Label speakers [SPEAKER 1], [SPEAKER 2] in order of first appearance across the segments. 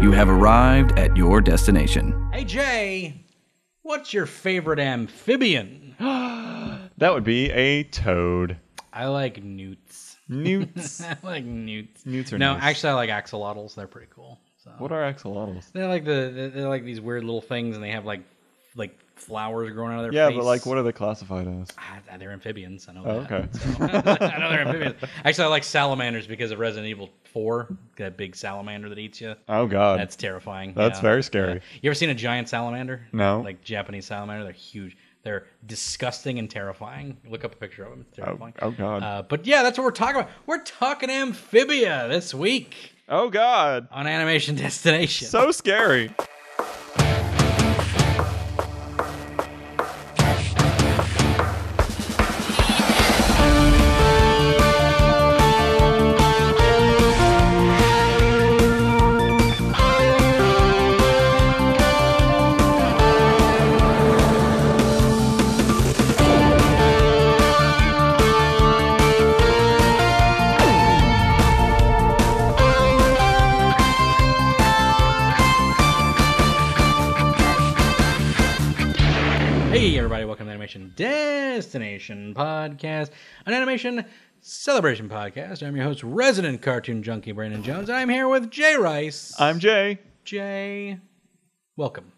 [SPEAKER 1] You have arrived at your destination.
[SPEAKER 2] Hey Jay, what's your favorite amphibian?
[SPEAKER 3] That would be a toad.
[SPEAKER 2] I like newts.
[SPEAKER 3] Newts.
[SPEAKER 2] I like newts.
[SPEAKER 3] Newts are
[SPEAKER 2] no,
[SPEAKER 3] nice.
[SPEAKER 2] actually, I like axolotls. They're pretty cool. So.
[SPEAKER 3] What are axolotls?
[SPEAKER 2] They're like the they're- they're like these weird little things, and they have like like flowers growing out of their
[SPEAKER 3] Yeah,
[SPEAKER 2] face.
[SPEAKER 3] but like, what are they classified as?
[SPEAKER 2] Ah, they're amphibians. I know.
[SPEAKER 3] Oh,
[SPEAKER 2] that.
[SPEAKER 3] okay.
[SPEAKER 2] I know they're amphibians. Actually, I like salamanders because of Resident Evil Four. That big salamander that eats you.
[SPEAKER 3] Oh God,
[SPEAKER 2] That's terrifying.
[SPEAKER 3] That's
[SPEAKER 2] Yeah.
[SPEAKER 3] very scary.
[SPEAKER 2] Yeah. You ever seen a giant salamander?
[SPEAKER 3] No.
[SPEAKER 2] Like Japanese salamander, they're huge. They're disgusting and terrifying. Look up a picture of them. It's
[SPEAKER 3] oh,
[SPEAKER 2] terrifying.
[SPEAKER 3] oh God,
[SPEAKER 2] Uh, but yeah, that's what we're talking about. We're talking amphibia this week
[SPEAKER 3] oh God,
[SPEAKER 2] on Animation Destination.
[SPEAKER 3] so scary.
[SPEAKER 2] hey, everybody, welcome to Animation Destination Podcast, an animation celebration podcast. I'm your host, resident cartoon junkie Brandon Jones, and I'm here with Jay Rice.
[SPEAKER 3] I'm Jay.
[SPEAKER 2] Jay. Welcome.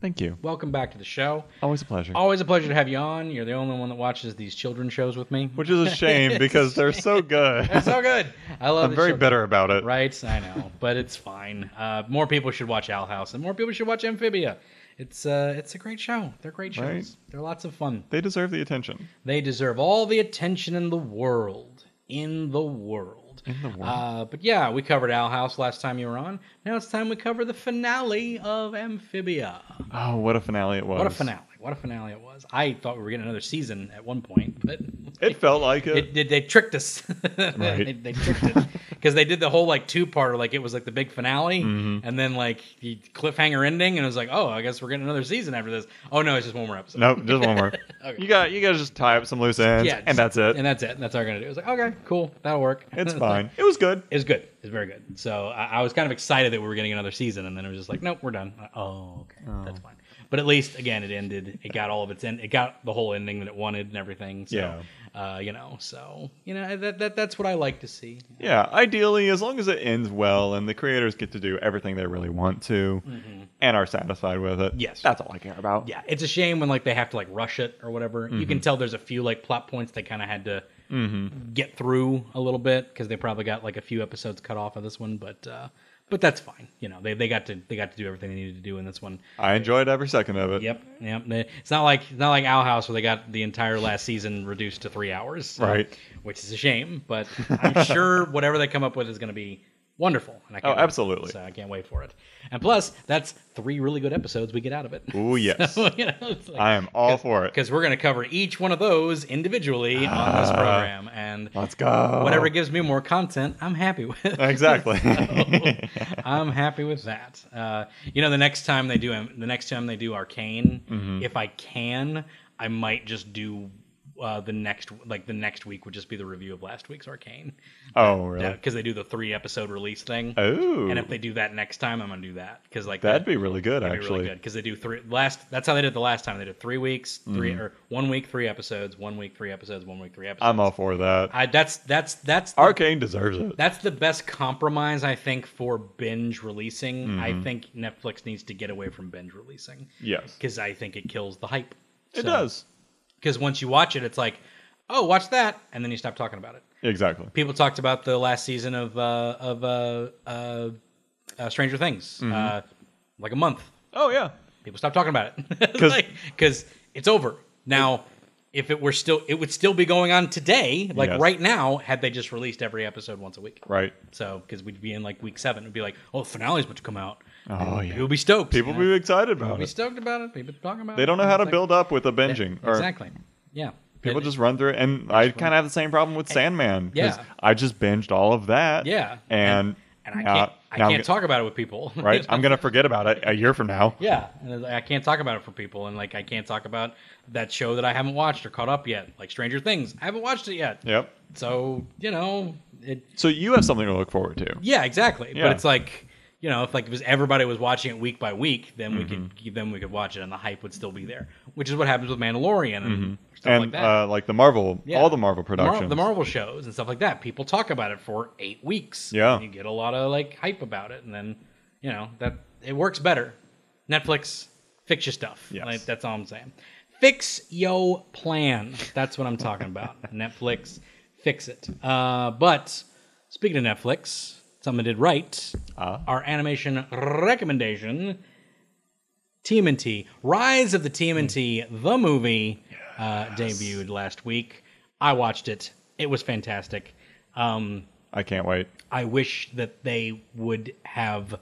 [SPEAKER 3] Thank you.
[SPEAKER 2] Welcome back to the show.
[SPEAKER 3] Always a pleasure.
[SPEAKER 2] Always a pleasure to have you on. You're the only one that watches these children's shows with me.
[SPEAKER 3] Which is a shame because they're so good.
[SPEAKER 2] They're so good. I love
[SPEAKER 3] I'm
[SPEAKER 2] the
[SPEAKER 3] very
[SPEAKER 2] children-
[SPEAKER 3] bitter about it.
[SPEAKER 2] Right, I know, but it's fine. Uh, more people should watch Owl House, and more people should watch Amphibia. It's uh, it's a great show. They're great shows.
[SPEAKER 3] Right.
[SPEAKER 2] They're lots of fun.
[SPEAKER 3] They deserve the attention.
[SPEAKER 2] They deserve all the attention in the world. In the world. In
[SPEAKER 3] the world.
[SPEAKER 2] Uh, but yeah, we covered Owl House last time you were on. Now it's time we cover the finale of Amphibia.
[SPEAKER 3] Oh, what a finale it was.
[SPEAKER 2] What a finale! What a finale it was. I thought we were getting another season at one point, but
[SPEAKER 3] It felt like it.
[SPEAKER 2] it, they, they tricked us. they, they tricked us because they did the whole like two parter, like it was like the big finale,
[SPEAKER 3] Mm-hmm.
[SPEAKER 2] and then like the cliffhanger ending, and it was like, oh, I guess we're getting another season after this. Oh no, it's just one more episode.
[SPEAKER 3] Nope, just one more. You got you gotta just tie up some loose ends
[SPEAKER 2] Yeah,
[SPEAKER 3] and that's it.
[SPEAKER 2] And that's it. That's all we're gonna do. It's like, okay, cool, that'll work.
[SPEAKER 3] it's
[SPEAKER 2] like-
[SPEAKER 3] fine. It was good.
[SPEAKER 2] It was good. It was very good. So I, I was kind of excited that we were getting another season, and then it was just like, nope, we're done. I- oh, okay, that's fine. But at least again, it ended. It got all of its end. It got the whole ending that it wanted and everything. So,
[SPEAKER 3] Yeah.
[SPEAKER 2] Uh, you know, so you know that, that that's what I like to see.
[SPEAKER 3] Yeah, ideally, as long as it ends well and the creators get to do everything they really want to and are satisfied with it.
[SPEAKER 2] Mm-hmm. Yes.
[SPEAKER 3] That's all I care about. Mm-hmm.
[SPEAKER 2] Yeah, it's a shame when like they have to like rush it or whatever. You can tell there's a few like plot points they kind of had to get through a little bit because they probably got like a few episodes cut off of this one, but uh, but that's fine. You know, they, they got to they got to do everything they needed to do in this one.
[SPEAKER 3] I enjoyed every second of it.
[SPEAKER 2] Yep, yep. They- It's not like it's not like Owl House where they got the entire last season reduced to three hours, so-
[SPEAKER 3] Right.
[SPEAKER 2] Which is a shame, but I'm sure whatever they come up with is going to be wonderful. And I can't
[SPEAKER 3] Oh,
[SPEAKER 2] wait.
[SPEAKER 3] absolutely.
[SPEAKER 2] So I can't wait for it. And plus, that's three really good episodes we get out of it.
[SPEAKER 3] Oh, yes.
[SPEAKER 2] So, you know, it's like,
[SPEAKER 3] I am all for it.
[SPEAKER 2] because we're going to cover each one of those individually on
[SPEAKER 3] Ah.
[SPEAKER 2] this program, and
[SPEAKER 3] Let's go.
[SPEAKER 2] whatever gives me more content, I'm happy with.
[SPEAKER 3] Exactly.
[SPEAKER 2] I'm happy with that. Uh, you know, the next time they do um, the next time they do Arcane,
[SPEAKER 3] Mm-hmm.
[SPEAKER 2] if I can, I might just do uh, the next like the next week would just be the review of last week's Arcane
[SPEAKER 3] oh, really?
[SPEAKER 2] because they do the three episode release thing.
[SPEAKER 3] Oh,
[SPEAKER 2] And if they do that next time, I'm gonna do that because like
[SPEAKER 3] that'd
[SPEAKER 2] that-
[SPEAKER 3] be really good,
[SPEAKER 2] That'd be
[SPEAKER 3] actually.
[SPEAKER 2] really good because they do three last. That's how they did it the last time. They did three weeks, 3 or one week, three episodes, one week, three episodes, one week, three episodes.
[SPEAKER 3] Mm-hmm. I'm all for that.
[SPEAKER 2] I, that's that's that's the,
[SPEAKER 3] Arcane deserves it.
[SPEAKER 2] that's the best compromise I think for binge releasing. I
[SPEAKER 3] Mm-hmm.
[SPEAKER 2] think Netflix needs to get away from binge releasing
[SPEAKER 3] Yes.
[SPEAKER 2] because I think it kills the hype.
[SPEAKER 3] It does.
[SPEAKER 2] because once you watch it, it's like, oh, watch that, and then you stop talking about it.
[SPEAKER 3] Exactly.
[SPEAKER 2] People talked about the last season of uh, of uh, uh, uh, Stranger Things
[SPEAKER 3] Mm-hmm.
[SPEAKER 2] uh, like a month
[SPEAKER 3] Oh, yeah.
[SPEAKER 2] people stop talking about it
[SPEAKER 3] 'Cause-
[SPEAKER 2] because it's over now if it were still it would still be going on today like
[SPEAKER 3] Yes.
[SPEAKER 2] right now had they just released every episode once a week
[SPEAKER 3] Right.
[SPEAKER 2] so because we'd be in like week seven it'd be like oh the finale's about to come out
[SPEAKER 3] Oh,
[SPEAKER 2] And
[SPEAKER 3] yeah.
[SPEAKER 2] people would be stoked
[SPEAKER 3] People
[SPEAKER 2] you know?
[SPEAKER 3] be excited about
[SPEAKER 2] be
[SPEAKER 3] it.
[SPEAKER 2] stoked about it people talking about it
[SPEAKER 3] They don't know how
[SPEAKER 2] It's
[SPEAKER 3] to
[SPEAKER 2] like-
[SPEAKER 3] build up with a binging. or
[SPEAKER 2] exactly yeah
[SPEAKER 3] People
[SPEAKER 2] It-
[SPEAKER 3] just run through it. And I kind of have the same problem with Sandman. 'cause
[SPEAKER 2] yeah.
[SPEAKER 3] I just binged all of that.
[SPEAKER 2] Yeah.
[SPEAKER 3] And,
[SPEAKER 2] and i
[SPEAKER 3] now-
[SPEAKER 2] can't i
[SPEAKER 3] now I'm
[SPEAKER 2] can't
[SPEAKER 3] go-
[SPEAKER 2] talk about it with people
[SPEAKER 3] Right? I'm going to forget about it a year from now.
[SPEAKER 2] Yeah, and it's like, I can't talk about it for people, and like I can't talk about that show that I haven't watched or caught up yet, like Stranger Things. I haven't watched it yet,
[SPEAKER 3] Yep.
[SPEAKER 2] so you know, it
[SPEAKER 3] So you have something to look forward to.
[SPEAKER 2] Yeah, exactly.
[SPEAKER 3] Yeah.
[SPEAKER 2] But it's like, you know, if like it was everybody was watching it week by week, then we
[SPEAKER 3] Mm-hmm.
[SPEAKER 2] could then we could watch it and the hype would still be there, which is what happens with Mandalorian and stuff
[SPEAKER 3] and
[SPEAKER 2] like that.
[SPEAKER 3] Uh, like the Marvel,
[SPEAKER 2] Yeah.
[SPEAKER 3] all the Marvel
[SPEAKER 2] Mar-
[SPEAKER 3] productions.
[SPEAKER 2] the Marvel shows and stuff like that. People talk about it for eight weeks.
[SPEAKER 3] Yeah.
[SPEAKER 2] and you get a lot of like hype about it, and then you know that it works better. Netflix, fix your stuff.
[SPEAKER 3] Yes.
[SPEAKER 2] Like, that's all I'm saying. Fix yo plan. That's what I'm talking about. Netflix, fix it. Uh, but speaking of Netflix, someone did right. Our animation recommendation. TMNT, Rise of the TMNT, the movie, uh, debuted last week. I watched it. It was fantastic. Um,
[SPEAKER 3] I can't wait.
[SPEAKER 2] I wish that they would have.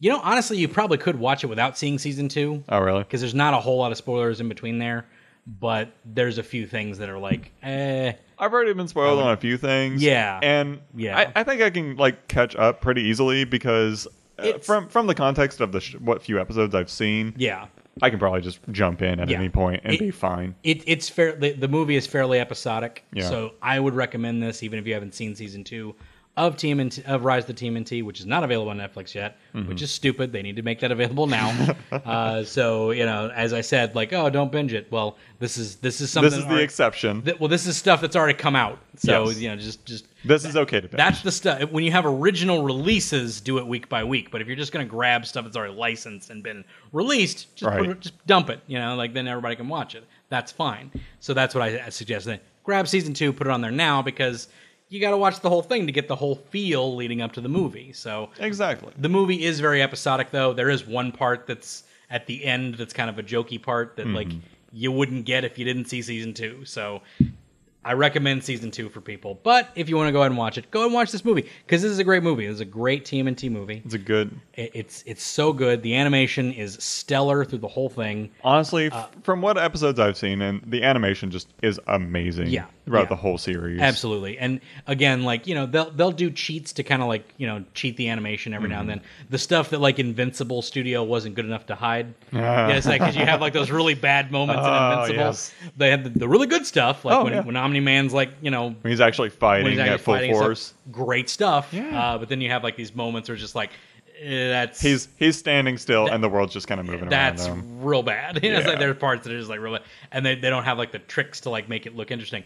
[SPEAKER 2] You know, honestly, you probably could watch it without seeing season two.
[SPEAKER 3] Oh, really?
[SPEAKER 2] Because there's not a whole lot of spoilers in between there, but there's a few things that are like, eh.
[SPEAKER 3] I've already been spoiled on a few things.
[SPEAKER 2] Oh, Yeah.
[SPEAKER 3] and
[SPEAKER 2] Yeah.
[SPEAKER 3] I, I think I can like catch up pretty easily because uh,
[SPEAKER 2] It's-
[SPEAKER 3] from from the context of the sh- what few episodes I've seen,
[SPEAKER 2] Yeah.
[SPEAKER 3] I can probably just jump in at
[SPEAKER 2] Yeah.
[SPEAKER 3] any point and
[SPEAKER 2] It-
[SPEAKER 3] be fine.
[SPEAKER 2] It, it's fair. The, the movie is fairly episodic,
[SPEAKER 3] Yeah.
[SPEAKER 2] so I would recommend this, even if you haven't seen season two of Team and of Rise of the Team and T, which is not available on Netflix yet,
[SPEAKER 3] Mm-hmm.
[SPEAKER 2] which is stupid. They need to make that available now. uh, so you know, as I said, like, oh, don't binge it. Well, this is this is something.
[SPEAKER 3] This is the
[SPEAKER 2] already-
[SPEAKER 3] exception.
[SPEAKER 2] that- well, this is stuff that's already come out. So
[SPEAKER 3] Yes.
[SPEAKER 2] you know, just just
[SPEAKER 3] this is okay to binge.
[SPEAKER 2] that's the stuff. When you have original releases, do it week by week. But if you're just going to grab stuff that's already licensed and been released, just, put
[SPEAKER 3] Right.
[SPEAKER 2] it- just dump it. You know, like then everybody can watch it. That's fine. So that's what I I suggest. Then grab season two, put it on there now because you got to watch the whole thing to get the whole feel leading up to the movie. So
[SPEAKER 3] exactly.
[SPEAKER 2] the movie is very episodic, though. There is one part that's at the end that's kind of a jokey part that like you wouldn't get if you didn't see season two. So I recommend season two for people. But if you want to go ahead and watch it, go and watch this movie because this is a great movie. This is a great TMNT movie.
[SPEAKER 3] It's a good.
[SPEAKER 2] It- It's it's so good. The animation is stellar through the whole thing.
[SPEAKER 3] Honestly,
[SPEAKER 2] Uh,
[SPEAKER 3] f- from what episodes I've seen, and the animation just is amazing.
[SPEAKER 2] Yeah,
[SPEAKER 3] throughout
[SPEAKER 2] yeah.
[SPEAKER 3] the whole series.
[SPEAKER 2] Absolutely. And again, like, you know, they'll they'll do cheats to kind of like, you know, cheat the animation every now and
[SPEAKER 3] Mm-hmm.
[SPEAKER 2] then. The stuff that like Invincible Studio wasn't good enough to hide. yeah, it's like cuz you have like those really bad moments in
[SPEAKER 3] Oh,
[SPEAKER 2] Invincible.
[SPEAKER 3] yes.
[SPEAKER 2] They had the, the really good stuff like
[SPEAKER 3] Oh,
[SPEAKER 2] when
[SPEAKER 3] yeah.
[SPEAKER 2] when Omni-Man's like, you know,
[SPEAKER 3] When he's actually fighting
[SPEAKER 2] when he's actually
[SPEAKER 3] at full
[SPEAKER 2] fighting, it's, like,
[SPEAKER 3] force.
[SPEAKER 2] great stuff.
[SPEAKER 3] Yeah.
[SPEAKER 2] Uh, but then you have like these moments where it's just like eh, that's
[SPEAKER 3] he's he's standing still, and the world's just kind of moving
[SPEAKER 2] that's
[SPEAKER 3] around him.
[SPEAKER 2] real bad. You know, it's
[SPEAKER 3] Yeah.
[SPEAKER 2] like there's parts that are just like real bad. And they, they don't have like the tricks to like make it look interesting.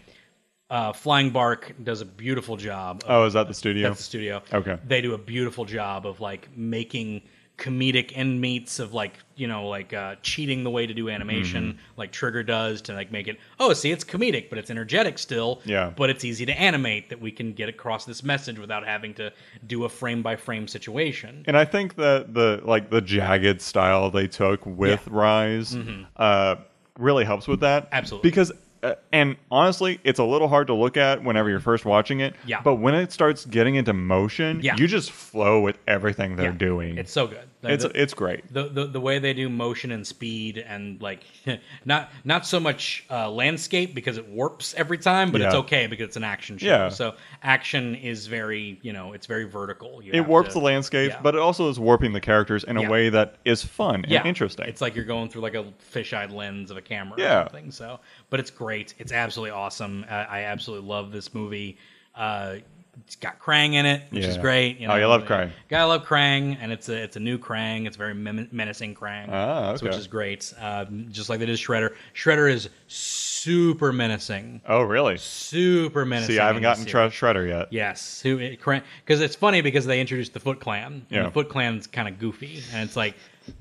[SPEAKER 2] Uh, Flying Bark does a beautiful job of
[SPEAKER 3] Oh, is that the studio?
[SPEAKER 2] that's the studio.
[SPEAKER 3] Okay.
[SPEAKER 2] They do a beautiful job of like making comedic end meets of like you know like uh, cheating the way to do animation
[SPEAKER 3] Mm-hmm.
[SPEAKER 2] like Trigger does to like make it oh see it's comedic but it's energetic still
[SPEAKER 3] Yeah.
[SPEAKER 2] but it's easy to animate that we can get across this message without having to do a frame by frame situation.
[SPEAKER 3] And I think that the like the jagged style they took with
[SPEAKER 2] Yeah. Mm-hmm.
[SPEAKER 3] Rise uh, really helps with that.
[SPEAKER 2] Absolutely.
[SPEAKER 3] Because uh, and honestly, it's a little hard to look at whenever you're first watching it.
[SPEAKER 2] Yeah.
[SPEAKER 3] But when it starts getting into motion,
[SPEAKER 2] Yeah.
[SPEAKER 3] you just flow with everything they're
[SPEAKER 2] Yeah.
[SPEAKER 3] doing.
[SPEAKER 2] It's so good. The-
[SPEAKER 3] it's
[SPEAKER 2] the-
[SPEAKER 3] it's great.
[SPEAKER 2] the, the the way they do motion and speed and like not not so much uh, landscape because it warps every time, but it's
[SPEAKER 3] Yeah.
[SPEAKER 2] okay because it's an action show.
[SPEAKER 3] Yeah.
[SPEAKER 2] So action is very you know it's very vertical. You
[SPEAKER 3] It
[SPEAKER 2] have
[SPEAKER 3] warps
[SPEAKER 2] to-
[SPEAKER 3] the landscapes,
[SPEAKER 2] yeah.
[SPEAKER 3] but it also is warping the characters in
[SPEAKER 2] Yeah.
[SPEAKER 3] a way that is fun and interesting.
[SPEAKER 2] It's like you're going through like a fisheye lens of a camera or
[SPEAKER 3] Yeah.
[SPEAKER 2] something. So, but it's great. It's absolutely awesome. I, I absolutely love this movie. Uh, it's got Krang in it, which is
[SPEAKER 3] Yeah.
[SPEAKER 2] great. You know,
[SPEAKER 3] Oh, you love
[SPEAKER 2] Uh,
[SPEAKER 3] Krang.
[SPEAKER 2] Gotta love Krang, and it's a it's a new Krang. It's very men- menacing Krang,
[SPEAKER 3] Ah,
[SPEAKER 2] so- which
[SPEAKER 3] okay.
[SPEAKER 2] is great. Um, just like they did Shredder. Shredder is super menacing,
[SPEAKER 3] oh, really?
[SPEAKER 2] super menacing.
[SPEAKER 3] See, I haven't
[SPEAKER 2] in the
[SPEAKER 3] gotten
[SPEAKER 2] series.
[SPEAKER 3] Tre- Shredder yet.
[SPEAKER 2] Yes, who because it's funny because they introduced the Foot Clan.
[SPEAKER 3] Yeah.
[SPEAKER 2] And the Foot Clan's kind of goofy, and it's like,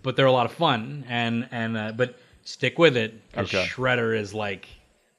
[SPEAKER 2] but they're a lot of fun, and and uh, but stick with it. 'cause
[SPEAKER 3] Okay.
[SPEAKER 2] Shredder is like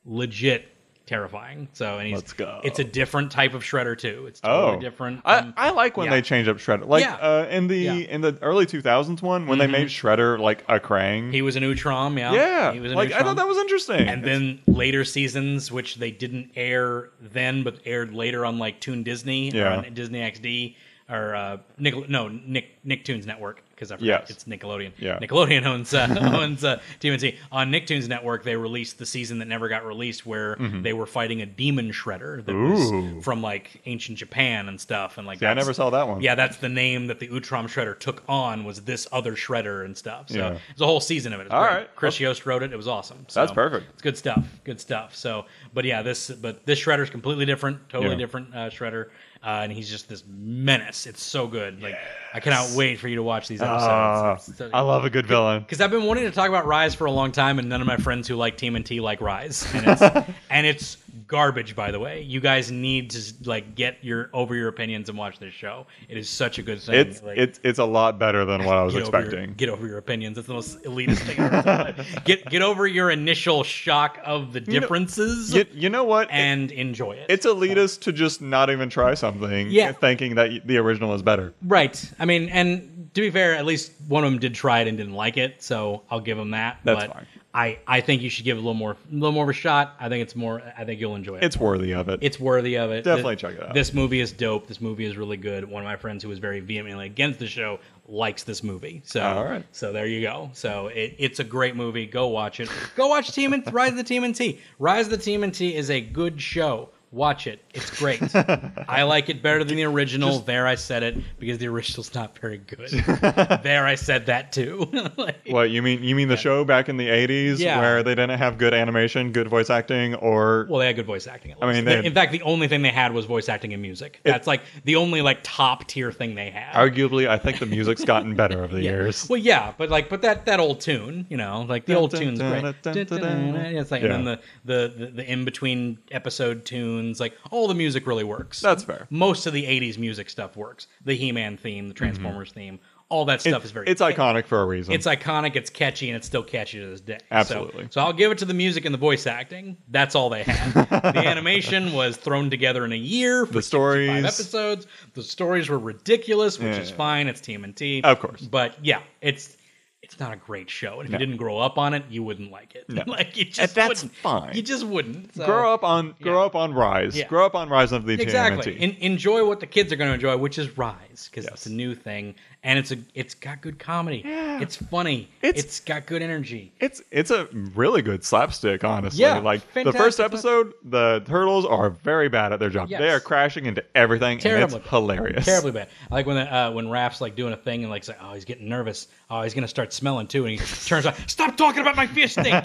[SPEAKER 2] legit terrifying. So and he's
[SPEAKER 3] Let's go.
[SPEAKER 2] It's a different type of Shredder too. It's
[SPEAKER 3] Oh,
[SPEAKER 2] totally different.
[SPEAKER 3] I,
[SPEAKER 2] um,
[SPEAKER 3] I like when
[SPEAKER 2] yeah.
[SPEAKER 3] they change up Shredder. Like
[SPEAKER 2] Yeah.
[SPEAKER 3] uh, in the
[SPEAKER 2] Yeah. Mm-hmm.
[SPEAKER 3] in the early 2000s one, when they made Shredder like a Krang.
[SPEAKER 2] he was an Utrom. Yeah,
[SPEAKER 3] yeah,
[SPEAKER 2] He was an
[SPEAKER 3] like I
[SPEAKER 2] Utrom.
[SPEAKER 3] thought that was interesting.
[SPEAKER 2] and then later seasons, which they didn't air then, but aired later on like Toon Disney
[SPEAKER 3] Yeah.
[SPEAKER 2] or on Disney XD or uh, Nick, no Nick Nicktoons Network. because I forgot
[SPEAKER 3] Yes.
[SPEAKER 2] it's Nickelodeon.
[SPEAKER 3] Yeah.
[SPEAKER 2] Nickelodeon owns uh, owns uh, TMNT. On Nicktoons Network, they released the season that never got released, where they were fighting a demon shredder that
[SPEAKER 3] Mm-hmm. Ooh.
[SPEAKER 2] was from like ancient Japan and stuff, and like
[SPEAKER 3] Yeah, I
[SPEAKER 2] that's-
[SPEAKER 3] never saw that one.
[SPEAKER 2] Yeah, that's the name that the Utrom Shredder took on was this other shredder and stuff. So
[SPEAKER 3] Yeah.
[SPEAKER 2] it's a whole season of it. It's
[SPEAKER 3] All
[SPEAKER 2] great.
[SPEAKER 3] right.
[SPEAKER 2] Chris Yost wrote it. It was awesome. So
[SPEAKER 3] That's perfect.
[SPEAKER 2] It's good stuff. Good stuff. So, but yeah, this but this Shredder's completely different, totally
[SPEAKER 3] Yeah.
[SPEAKER 2] different uh, Shredder, uh, and he's just this menace. It's so good. Like I cannot wait for you to watch these
[SPEAKER 3] Ah,
[SPEAKER 2] episodes.
[SPEAKER 3] I love a good villain.
[SPEAKER 2] because I've been wanting to talk about Rise for a long time, and none of my friends who like TMNT like Rise, and it's, and it's garbage. By the way, you guys need to like get your over your opinions and watch this show. It is such a good thing.
[SPEAKER 3] It's
[SPEAKER 2] like,
[SPEAKER 3] it's it's a lot better than what I was
[SPEAKER 2] get over your-
[SPEAKER 3] expecting.
[SPEAKER 2] get over your opinions. That's the most elitist thing I've ever said. Get get over your initial shock of the
[SPEAKER 3] know-
[SPEAKER 2] differences
[SPEAKER 3] You, you know what?
[SPEAKER 2] and enjoy it.
[SPEAKER 3] it's elitist to just not even try something,
[SPEAKER 2] Yeah.
[SPEAKER 3] thinking that y- the original is better.
[SPEAKER 2] Right. I mean, and to be fair, at least one of them did try it and didn't like it, so I'll give him that.
[SPEAKER 3] That's
[SPEAKER 2] but
[SPEAKER 3] fine.
[SPEAKER 2] I, I think you should give it a little more, a little more of a shot. I think it's more. I think you'll enjoy it.
[SPEAKER 3] It's worthy of it.
[SPEAKER 2] it's worthy of it.
[SPEAKER 3] Definitely
[SPEAKER 2] Thi-
[SPEAKER 3] check it out.
[SPEAKER 2] This movie is dope. This movie is really good. One of my friends who was very vehemently against the show likes this movie. So
[SPEAKER 3] All right.
[SPEAKER 2] So there you go. So it, it's a great movie. Go watch it. Go watch Team and Rise of the Team and T. Rise of the Team and T is a good show. Watch it. It's great. I like it better than the original. there I said it because the original's not very good. there I said that too. Like-
[SPEAKER 3] what you mean? You mean the show back in the '80s
[SPEAKER 2] Yeah.
[SPEAKER 3] where they didn't have good animation, good voice acting, or
[SPEAKER 2] Well, they had good voice acting. At
[SPEAKER 3] I
[SPEAKER 2] least.
[SPEAKER 3] mean, they-
[SPEAKER 2] in fact, the only thing they had was voice acting and music. That's like the only like top tier thing they had.
[SPEAKER 3] arguably, I think the music's gotten better over the
[SPEAKER 2] Yeah.
[SPEAKER 3] years.
[SPEAKER 2] Well, yeah, but like, but that that old tune, you know, like the
[SPEAKER 3] Dun,
[SPEAKER 2] old
[SPEAKER 3] dun,
[SPEAKER 2] tune's
[SPEAKER 3] dun,
[SPEAKER 2] great.
[SPEAKER 3] dun,
[SPEAKER 2] Dun,
[SPEAKER 3] dun,
[SPEAKER 2] dun,
[SPEAKER 3] dun,
[SPEAKER 2] dun,
[SPEAKER 3] dun.
[SPEAKER 2] It's like,
[SPEAKER 3] Yeah.
[SPEAKER 2] and then the the the, the in between episode tunes, like all the music really works.
[SPEAKER 3] That's fair. Mm-hmm.
[SPEAKER 2] Most of the '80s music stuff works. The He-Man theme, the Transformers theme, all that stuff is very.
[SPEAKER 3] it's
[SPEAKER 2] it-
[SPEAKER 3] iconic for a reason.
[SPEAKER 2] It's iconic. It's catchy, and it's still catchy to this day. So-
[SPEAKER 3] Absolutely.
[SPEAKER 2] So, I'll give it to the music and the voice acting. That's all they had. the animation was thrown together in a year for
[SPEAKER 3] The
[SPEAKER 2] 65
[SPEAKER 3] stories.
[SPEAKER 2] episodes. The stories were ridiculous, which
[SPEAKER 3] Yeah.
[SPEAKER 2] is fine. It's TMNT,
[SPEAKER 3] Of course.
[SPEAKER 2] But yeah, it's it's not a great show, and if
[SPEAKER 3] No.
[SPEAKER 2] you didn't grow up on it, you wouldn't like it.
[SPEAKER 3] No.
[SPEAKER 2] like you just
[SPEAKER 3] And that's
[SPEAKER 2] wouldn't.
[SPEAKER 3] fine.
[SPEAKER 2] You just wouldn't. So-
[SPEAKER 3] grow up on grow
[SPEAKER 2] yeah.
[SPEAKER 3] up on Rise.
[SPEAKER 2] Yeah.
[SPEAKER 3] Grow up on Rise of the
[SPEAKER 2] Exactly.
[SPEAKER 3] TMNT.
[SPEAKER 2] En- enjoy what the kids are going to enjoy, which is Rise, because
[SPEAKER 3] Yes.
[SPEAKER 2] it's a new thing, and it's a it's got good comedy.
[SPEAKER 3] Yeah.
[SPEAKER 2] It's funny.
[SPEAKER 3] It's-
[SPEAKER 2] it's got good energy.
[SPEAKER 3] It's it's a really good slapstick, honestly.
[SPEAKER 2] Yeah,
[SPEAKER 3] like the
[SPEAKER 2] fantastic
[SPEAKER 3] first episode, the turtles are very bad at their job.
[SPEAKER 2] Yes.
[SPEAKER 3] They are crashing into everything,
[SPEAKER 2] terribly
[SPEAKER 3] and
[SPEAKER 2] bad.
[SPEAKER 3] it's hilarious.
[SPEAKER 2] Terribly bad. I like when the, uh, when Raph's like doing a thing and like say, oh he's getting nervous. Oh he's gonna start smelling too, and he turns around. Stop talking about my fish stink.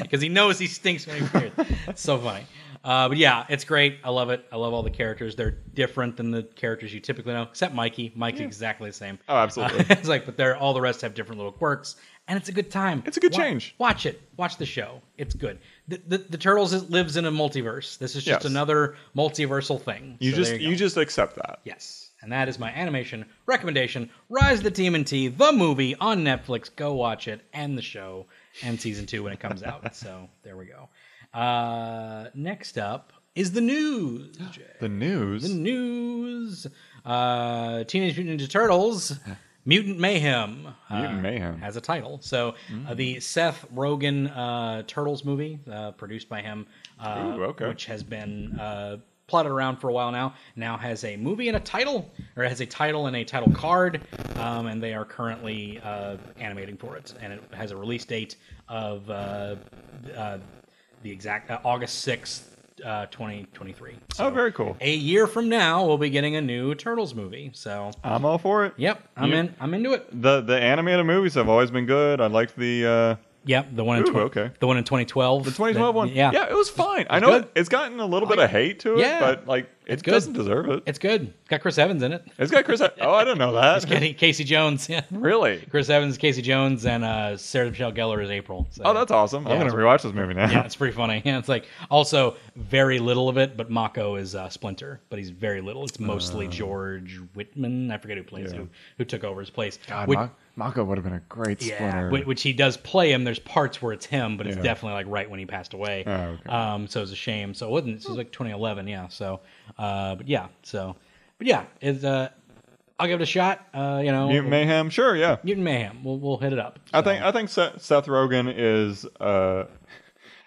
[SPEAKER 2] because he knows he stinks when he appears. It's so funny. Uh, but yeah, it's great. I love it. I love all the characters. They're different than the characters you typically know, except Mikey. Mikey's exactly the same.
[SPEAKER 3] Oh, absolutely.
[SPEAKER 2] Uh, it's like, but they're all the rest have different little quirks, and it's a good time.
[SPEAKER 3] It's a good
[SPEAKER 2] Wa-
[SPEAKER 3] change.
[SPEAKER 2] Watch it. Watch the show. It's good. The, the, the turtles is, lives in a multiverse. This is just
[SPEAKER 3] Yes.
[SPEAKER 2] another multiversal thing.
[SPEAKER 3] You
[SPEAKER 2] So
[SPEAKER 3] just
[SPEAKER 2] there
[SPEAKER 3] you,
[SPEAKER 2] go.
[SPEAKER 3] just accept that.
[SPEAKER 2] Yes. And that is my animation recommendation. Rise of the TMNT, the movie on Netflix. Go watch it and the show and season two when it comes out. So there we go. Uh, next up is the news. Jay.
[SPEAKER 3] The news.
[SPEAKER 2] The news. Uh, Teenage Mutant Ninja Turtles. Mutant Mayhem. uh,
[SPEAKER 3] Mutant Mayhem. Mm.
[SPEAKER 2] Has a title. So uh, the Seth Rogen uh, Turtles movie, uh, produced by him, uh,
[SPEAKER 3] Ooh, okay.
[SPEAKER 2] which has been uh, plotted around for a while now, now has a movie and a title, or has a title and a title card, um, and they are currently uh, animating for it. And it has a release date of uh, uh, the exact uh, August 6th, uh, 2023. So
[SPEAKER 3] oh, very cool.
[SPEAKER 2] a year from now, we'll be getting a new Turtles movie. So,
[SPEAKER 3] I'm all for it.
[SPEAKER 2] yep, I'm
[SPEAKER 3] You-
[SPEAKER 2] in. I'm into it.
[SPEAKER 3] The the animated movies have always been good. I liked the uh,
[SPEAKER 2] Yep, the one in
[SPEAKER 3] Ooh,
[SPEAKER 2] twen-
[SPEAKER 3] okay.
[SPEAKER 2] the one in 2012.
[SPEAKER 3] the 2012 one.
[SPEAKER 2] Yeah,
[SPEAKER 3] yeah, it was fine. I know
[SPEAKER 2] good.
[SPEAKER 3] it, it's gotten a little bit
[SPEAKER 2] yeah.
[SPEAKER 3] of hate to it,
[SPEAKER 2] Yeah.
[SPEAKER 3] but like it
[SPEAKER 2] good.
[SPEAKER 3] doesn't deserve it.
[SPEAKER 2] it's good. It's got Chris Evans in it.
[SPEAKER 3] It's got Chris. oh, I didn't know that.
[SPEAKER 2] Kenny- Casey Jones. Yeah.
[SPEAKER 3] really?
[SPEAKER 2] Chris Evans, Casey Jones, and uh, Sarah Michelle Gellar is April. So.
[SPEAKER 3] Oh, that's awesome. I'm
[SPEAKER 2] Yeah, it's-
[SPEAKER 3] gonna rewatch this movie now.
[SPEAKER 2] yeah, it's pretty funny. Yeah, it's like also very little of it, but Mako is uh, Splinter, but he's very little. It's mostly George Whitman. I forget who plays
[SPEAKER 3] Oh. Yeah.
[SPEAKER 2] who, who took over his place.
[SPEAKER 3] God,
[SPEAKER 2] Which-
[SPEAKER 3] Ma- Mako would have been a great
[SPEAKER 2] Yeah,
[SPEAKER 3] splinter.
[SPEAKER 2] which, which he does play him. There's parts where it's him, but it's
[SPEAKER 3] Yeah.
[SPEAKER 2] definitely like right when he passed away.
[SPEAKER 3] Oh, okay.
[SPEAKER 2] Um, so it's a shame. So it wasn't. This was like 2011. Yeah. So, uh, but yeah. So, but yeah, it's uh, I'll give it a shot. Uh, you know,
[SPEAKER 3] Mutant Mayhem, sure, yeah.
[SPEAKER 2] Mutant Mayhem. We'll we'll hit it up.
[SPEAKER 3] I
[SPEAKER 2] So-
[SPEAKER 3] think I think Seth, Seth Rogen is uh,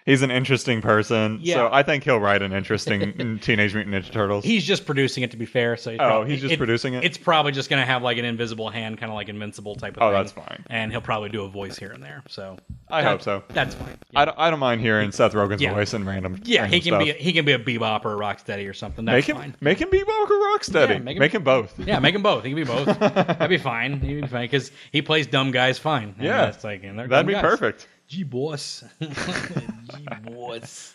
[SPEAKER 3] He's an interesting person.
[SPEAKER 2] Yeah.
[SPEAKER 3] So I think he'll write an interesting Teenage Mutant Ninja Turtles.
[SPEAKER 2] He's just producing it, to be fair. So he's
[SPEAKER 3] Oh, he's just producing it?
[SPEAKER 2] It's probably just going to have like an invisible hand, kind of like Invincible type of
[SPEAKER 3] Oh,
[SPEAKER 2] thing.
[SPEAKER 3] that's fine.
[SPEAKER 2] And he'll probably do a voice here and there. So
[SPEAKER 3] I
[SPEAKER 2] that-
[SPEAKER 3] hope so.
[SPEAKER 2] That's fine. Yeah,
[SPEAKER 3] I, don't, I don't mind hearing Seth Rogen's
[SPEAKER 2] Yeah.
[SPEAKER 3] voice in random.
[SPEAKER 2] Yeah, he can
[SPEAKER 3] random stuff.
[SPEAKER 2] be a, he can be a bebop or a rocksteady or something. That's
[SPEAKER 3] make him
[SPEAKER 2] fine.
[SPEAKER 3] make him be Walker Rocksteady.
[SPEAKER 2] Yeah, make
[SPEAKER 3] make,
[SPEAKER 2] him-
[SPEAKER 3] him, both.
[SPEAKER 2] Yeah, make them both. He can be both. That'd be fine. He'd be fine because he plays dumb guys fine. And
[SPEAKER 3] Yeah.
[SPEAKER 2] it's like and they're dumb
[SPEAKER 3] That'd be
[SPEAKER 2] guys.
[SPEAKER 3] perfect.
[SPEAKER 2] G boss, G boss.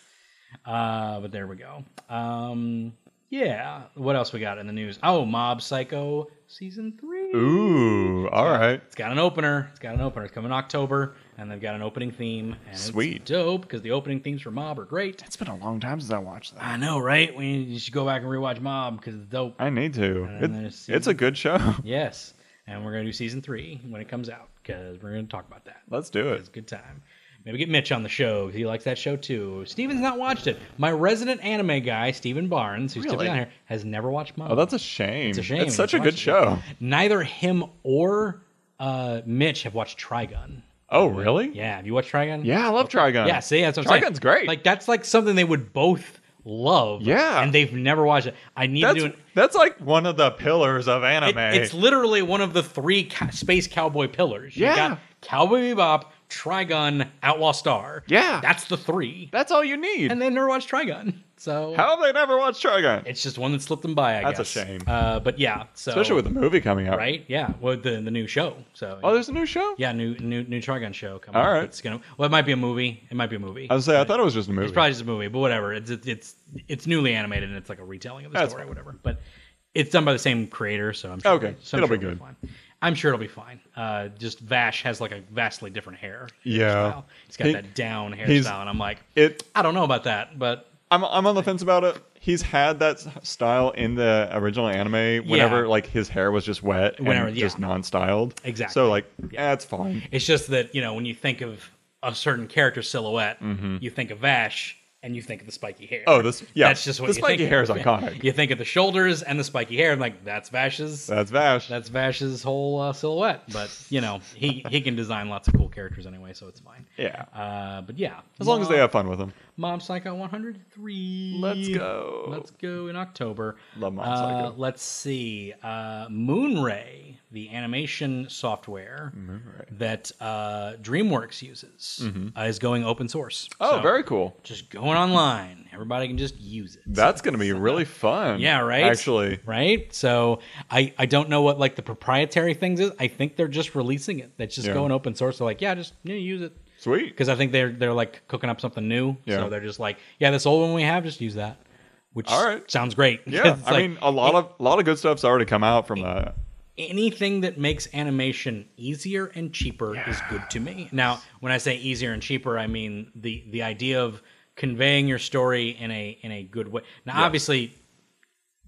[SPEAKER 2] Uh, but there we go. Um, yeah. What else we got in the news? Oh, Mob Psycho season three.
[SPEAKER 3] Ooh, all right.
[SPEAKER 2] It's got an opener. It's got an opener. It's coming October, and they've got an opening theme. And it's
[SPEAKER 3] Sweet.
[SPEAKER 2] dope because the opening themes for Mob are great.
[SPEAKER 3] It's been a long time since I watched that.
[SPEAKER 2] I know, right? We you should go back and rewatch Mob because it's dope.
[SPEAKER 3] I need to.
[SPEAKER 2] And
[SPEAKER 3] It-
[SPEAKER 2] there's
[SPEAKER 3] it's a good show.
[SPEAKER 2] Yes, and we're gonna do season three when it comes out because we're gonna talk about that.
[SPEAKER 3] Let's do
[SPEAKER 2] It's
[SPEAKER 3] it.
[SPEAKER 2] a good time. Maybe get Mitch on the show because he likes that show too. Steven's not watched it. My resident anime guy, Steven Barnes, who's typically
[SPEAKER 3] Really?
[SPEAKER 2] on here, has never watched Mob.
[SPEAKER 3] Oh, that's a shame.
[SPEAKER 2] It's a shame.
[SPEAKER 3] It's such a
[SPEAKER 2] He's
[SPEAKER 3] good
[SPEAKER 2] watched
[SPEAKER 3] show.
[SPEAKER 2] it. Neither him or uh, Mitch have watched Trigun.
[SPEAKER 3] Oh, really?
[SPEAKER 2] Yeah, have you watched Trigun?
[SPEAKER 3] Yeah, I love Trigun.
[SPEAKER 2] Yeah, see, that's what I'm saying.
[SPEAKER 3] Trigun's great.
[SPEAKER 2] Like that's like something they would both love.
[SPEAKER 3] Yeah.
[SPEAKER 2] and they've never watched it. I need
[SPEAKER 3] that's
[SPEAKER 2] to do an
[SPEAKER 3] that's like one of the pillars of anime.
[SPEAKER 2] It- it's literally one of the three ca- space cowboy pillars. You
[SPEAKER 3] Yeah.
[SPEAKER 2] got Cowboy Bebop, Trigun, Outlaw Star.
[SPEAKER 3] Yeah.
[SPEAKER 2] That's the three.
[SPEAKER 3] that's all you need.
[SPEAKER 2] And they never watched Trigun. So
[SPEAKER 3] How have they never watched Trigun?
[SPEAKER 2] it's just one that slipped them by, I
[SPEAKER 3] That's a
[SPEAKER 2] guess.
[SPEAKER 3] shame.
[SPEAKER 2] Uh, but yeah. So,
[SPEAKER 3] Especially with the movie coming out.
[SPEAKER 2] Right? Yeah. Well, the, the new show. So.
[SPEAKER 3] Oh, there's a new show.
[SPEAKER 2] yeah, new new new Trigun show coming.
[SPEAKER 3] All
[SPEAKER 2] up.
[SPEAKER 3] right.
[SPEAKER 2] It's gonna. Well, it might be a movie. It might be a movie.
[SPEAKER 3] I was gonna say I thought it was just a movie.
[SPEAKER 2] It's probably just a movie, but whatever. It's it's it's, it's newly animated and it's like a retelling of the
[SPEAKER 3] That's
[SPEAKER 2] story, or
[SPEAKER 3] fine.
[SPEAKER 2] whatever. But it's done by the same creator, so I'm sure.
[SPEAKER 3] Okay.
[SPEAKER 2] so I'm
[SPEAKER 3] It'll
[SPEAKER 2] sure
[SPEAKER 3] be good.
[SPEAKER 2] fine. I'm sure it'll be fine. Uh, just Vash has like a vastly different hair.
[SPEAKER 3] Yeah.
[SPEAKER 2] hairstyle. he's got
[SPEAKER 3] He-
[SPEAKER 2] that down
[SPEAKER 3] he's-
[SPEAKER 2] hairstyle, and I'm like,
[SPEAKER 3] it.
[SPEAKER 2] I don't know about that, but
[SPEAKER 3] I'm I'm on the fence about it. He's had that s- style in the original anime. Whenever
[SPEAKER 2] Yeah.
[SPEAKER 3] like his hair was just wet
[SPEAKER 2] Whenever-
[SPEAKER 3] and
[SPEAKER 2] yeah.
[SPEAKER 3] just non-styled.
[SPEAKER 2] Exactly.
[SPEAKER 3] So like that's fine.
[SPEAKER 2] it's just that you know when you think of a certain character silhouette, you think of Vash. And you think of the spiky hair.
[SPEAKER 3] Mm-hmm. Oh, this- yeah.
[SPEAKER 2] That's just what
[SPEAKER 3] The
[SPEAKER 2] you
[SPEAKER 3] spiky
[SPEAKER 2] think
[SPEAKER 3] hair
[SPEAKER 2] of.
[SPEAKER 3] is iconic.
[SPEAKER 2] You think of the shoulders and the spiky hair. I'm like, that's Vash's.
[SPEAKER 3] That's Vash.
[SPEAKER 2] that's Vash's whole uh, silhouette. But you know, he he can design lots of cool characters anyway, so it's fine.
[SPEAKER 3] yeah.
[SPEAKER 2] Uh, but yeah,
[SPEAKER 3] as long as they
[SPEAKER 2] Mom-
[SPEAKER 3] have fun with him.
[SPEAKER 2] Mom Psycho 103.
[SPEAKER 3] Let's go.
[SPEAKER 2] Let's go in October.
[SPEAKER 3] Love Mom
[SPEAKER 2] Uh,
[SPEAKER 3] Psycho.
[SPEAKER 2] let's see. Uh, Moonray, the animation software that uh, DreamWorks uses, uh, is going open source.
[SPEAKER 3] Mm-hmm. Oh,
[SPEAKER 2] So,
[SPEAKER 3] very cool.
[SPEAKER 2] Just going online. Everybody can just use it.
[SPEAKER 3] That's gonna be really fun.
[SPEAKER 2] Yeah, right.
[SPEAKER 3] Actually,
[SPEAKER 2] right? So I I don't know what like the proprietary things is. I think they're just releasing it. That's just
[SPEAKER 3] Yeah.
[SPEAKER 2] going open source. They're like, yeah, just you know, use it
[SPEAKER 3] sweet.
[SPEAKER 2] because I think they're they're like cooking up something new.
[SPEAKER 3] Yeah.
[SPEAKER 2] So they're just like, yeah, this old one we have, just use that. Which
[SPEAKER 3] All right.
[SPEAKER 2] sounds great.
[SPEAKER 3] Yeah,
[SPEAKER 2] It's
[SPEAKER 3] I
[SPEAKER 2] like,
[SPEAKER 3] mean, a lot of a lot of good stuff's already come out from that.
[SPEAKER 2] anything that makes animation easier and cheaper is good to me. Now, when I say easier and cheaper, I mean the the idea of conveying your story in a in a good way. Now, obviously,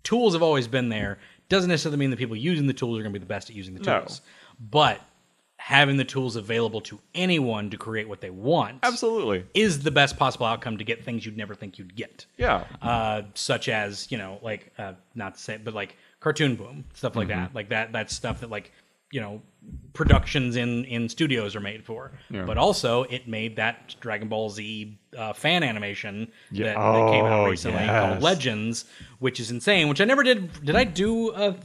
[SPEAKER 2] tools have always been there. Doesn't necessarily mean the people using the tools are going to be the best at using the
[SPEAKER 3] No.
[SPEAKER 2] tools, but having the tools available to anyone to create what they want
[SPEAKER 3] Absolutely.
[SPEAKER 2] is the best possible outcome to get things you'd never think you'd get
[SPEAKER 3] Yeah.
[SPEAKER 2] uh, such as you know, like uh, not to say, but like cartoon boom stuff like
[SPEAKER 3] Mm-hmm.
[SPEAKER 2] that, like that that's stuff that like you know productions in in studios are made for.
[SPEAKER 3] Yeah.
[SPEAKER 2] But also, it made that Dragon Ball Z uh, fan animation
[SPEAKER 3] Yeah.
[SPEAKER 2] that, that came out
[SPEAKER 3] Oh,
[SPEAKER 2] recently called
[SPEAKER 3] yes.
[SPEAKER 2] Legends, which is insane. Which I never did. Did I do a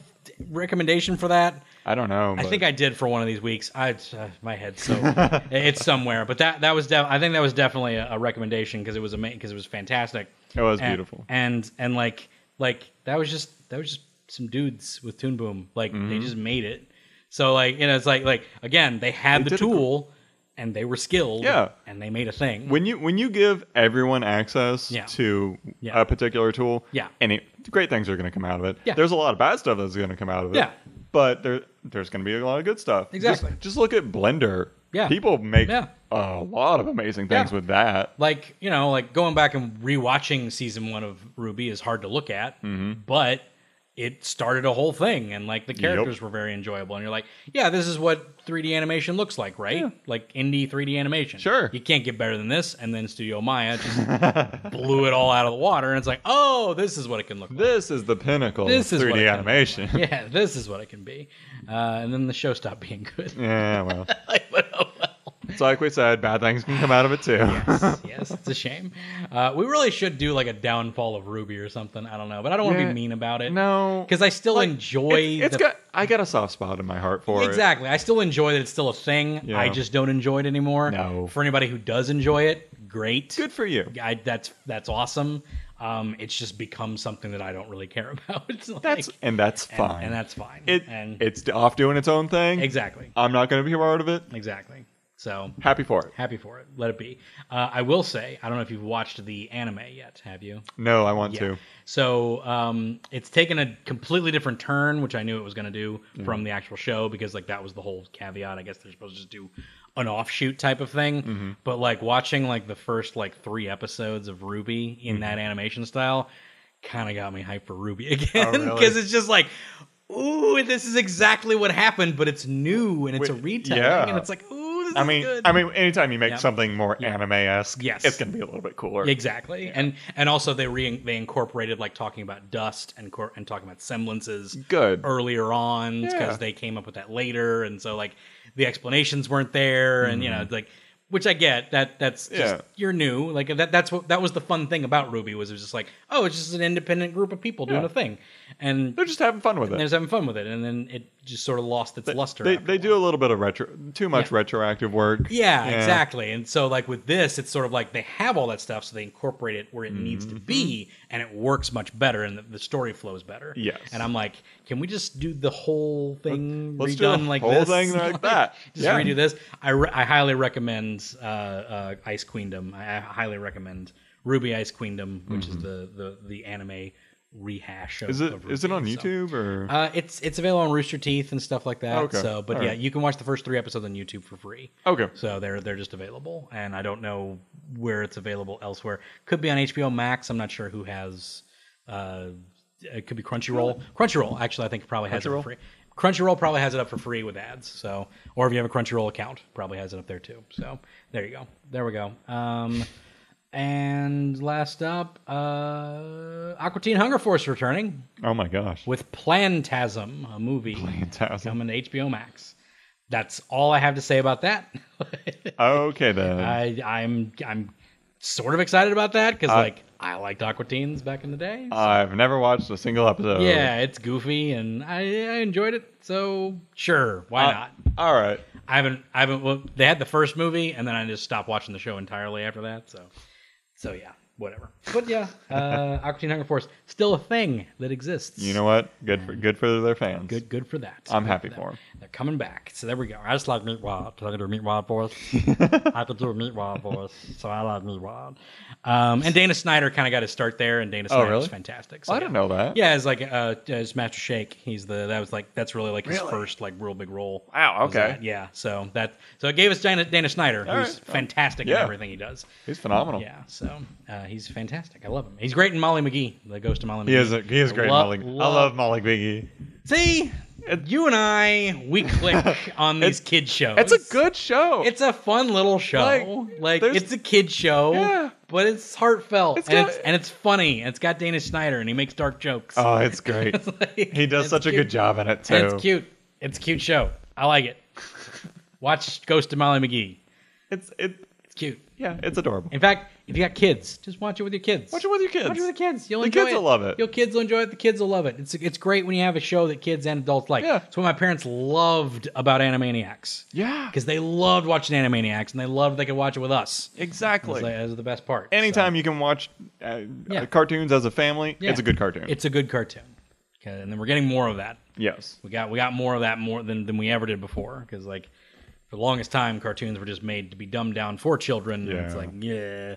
[SPEAKER 2] recommendation for that?
[SPEAKER 3] I don't know.
[SPEAKER 2] I think I did for one of these weeks. I uh, my head so it's somewhere, but that that was def- I think that was definitely a, a recommendation because it was amazing because it was fantastic.
[SPEAKER 3] It was
[SPEAKER 2] And-
[SPEAKER 3] beautiful.
[SPEAKER 2] and and like like that was just that was just some dudes with Toon Boom. Like they
[SPEAKER 3] Mm-hmm.
[SPEAKER 2] just made it. So like you know it's like like again they had the
[SPEAKER 3] did a gr-
[SPEAKER 2] tool and they were skilled.
[SPEAKER 3] Yeah.
[SPEAKER 2] and they made a thing.
[SPEAKER 3] when you when you give everyone access
[SPEAKER 2] Yeah.
[SPEAKER 3] to
[SPEAKER 2] Yeah.
[SPEAKER 3] a particular tool,
[SPEAKER 2] Yeah.
[SPEAKER 3] any great things are going to come out of it.
[SPEAKER 2] Yeah.
[SPEAKER 3] There's a lot of bad stuff that's going to come out of it.
[SPEAKER 2] Yeah.
[SPEAKER 3] But there there's going to be a lot of good stuff. Just-
[SPEAKER 2] Exactly.
[SPEAKER 3] Just, look at Blender.
[SPEAKER 2] Yeah.
[SPEAKER 3] People make
[SPEAKER 2] Yeah.
[SPEAKER 3] a lot of amazing things
[SPEAKER 2] Yeah.
[SPEAKER 3] with that.
[SPEAKER 2] like you know like going back and rewatching season one of ruby is hard to look at
[SPEAKER 3] Mm-hmm.
[SPEAKER 2] but it started a whole thing and like the characters were very enjoyable and you're like yeah this is what 3d animation looks like right like indie 3d animation
[SPEAKER 3] Sure.
[SPEAKER 2] you can't get better than this and then studio maya just blew it all out of the water and it's like oh this is what it can look like
[SPEAKER 3] This is the pinnacle
[SPEAKER 2] This
[SPEAKER 3] of
[SPEAKER 2] is what
[SPEAKER 3] 3D
[SPEAKER 2] it kinda
[SPEAKER 3] animation.
[SPEAKER 2] yeah this is what it can be uh, and then the show stopped being good
[SPEAKER 3] yeah, well.
[SPEAKER 2] Like, but oh well.
[SPEAKER 3] It's like we said, bad things can come out of it too.
[SPEAKER 2] yes, yes, it's a shame. Uh, we really should do like a downfall of Ruby or something. I don't know, but I don't want to
[SPEAKER 3] Yeah.
[SPEAKER 2] be mean about it.
[SPEAKER 3] No,
[SPEAKER 2] because I still
[SPEAKER 3] Like,
[SPEAKER 2] enjoy.
[SPEAKER 3] it's, it's
[SPEAKER 2] the,
[SPEAKER 3] got I got a soft spot in my heart for
[SPEAKER 2] exactly. I still enjoy that it's still a thing.
[SPEAKER 3] Yeah.
[SPEAKER 2] I just don't enjoy it anymore.
[SPEAKER 3] No.
[SPEAKER 2] For anybody who does enjoy it, great.
[SPEAKER 3] it. Good for you.
[SPEAKER 2] I, that's that's awesome. Um, it's just become something that I don't really care about. It's like,
[SPEAKER 3] That's and that's
[SPEAKER 2] and,
[SPEAKER 3] fine.
[SPEAKER 2] and that's fine.
[SPEAKER 3] it.
[SPEAKER 2] and
[SPEAKER 3] it's off doing its own thing.
[SPEAKER 2] exactly,
[SPEAKER 3] I'm not going to be part of it.
[SPEAKER 2] exactly. So
[SPEAKER 3] Happy for it.
[SPEAKER 2] happy for it. Let it be. Uh, I will say, I don't know if you've watched the anime yet. Have you?
[SPEAKER 3] No, I want
[SPEAKER 2] Yeah.
[SPEAKER 3] to.
[SPEAKER 2] So um, it's taken a completely different turn, which I knew it was going to do
[SPEAKER 3] Mm-hmm.
[SPEAKER 2] from the actual show because like that was the whole caveat. I guess they're supposed to just do an offshoot type of thing.
[SPEAKER 3] Mm-hmm.
[SPEAKER 2] But like watching like the first like three episodes of Ruby in
[SPEAKER 3] Mm-hmm.
[SPEAKER 2] that animation style kind of got me hyped for Ruby again because
[SPEAKER 3] Oh, really?
[SPEAKER 2] it's just like. Ooh, this is exactly what happened, but it's new and it's a
[SPEAKER 3] Wait,
[SPEAKER 2] retelling,
[SPEAKER 3] yeah.
[SPEAKER 2] and it's like, ooh, this
[SPEAKER 3] I
[SPEAKER 2] is
[SPEAKER 3] mean,
[SPEAKER 2] good.
[SPEAKER 3] I mean, anytime you make
[SPEAKER 2] Yeah.
[SPEAKER 3] something more anime esque,
[SPEAKER 2] Yes.
[SPEAKER 3] it's going to be a little bit cooler.
[SPEAKER 2] Exactly, and and also they re- they incorporated like talking about dust and cor- and talking about semblances
[SPEAKER 3] Good.
[SPEAKER 2] earlier on because
[SPEAKER 3] Yeah.
[SPEAKER 2] they came up with that later, and so like the explanations weren't there, and you know like which I get that that's just
[SPEAKER 3] Mm-hmm. Yeah.
[SPEAKER 2] you're new like that that's what that was the fun thing about Ruby was it was just like oh it's just an independent group of people doing
[SPEAKER 3] Yeah.
[SPEAKER 2] a thing, and
[SPEAKER 3] They're just having fun with
[SPEAKER 2] they're
[SPEAKER 3] it.
[SPEAKER 2] just having fun with it, and then it just sort of lost its luster.
[SPEAKER 3] They,
[SPEAKER 2] after
[SPEAKER 3] they
[SPEAKER 2] a
[SPEAKER 3] do a little bit of retro, too much
[SPEAKER 2] Yeah.
[SPEAKER 3] retroactive work.
[SPEAKER 2] Yeah, exactly. And so, like with this, it's sort of like they have all that stuff, so they incorporate it where it needs to be, and it works much better, and the, the story flows better.
[SPEAKER 3] Mm-hmm. Yes.
[SPEAKER 2] And I'm like, can we just do the whole thing
[SPEAKER 3] Let's
[SPEAKER 2] redone
[SPEAKER 3] do the
[SPEAKER 2] like
[SPEAKER 3] whole
[SPEAKER 2] this?
[SPEAKER 3] thing like that.
[SPEAKER 2] Just
[SPEAKER 3] Yeah.
[SPEAKER 2] redo this. I, re- I highly recommend uh, uh, Ice Queendom. I, I highly recommend Ruby Ice Queendom, which is the, the the anime rehash. Of,
[SPEAKER 3] Mm-hmm. Is it
[SPEAKER 2] of
[SPEAKER 3] is it
[SPEAKER 2] Ruby,
[SPEAKER 3] on
[SPEAKER 2] so.
[SPEAKER 3] YouTube or?
[SPEAKER 2] Uh, it's it's available on Rooster Teeth and stuff like that.
[SPEAKER 3] Okay.
[SPEAKER 2] So, but
[SPEAKER 3] All
[SPEAKER 2] yeah,
[SPEAKER 3] right.
[SPEAKER 2] you can watch the first three episodes on YouTube for free.
[SPEAKER 3] okay.
[SPEAKER 2] So they're they're just available, and I don't know where it's available elsewhere. Could be on HBO Max. I'm not sure who has. Uh, it could be Crunchyroll. Crunchyroll actually, I think probably has it for
[SPEAKER 3] Crunchyroll?
[SPEAKER 2] free. Crunchyroll probably has it up for free with ads. So, or if you have a Crunchyroll account, probably has it up there too. So there you go. There we go. Um, and last up, uh, Aqua Teen Hunger Force returning
[SPEAKER 3] Oh my gosh.
[SPEAKER 2] with Plantasm, a movie
[SPEAKER 3] Fantastic.
[SPEAKER 2] coming to HBO Max. That's all I have to say about that.
[SPEAKER 3] Okay then.
[SPEAKER 2] I, I'm I'm sort of excited about that because
[SPEAKER 3] I-
[SPEAKER 2] like I liked Aqua Teens back in the day.
[SPEAKER 3] I've never watched a single episode.
[SPEAKER 2] yeah, it's goofy and I, I enjoyed it. So sure, why
[SPEAKER 3] Uh,
[SPEAKER 2] not?
[SPEAKER 3] All right.
[SPEAKER 2] I haven't I haven't. Well, they had the first movie and then I just stopped watching the show entirely after that. So so yeah, whatever. But yeah, uh, Aqua Teen Hunger Force still a thing that exists.
[SPEAKER 3] You know what? Good for good for their fans.
[SPEAKER 2] Good, good for that.
[SPEAKER 3] I'm
[SPEAKER 2] Good
[SPEAKER 3] happy
[SPEAKER 2] them.
[SPEAKER 3] for 'em.
[SPEAKER 2] They're coming back. So there we go. I just like meat wild. Can I do a meat wild for us? I could do a meat wild for us. So I like meat wild. Um, and Dana Snyder kind of got his start there, and Dana Snyder's
[SPEAKER 3] Oh, really?
[SPEAKER 2] fantastic. So,
[SPEAKER 3] I didn't know that.
[SPEAKER 2] Yeah, as like uh, as Master Shake, he's the that was like that's really like his
[SPEAKER 3] Really?
[SPEAKER 2] first like real big role.
[SPEAKER 3] Wow,
[SPEAKER 2] was
[SPEAKER 3] okay.
[SPEAKER 2] that. Yeah. So that so it gave us Dana, Dana Snyder,
[SPEAKER 3] All
[SPEAKER 2] who's
[SPEAKER 3] right.
[SPEAKER 2] fantastic in
[SPEAKER 3] Yeah.
[SPEAKER 2] everything he does.
[SPEAKER 3] He's phenomenal.
[SPEAKER 2] Yeah. So uh, he's fantastic. I love him. He's great in Molly McGee, the Ghost of Molly.
[SPEAKER 3] He is a, he is great. in
[SPEAKER 2] Lo-
[SPEAKER 3] Molly.
[SPEAKER 2] love-
[SPEAKER 3] I love Molly Biggie.
[SPEAKER 2] See, you and I, we click on these kid shows.
[SPEAKER 3] It's a good show.
[SPEAKER 2] it's a fun little show.
[SPEAKER 3] Like,
[SPEAKER 2] Like,
[SPEAKER 3] there's-
[SPEAKER 2] it's a kid show,
[SPEAKER 3] Yeah.
[SPEAKER 2] but it's heartfelt
[SPEAKER 3] It's
[SPEAKER 2] and
[SPEAKER 3] got-
[SPEAKER 2] it's and it's funny. And it's got Dana Schneider and he makes dark jokes.
[SPEAKER 3] oh, it's great.
[SPEAKER 2] It's like-
[SPEAKER 3] he does
[SPEAKER 2] it's
[SPEAKER 3] such a
[SPEAKER 2] cute.
[SPEAKER 3] good job in it too.
[SPEAKER 2] And it's cute. It's a cute show. I like it. Watch Ghost of Molly McGee.
[SPEAKER 3] It's it.
[SPEAKER 2] It's cute.
[SPEAKER 3] Yeah, it's adorable.
[SPEAKER 2] In fact, if you got kids, just watch it with your kids.
[SPEAKER 3] Watch it with your kids.
[SPEAKER 2] Watch it with the kids. You'll
[SPEAKER 3] The
[SPEAKER 2] enjoy
[SPEAKER 3] kids
[SPEAKER 2] it.
[SPEAKER 3] will love it.
[SPEAKER 2] Your kids will enjoy it. The kids will love it. It's it's great when you have a show that kids and adults like.
[SPEAKER 3] Yeah.
[SPEAKER 2] It's what my parents loved about Animaniacs.
[SPEAKER 3] Yeah.
[SPEAKER 2] Because they loved watching Animaniacs and they loved they could watch it with us. It
[SPEAKER 3] Exactly.
[SPEAKER 2] was, like- it was the best part.
[SPEAKER 3] Anytime you can watch uh,
[SPEAKER 2] Yeah.
[SPEAKER 3] cartoons as a family,
[SPEAKER 2] So, yeah.
[SPEAKER 3] it's a good cartoon.
[SPEAKER 2] It's a good cartoon. 'Kay, And then we're getting more of that.
[SPEAKER 3] yes.
[SPEAKER 2] We got we got more of that more than than we ever did before because like for the longest time cartoons were just made to be dumbed down for children. And it's
[SPEAKER 3] Yeah.
[SPEAKER 2] like yeah,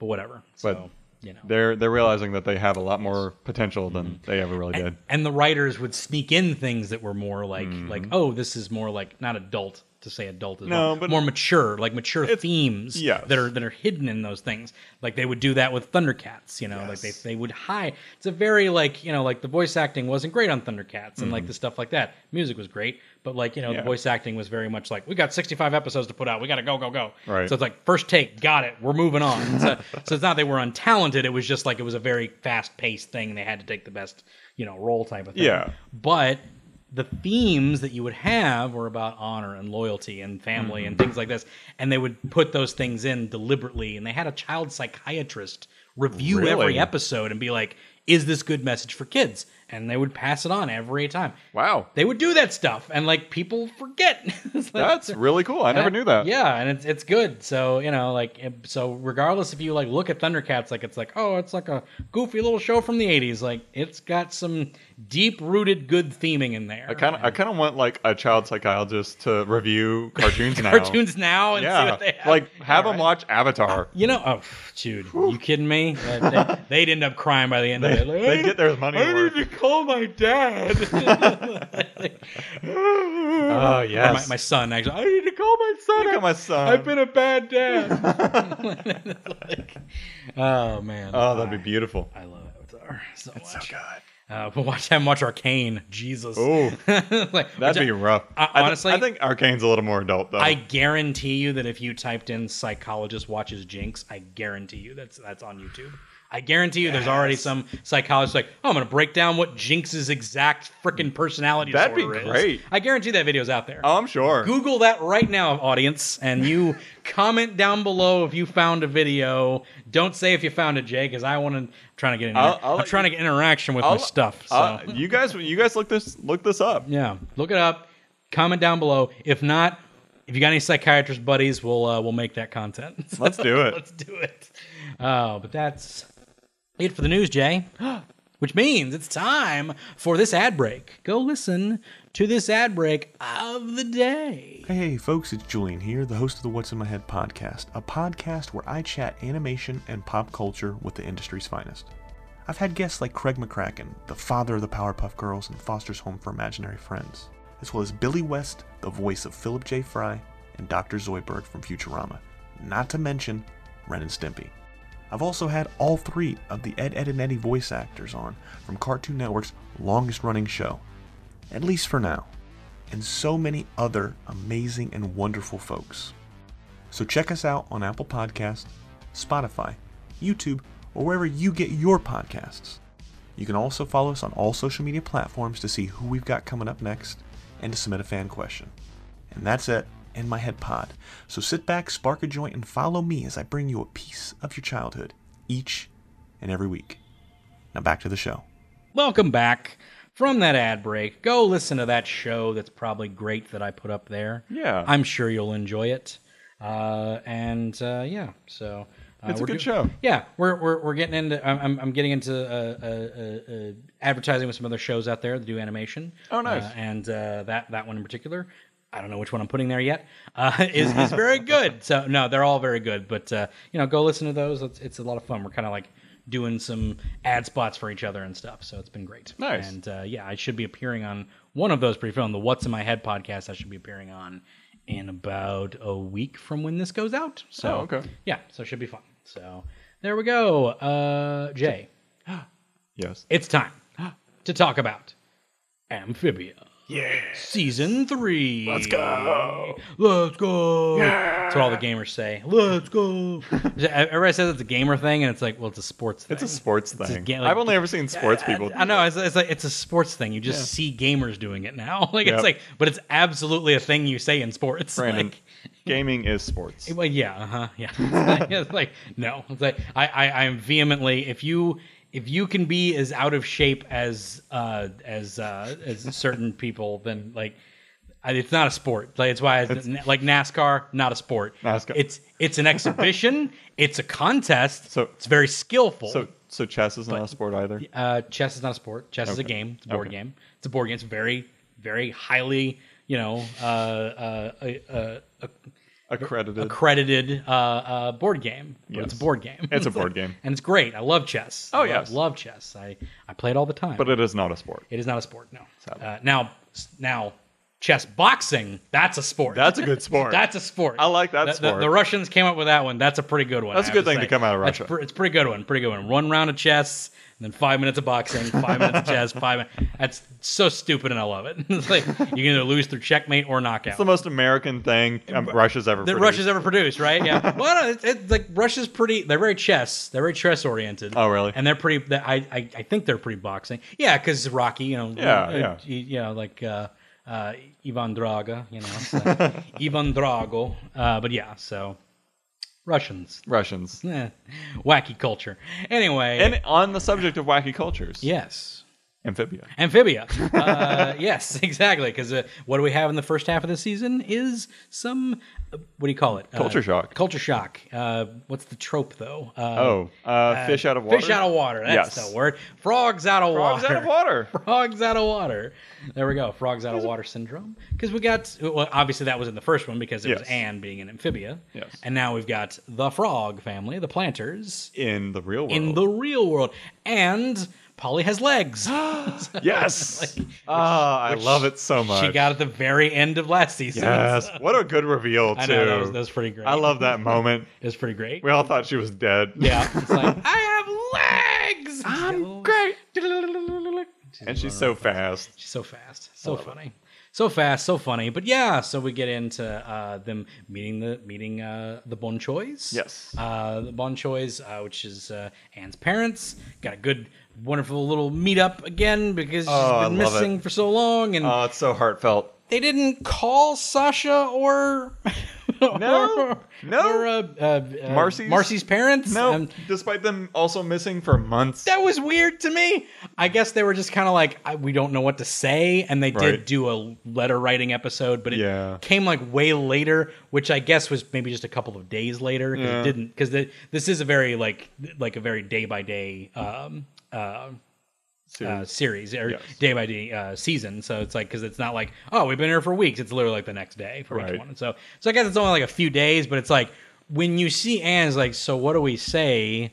[SPEAKER 2] but whatever. So you know.
[SPEAKER 3] They're they're realizing that they have a lot more potential than they ever really did.
[SPEAKER 2] Mm-hmm. and the writers would sneak in things that were more like like oh this is more like not adult to say adult is
[SPEAKER 3] Mm-hmm. No,
[SPEAKER 2] wrong,
[SPEAKER 3] but-
[SPEAKER 2] more mature like mature themes
[SPEAKER 3] yes.
[SPEAKER 2] that are that are hidden in those things like they would do that with thundercats you know like they,
[SPEAKER 3] Yes.
[SPEAKER 2] they would hide it's a very like you know like the voice acting wasn't great on thundercats and like the stuff like that music was great but like you know the
[SPEAKER 3] Mm-hmm. Yeah.
[SPEAKER 2] voice acting was very much like we got 65 episodes to put out we gotta go go go
[SPEAKER 3] Right.
[SPEAKER 2] so it's like first take got it we're moving on so, so it's not they were untalented it was just like it was a very fast paced thing and they had to take the best you know role type of thing
[SPEAKER 3] Yeah.
[SPEAKER 2] but the themes that you would have were about honor and loyalty and family
[SPEAKER 3] Mm-hmm.
[SPEAKER 2] and things like this. And they would put those things in deliberately. And they had a child psychiatrist review every
[SPEAKER 3] Really?
[SPEAKER 2] episode and be like, is this good message for kids? And they would pass it on every time.
[SPEAKER 3] Wow.
[SPEAKER 2] They would do that stuff. And like people forget. It's like-
[SPEAKER 3] That's really cool. I never
[SPEAKER 2] and I-
[SPEAKER 3] knew that.
[SPEAKER 2] Yeah, and it's it's good. So you know, like it- so, regardless if you like look at Thundercats, like it's like oh, it's like a goofy little show from the '80s. Like it's got some deep rooted good theming in there.
[SPEAKER 3] I kind of I kind of want like a child psychologist to review cartoons now.
[SPEAKER 2] cartoons now and see
[SPEAKER 3] Yeah.
[SPEAKER 2] what they have.
[SPEAKER 3] Like have
[SPEAKER 2] All
[SPEAKER 3] them
[SPEAKER 2] right.
[SPEAKER 3] watch Avatar.
[SPEAKER 2] You know, oh, dude, you kidding me? That- they, would end up crying by the end of it. Like,
[SPEAKER 3] They'd get their money.
[SPEAKER 2] I
[SPEAKER 3] worth.
[SPEAKER 2] need to call my dad.
[SPEAKER 3] Oh
[SPEAKER 2] Or my,
[SPEAKER 3] yes.
[SPEAKER 2] my son actually. I need to call my son.
[SPEAKER 3] Look at my son.
[SPEAKER 2] I've been a bad dad. Like, oh man.
[SPEAKER 3] oh, that'd be beautiful.
[SPEAKER 2] I love Avatar so much.
[SPEAKER 3] So good.
[SPEAKER 2] Uh, but watch time watch Arcane. Jesus.
[SPEAKER 3] Ooh,
[SPEAKER 2] like,
[SPEAKER 3] that'd
[SPEAKER 2] which
[SPEAKER 3] be rough.
[SPEAKER 2] I-
[SPEAKER 3] I thi-
[SPEAKER 2] uh, honestly-
[SPEAKER 3] I think Arcane's a little more adult though.
[SPEAKER 2] I, I guarantee you that if you typed in psychologist watches Jinx, I guarantee you that's that's on YouTube. I guarantee you there's already some psychologist like, oh, I'm going to break down what Jinx's exact freaking personality
[SPEAKER 3] That'd be
[SPEAKER 2] disorder is."
[SPEAKER 3] great.
[SPEAKER 2] I guarantee that video's out there.
[SPEAKER 3] oh, I'm sure.
[SPEAKER 2] Google that right now, audience, and you comment down below if you found a video. Don't say if you found it, Jay, because I want to. I'm trying to get. Inter-
[SPEAKER 3] I'll- I'll
[SPEAKER 2] I'm
[SPEAKER 3] let
[SPEAKER 2] trying to get interaction with my
[SPEAKER 3] I'll-
[SPEAKER 2] stuff. So
[SPEAKER 3] Uh, you guys, you guys look this look this up.
[SPEAKER 2] yeah, look it up. Comment down below. If not, if you got any psychiatrist buddies, we'll uh, we'll make that content. So,
[SPEAKER 3] Let's do it.
[SPEAKER 2] let's do it. Oh, but that's it for the news, Jay. Which means it's time for this ad break. Go listen to this ad break of the day.
[SPEAKER 4] Hey folks, it's Julian here, the host of the What's in My Head podcast, a podcast where I chat animation and pop culture with the industry's finest. I've had guests like Craig McCracken, the father of the Powerpuff Girls and Foster's Home for Imaginary Friends, as well as Billy West, the voice of Philip J. Fry, and Dr. Zoidberg from Futurama, not to mention Ren and Stimpy. I've also had all three of the Ed, Ed, and Eddie voice actors on from Cartoon Network's longest running show, at least for now and so many other amazing and wonderful folks. So check us out on Apple Podcasts, Spotify, YouTube, or wherever you get your podcasts. You can also follow us on all social media platforms to see who we've got coming up next and to submit a fan question. And that's it, In My Head Pod. So sit back, spark a joint, and follow me as I bring you a piece of your childhood each and every week. Now back to the show.
[SPEAKER 2] Welcome back from that ad break. Go listen to that show that's probably great that I put up there.
[SPEAKER 3] Yeah.
[SPEAKER 2] I'm sure you'll enjoy it. Uh, and uh, yeah, so. Uh,
[SPEAKER 3] It's a
[SPEAKER 2] we're
[SPEAKER 3] good
[SPEAKER 2] go-
[SPEAKER 3] show.
[SPEAKER 2] Yeah, we're, we're, we're getting into I'm, I'm- I'm getting into uh, uh, uh, uh, advertising with some other shows out there that do animation.
[SPEAKER 3] Oh, nice.
[SPEAKER 2] Uh, and uh, that that one in particular, I don't know which one I'm putting there yet. Uh, is is very good. So no, they're all very good. But uh, you know, go listen to those. It's, it's a lot of fun. We're kind of like doing some ad spots for each other and stuff. So it's been great.
[SPEAKER 3] Nice.
[SPEAKER 2] And uh, yeah, I should be appearing on one of those pretty soon. The What's in My Head podcast. I should be appearing on in about a week from when this goes out. So
[SPEAKER 3] Oh, okay.
[SPEAKER 2] yeah, so it should be fun. So there we go. Uh, Jay,
[SPEAKER 3] Yes.
[SPEAKER 2] it's time to talk about Amphibia. Yeah. Season three. Let's go. Let's go. That's what all the gamers say. Let's go. Everybody says it's a gamer thing, and it's like, well, it's a sports thing.
[SPEAKER 3] It's a sports thing.
[SPEAKER 2] ga- like-
[SPEAKER 3] I've only ever seen sports people.
[SPEAKER 2] I know it's, it's like it's a sports thing. You just see gamers doing it now. Like it's
[SPEAKER 3] Yep.
[SPEAKER 2] like, but it's absolutely a thing you say in sports.
[SPEAKER 3] Brandon,
[SPEAKER 2] Like,
[SPEAKER 3] gaming is sports.
[SPEAKER 2] well, yeah, uh-huh, yeah. Yeah, it's like no, it's like I, I, I'm vehemently. If you, if you can be as out of shape as, uh, as, uh, as certain people, then like, I- it's not a sport. Like it's why, I, like NASCAR, not a sport.
[SPEAKER 3] NASCAR.
[SPEAKER 2] It's, it's an exhibition. it's a contest.
[SPEAKER 3] So-
[SPEAKER 2] it's very skillful.
[SPEAKER 3] So so chess is not a sport either.
[SPEAKER 2] Uh, chess is not a sport. Chess is a game. It's a board
[SPEAKER 3] Okay.
[SPEAKER 2] game. It's a board game. It's very, very highly, you know, uh, uh, uh, uh,
[SPEAKER 3] Accredited.
[SPEAKER 2] accredited uh, uh, board game. But It's a
[SPEAKER 3] Yes.
[SPEAKER 2] board game.
[SPEAKER 3] It's a board game.
[SPEAKER 2] and it's great. I love chess.
[SPEAKER 3] Oh,
[SPEAKER 2] I love,
[SPEAKER 3] yes.
[SPEAKER 2] love chess. I I play it all the time.
[SPEAKER 3] but it is not a sport.
[SPEAKER 2] it is not a sport. No. Uh, now now Chess boxing, that's a sport.
[SPEAKER 3] That's a good sport.
[SPEAKER 2] That's a sport.
[SPEAKER 3] I like that
[SPEAKER 2] The- the-
[SPEAKER 3] sport.
[SPEAKER 2] The, Russians came up with that one. That's a pretty good one.
[SPEAKER 3] That's
[SPEAKER 2] I
[SPEAKER 3] a
[SPEAKER 2] have
[SPEAKER 3] good thing to
[SPEAKER 2] say.
[SPEAKER 3] come out of
[SPEAKER 2] That's
[SPEAKER 3] Russia.
[SPEAKER 2] pre- it's a pretty good one. Pretty good one. One round of chess, and then five minutes of boxing, five minutes of chess, five. min- That's so stupid, and I love it. it's like you can either lose through checkmate or knockout.
[SPEAKER 3] It's the most American thing um, Russia's ever.
[SPEAKER 2] that
[SPEAKER 3] produced.
[SPEAKER 2] Russia's ever produced, right? Yeah. well, no, it's, it's like Russia's pretty. They're very chess. They're very chess oriented.
[SPEAKER 3] Oh, really?
[SPEAKER 2] And they're pretty. they- I, I I think they're pretty boxing. Yeah, because Rocky, you know.
[SPEAKER 3] Yeah,
[SPEAKER 2] uh,
[SPEAKER 3] yeah.
[SPEAKER 2] You, you know, like uh, uh, Ivan Drago, you know, so, Ivan Drago. Uh, but yeah, so Russians,
[SPEAKER 3] Russians.
[SPEAKER 2] Eh, wacky culture. Anyway,
[SPEAKER 3] And on the subject of wacky cultures,
[SPEAKER 2] yes.
[SPEAKER 3] amphibia.
[SPEAKER 2] Amphibia. Uh, yes, exactly. Because uh, what do we have in the first half of the season is some, uh, what do you call it? Uh,
[SPEAKER 3] Culture shock.
[SPEAKER 2] Culture shock. Uh, what's the trope, though? Uh,
[SPEAKER 3] Oh, uh, fish out of water.
[SPEAKER 2] Fish out of water. That's
[SPEAKER 3] Yes.
[SPEAKER 2] the word. Frogs out of
[SPEAKER 3] Frogs
[SPEAKER 2] water.
[SPEAKER 3] out of water.
[SPEAKER 2] Frogs out of water. There we go. Frogs out of water syndrome. Because we got, well, obviously that was in the first one because it was
[SPEAKER 3] Yes.
[SPEAKER 2] Anne being an amphibia.
[SPEAKER 3] Yes.
[SPEAKER 2] And now we've got the frog family, the planters,
[SPEAKER 3] In the real world.
[SPEAKER 2] in the real world. And Polly has legs.
[SPEAKER 3] yes. Ah, I love it so much.
[SPEAKER 2] She got at the very end of last season.
[SPEAKER 3] Yes. What a good reveal too.
[SPEAKER 2] I know that was, that was pretty great.
[SPEAKER 3] I love that moment.
[SPEAKER 2] It was pretty great.
[SPEAKER 3] We all thought she was dead.
[SPEAKER 2] yeah, it's like I have legs. I'm great.
[SPEAKER 3] and she's so fast.
[SPEAKER 2] She's so fast, so funny, so fast, so funny. But yeah, so we get into uh, them meeting the meeting uh, the Bonchoys.
[SPEAKER 3] Yes.
[SPEAKER 2] uh, the Bonchoys, uh, which is uh, Anne's parents. Got a good, wonderful little meetup again because she's
[SPEAKER 3] Oh, I
[SPEAKER 2] been
[SPEAKER 3] love it.
[SPEAKER 2] missing for so long, and
[SPEAKER 3] Oh, it's so heartfelt.
[SPEAKER 2] they didn't call Sasha or
[SPEAKER 3] No.
[SPEAKER 2] or,
[SPEAKER 3] No.
[SPEAKER 2] or, uh, uh, uh,
[SPEAKER 3] Marcy's?
[SPEAKER 2] Marcy's parents.
[SPEAKER 3] No,
[SPEAKER 2] Um,
[SPEAKER 3] despite them also missing for months.
[SPEAKER 2] that was weird to me. I guess they were just kind of like I, we don't know what to say, and they
[SPEAKER 3] Right.
[SPEAKER 2] did do a letter writing episode, but it
[SPEAKER 3] Yeah.
[SPEAKER 2] came like way later, which I guess was maybe just a couple of days later because
[SPEAKER 3] Yeah.
[SPEAKER 2] it didn't because this is a very like like a very um, day by day uh, series or
[SPEAKER 3] Yes.
[SPEAKER 2] day by day uh, season. So it's like because it's not like oh we've been here for weeks. It's literally like the next day for
[SPEAKER 3] Right.
[SPEAKER 2] each one. So so I guess it's only like a few days, but it's like when you see Anne, it's like so what do we say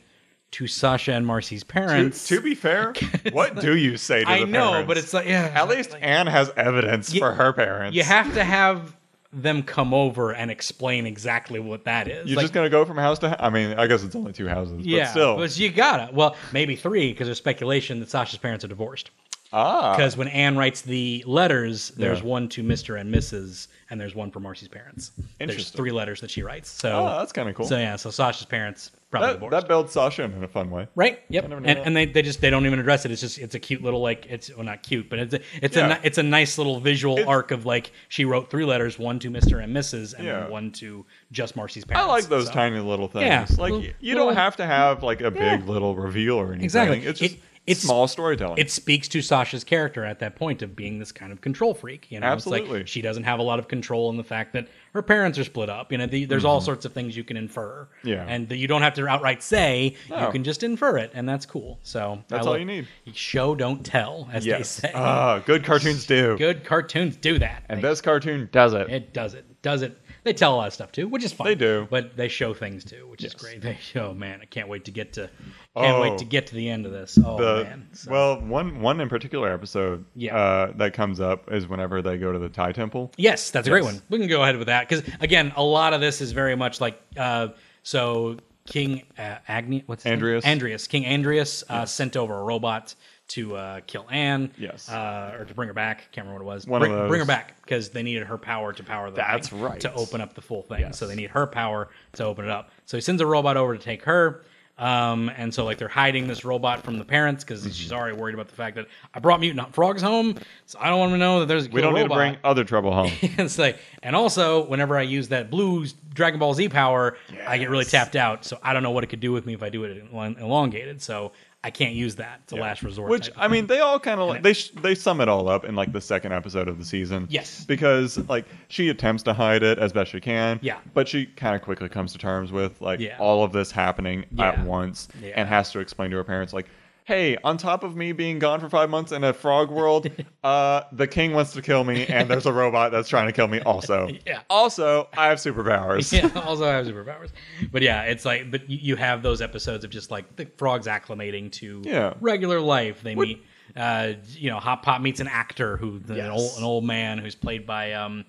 [SPEAKER 2] to Sasha and Marcy's
[SPEAKER 3] to,
[SPEAKER 2] parents?
[SPEAKER 3] to be fair, what do you say to
[SPEAKER 2] I
[SPEAKER 3] the
[SPEAKER 2] know,
[SPEAKER 3] parents?
[SPEAKER 2] but it's like yeah,
[SPEAKER 3] at least Anne has evidence for her parents.
[SPEAKER 2] you have to have them come over and explain exactly what that is.
[SPEAKER 3] You're
[SPEAKER 2] Like,
[SPEAKER 3] just gonna go from house to house. I mean, I guess it's only two houses,
[SPEAKER 2] yeah,
[SPEAKER 3] but still.
[SPEAKER 2] but you gotta. Well, maybe three because there's speculation that Sasha's parents are divorced.
[SPEAKER 3] ah,
[SPEAKER 2] because when Anne writes the letters, there's
[SPEAKER 3] Yeah.
[SPEAKER 2] one to Mister and Mrs. and there's one for Marcy's parents. There's
[SPEAKER 3] Interesting.
[SPEAKER 2] three letters that she writes. So
[SPEAKER 3] Oh, that's kinda cool.
[SPEAKER 2] So yeah, so Sasha's parents probably
[SPEAKER 3] that,
[SPEAKER 2] divorced.
[SPEAKER 3] that builds Sasha in a fun way.
[SPEAKER 2] Right. Yep.
[SPEAKER 3] never
[SPEAKER 2] And,
[SPEAKER 3] knew that.
[SPEAKER 2] and they, they just they don't even address it. It's just it's a cute little like it's well not cute, but it's a, it's
[SPEAKER 3] Yeah.
[SPEAKER 2] a ni- it's a nice little visual arc of like she wrote three letters, one to Mister and Mrs. and
[SPEAKER 3] Yeah.
[SPEAKER 2] then one to just Marcy's
[SPEAKER 3] I
[SPEAKER 2] parents.
[SPEAKER 3] like those
[SPEAKER 2] So-
[SPEAKER 3] tiny little things.
[SPEAKER 2] Yeah,
[SPEAKER 3] like
[SPEAKER 2] uh, little-
[SPEAKER 3] you
[SPEAKER 2] little-
[SPEAKER 3] don't have to have like a big little reveal or anything.
[SPEAKER 2] Exactly.
[SPEAKER 3] It's
[SPEAKER 2] It-
[SPEAKER 3] just
[SPEAKER 2] it's-
[SPEAKER 3] small storytelling.
[SPEAKER 2] It speaks to Sasha's character at that point of being this kind of control freak. You know, it's
[SPEAKER 3] Absolutely.
[SPEAKER 2] like she doesn't have a lot of control in the fact that her parents are split up. You know, the, there's all sorts of things you can infer.
[SPEAKER 3] Mm-hmm. Yeah.
[SPEAKER 2] and that you don't have to outright say.
[SPEAKER 3] No.
[SPEAKER 2] You can just infer it, and that's cool. So
[SPEAKER 3] That's
[SPEAKER 2] I
[SPEAKER 3] all
[SPEAKER 2] love-
[SPEAKER 3] you need.
[SPEAKER 2] Show don't tell, as
[SPEAKER 3] yes.
[SPEAKER 2] they say.
[SPEAKER 3] Ah, good cartoons do.
[SPEAKER 2] Good cartoons do that.
[SPEAKER 3] And
[SPEAKER 2] They-
[SPEAKER 3] this cartoon does it.
[SPEAKER 2] it does it. Does it. They tell a lot of stuff too, which is fun.
[SPEAKER 3] They do.
[SPEAKER 2] but they show things too, which is
[SPEAKER 3] Yes.
[SPEAKER 2] great. They, oh man, I can't wait to get to. Can't
[SPEAKER 3] Oh.
[SPEAKER 2] wait to get to the end of this. Oh
[SPEAKER 3] The-
[SPEAKER 2] man. So-
[SPEAKER 3] Well, one one in particular episode
[SPEAKER 2] Yeah.
[SPEAKER 3] uh, that comes up is whenever they go to the Thai temple.
[SPEAKER 2] Yes, that's a great
[SPEAKER 3] Yes.
[SPEAKER 2] one. We can go ahead with that because again, a lot of this is very much like uh, so King uh, Agni, what's his
[SPEAKER 3] Andreas.
[SPEAKER 2] name? Andreas, King Andreas uh, sent over a robot to uh, kill Anne.
[SPEAKER 3] Yes.
[SPEAKER 2] uh, or to bring her back. Can't remember what it was.
[SPEAKER 3] One of
[SPEAKER 2] bring,
[SPEAKER 3] those.
[SPEAKER 2] bring her back because they needed her power to power the.
[SPEAKER 3] That's
[SPEAKER 2] thing,
[SPEAKER 3] right.
[SPEAKER 2] to open up the full thing. So they need her power to open it up. So he sends a robot over to take her. Um, and so like they're hiding this robot from the parents because she's
[SPEAKER 3] Mm-hmm.
[SPEAKER 2] already worried about the fact that I brought mutant frogs home, so I don't want 'em to know that there's a
[SPEAKER 3] We don't
[SPEAKER 2] robot.
[SPEAKER 3] need to bring other trouble home.
[SPEAKER 2] it's like, and also whenever I use that blue Dragon Ball Z power, I get really tapped out. So I don't know what it could do with me if I do it elon- elongated. So I can't use that to last resort.
[SPEAKER 3] Which
[SPEAKER 2] type of
[SPEAKER 3] I
[SPEAKER 2] thing.
[SPEAKER 3] mean, they all kind of like, they sh- they sum it all up in like the second episode of the season.
[SPEAKER 2] Yes.
[SPEAKER 3] because like she attempts to hide it as best she can.
[SPEAKER 2] Yeah.
[SPEAKER 3] but she kind of quickly comes to terms with like
[SPEAKER 2] Yeah.
[SPEAKER 3] all of this happening at
[SPEAKER 2] Yeah.
[SPEAKER 3] once,
[SPEAKER 2] Yeah.
[SPEAKER 3] and has to explain to her parents like. Hey, on top of me being gone for five months in a frog world, uh, the king wants to kill me, and there's a robot that's trying to kill me. Also,
[SPEAKER 2] Yeah.
[SPEAKER 3] also, I have superpowers.
[SPEAKER 2] yeah, also I have superpowers. But yeah, it's like, but you- you have those episodes of just like the frogs acclimating to
[SPEAKER 3] Yeah.
[SPEAKER 2] regular life. They meet. Uh, you know, Hot Pop meets an actor who the, an, old, an old man who's played by um,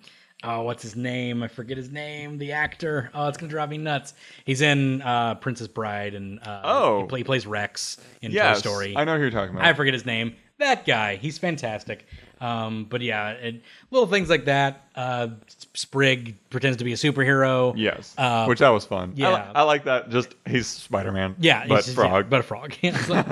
[SPEAKER 2] oh, what's his name? I forget his name. The actor. Oh, it's gonna drive me nuts. He's in uh, Princess Bride and uh,
[SPEAKER 3] Oh.
[SPEAKER 2] he, play, he plays Rex in
[SPEAKER 3] Yes,
[SPEAKER 2] Toy Story.
[SPEAKER 3] I know who you're talking about.
[SPEAKER 2] I forget his name. That guy, he's fantastic. Um, but yeah, and little things like that. Uh, Sprig pretends to be a superhero.
[SPEAKER 3] Yes,
[SPEAKER 2] Uh,
[SPEAKER 3] which that was fun. I, li-
[SPEAKER 2] yeah.
[SPEAKER 3] I like that. Just he's Spider Man.
[SPEAKER 2] Yeah,
[SPEAKER 3] but
[SPEAKER 2] it's just-
[SPEAKER 3] frog.
[SPEAKER 2] but a frog. Yeah, it's like-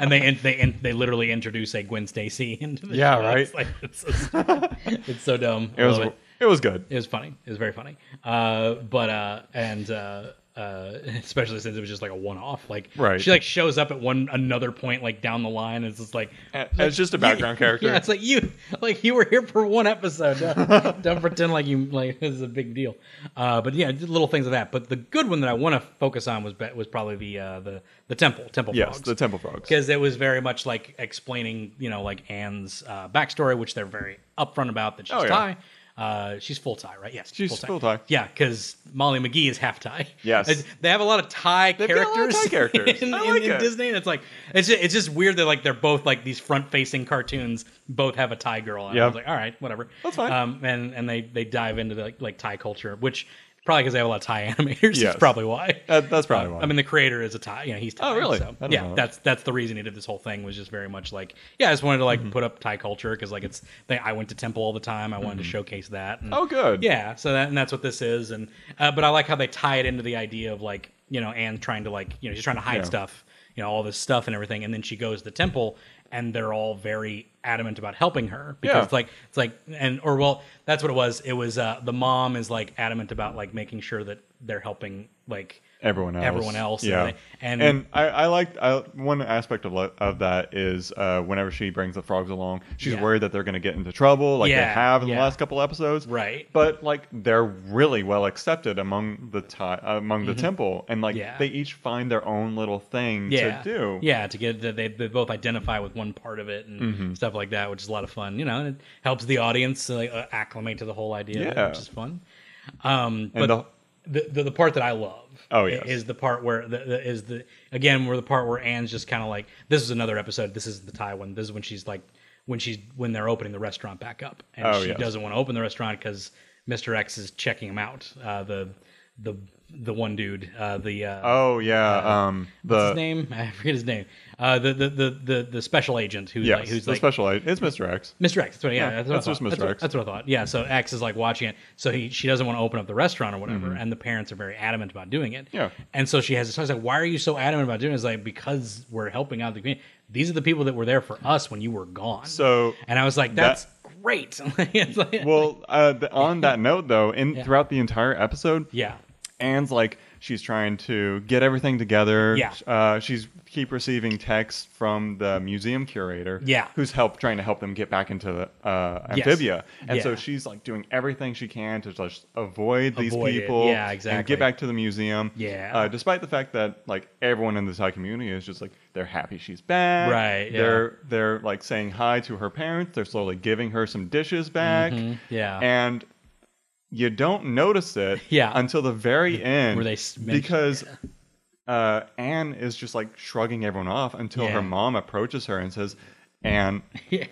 [SPEAKER 2] and they and they and they literally introduce a Gwen Stacy into the
[SPEAKER 3] Yeah,
[SPEAKER 2] show.
[SPEAKER 3] right.
[SPEAKER 2] It's, like, it's, so stupid. It's so dumb.
[SPEAKER 3] it was
[SPEAKER 2] Love it.
[SPEAKER 3] it was good.
[SPEAKER 2] It was funny. It was very funny. Uh, but uh, and uh, uh, especially since it was just like a one off. Like
[SPEAKER 3] Right.
[SPEAKER 2] she like shows up at one another point like down the line. And it's just like
[SPEAKER 3] And- and it's just a background character.
[SPEAKER 2] Yeah, it's like you like you were here for one episode. Don't, don't pretend like you like this is a big deal. Uh, but yeah, just little things of that. But the good one that I want to focus on was be- was probably the uh, the the temple temple
[SPEAKER 3] yes,
[SPEAKER 2] frogs
[SPEAKER 3] the Temple Frogs.
[SPEAKER 2] because it was very much like explaining, you know, like Anne's uh, backstory, which they're very upfront about that she's
[SPEAKER 3] Oh, yeah.
[SPEAKER 2] Thai. Uh, she's full Thai, right? Yes,
[SPEAKER 3] She's full Thai.
[SPEAKER 2] Yeah, because Molly McGee is half Thai.
[SPEAKER 3] Yes.
[SPEAKER 2] Uh, they have a lot of Thai
[SPEAKER 3] got a lot of
[SPEAKER 2] characters.
[SPEAKER 3] Thai characters.
[SPEAKER 2] in,
[SPEAKER 3] I
[SPEAKER 2] in-
[SPEAKER 3] like
[SPEAKER 2] in
[SPEAKER 3] it.
[SPEAKER 2] Disney, and it's like it's just, it's just weird that like they're both like these front facing cartoons both have a Thai girl. And I
[SPEAKER 3] Yeah.
[SPEAKER 2] was like, all right, whatever.
[SPEAKER 3] That's fine.
[SPEAKER 2] Um, and and they they dive into the, like like Thai culture, which probably because they have a lot of Thai animators.
[SPEAKER 3] Yes.
[SPEAKER 2] That's probably why.
[SPEAKER 3] That- Uh, that's probably why.
[SPEAKER 2] uh, I mean, the creator is a Thai. You know, he's Thai.
[SPEAKER 3] Oh, really?
[SPEAKER 2] So,
[SPEAKER 3] I don't
[SPEAKER 2] yeah,
[SPEAKER 3] know.
[SPEAKER 2] that's that's the reason he did this whole thing was just very much like, yeah, I just wanted to
[SPEAKER 3] Mm-hmm.
[SPEAKER 2] like put up Thai culture because like it's they, I went to temple all the time. I wanted to showcase that. And,
[SPEAKER 3] Oh, good.
[SPEAKER 2] Yeah. So that and that's what this is. And uh, but I like how they tie it into the idea of like you know Anne trying to like you know she's trying to hide
[SPEAKER 3] Yeah.
[SPEAKER 2] stuff, you know all this stuff and everything, and then she goes to the temple and they're all very adamant about helping her because
[SPEAKER 3] Yeah.
[SPEAKER 2] it's like it's like and or well that's what it was it was uh the mom is like adamant about like making sure that they're helping like
[SPEAKER 3] everyone else.
[SPEAKER 2] everyone else, and
[SPEAKER 3] Yeah.
[SPEAKER 2] they- and-
[SPEAKER 3] I, I like I, one aspect of lo- of that is uh, whenever she brings the frogs along, she's
[SPEAKER 2] Yeah.
[SPEAKER 3] worried that they're going to get into trouble, like
[SPEAKER 2] Yeah,
[SPEAKER 3] they have in
[SPEAKER 2] yeah.
[SPEAKER 3] the last couple episodes.
[SPEAKER 2] Right.
[SPEAKER 3] But like they're really well accepted among the ti- among the temple, and like
[SPEAKER 2] Mm-hmm. Yeah.
[SPEAKER 3] they each find their own little thing
[SPEAKER 2] yeah,
[SPEAKER 3] to do.
[SPEAKER 2] Yeah, to get that they, they both identify with one part of it and
[SPEAKER 3] Mm-hmm.
[SPEAKER 2] stuff like that, which is a lot of fun. You know, and it helps the audience uh, like, uh, acclimate to the whole idea,
[SPEAKER 3] Yeah.
[SPEAKER 2] which is fun. Um,
[SPEAKER 3] And
[SPEAKER 2] but the, the the part that I love,
[SPEAKER 3] Oh,
[SPEAKER 2] i-
[SPEAKER 3] yes.
[SPEAKER 2] is the part where the, the is the again where the part where Anne's just kind of like this is another episode. This is the Thai one. This is when she's like when she's when they're opening the restaurant back up, and
[SPEAKER 3] Oh,
[SPEAKER 2] she
[SPEAKER 3] yes.
[SPEAKER 2] doesn't want to open the restaurant because Mr. X is checking him out. Uh, the the the one dude, uh, the uh,
[SPEAKER 3] oh yeah. um.
[SPEAKER 2] what's
[SPEAKER 3] The
[SPEAKER 2] his name? I forget his name. Uh, the, the the the the special agent who's
[SPEAKER 3] Yes,
[SPEAKER 2] like, who's
[SPEAKER 3] the
[SPEAKER 2] like
[SPEAKER 3] special aid. It's Mr. X.
[SPEAKER 2] Mr. X. That's what, yeah, that's, what I
[SPEAKER 3] that's
[SPEAKER 2] thought.
[SPEAKER 3] just Mr.
[SPEAKER 2] That's what-
[SPEAKER 3] X.
[SPEAKER 2] that's what I thought. Yeah, so X is like watching it. So he she doesn't want to open up the restaurant or whatever, and the parents are very adamant about doing it.
[SPEAKER 3] Mm-hmm. Yeah.
[SPEAKER 2] And so she has this. So I was like, why are you so adamant about doing it? It's like because we're helping out the community. These are the people that were there for us when you were gone.
[SPEAKER 3] So
[SPEAKER 2] and I was like, that's great. It's like-
[SPEAKER 3] well, uh, th- on that note though, in throughout the entire episode,
[SPEAKER 2] yeah.
[SPEAKER 3] Anne's like she's trying to get everything together.
[SPEAKER 2] Yeah.
[SPEAKER 3] Uh, she's keep receiving texts from the museum curator.
[SPEAKER 2] Yeah.
[SPEAKER 3] Who's help trying to help them get back into the uh,
[SPEAKER 2] Yes.
[SPEAKER 3] amphibia, and so
[SPEAKER 2] Yeah.
[SPEAKER 3] she's like doing everything she can to just avoid these
[SPEAKER 2] Avoid it.
[SPEAKER 3] people.
[SPEAKER 2] Yeah,
[SPEAKER 3] And
[SPEAKER 2] exactly.
[SPEAKER 3] get back to the museum.
[SPEAKER 2] Yeah.
[SPEAKER 3] Uh, despite the fact that like everyone in the Thai community is just like they're happy she's back.
[SPEAKER 2] Right, yeah.
[SPEAKER 3] They're they're like saying hi to her parents. They're slowly giving her some dishes back.
[SPEAKER 2] Mm-hmm. Yeah.
[SPEAKER 3] And you don't notice it
[SPEAKER 2] Yeah.
[SPEAKER 3] until the very end
[SPEAKER 2] Where they s- mention-
[SPEAKER 3] because uh, Anne is just like shrugging everyone off until
[SPEAKER 2] Yeah. Mm.
[SPEAKER 3] her mom approaches her and says, Anne,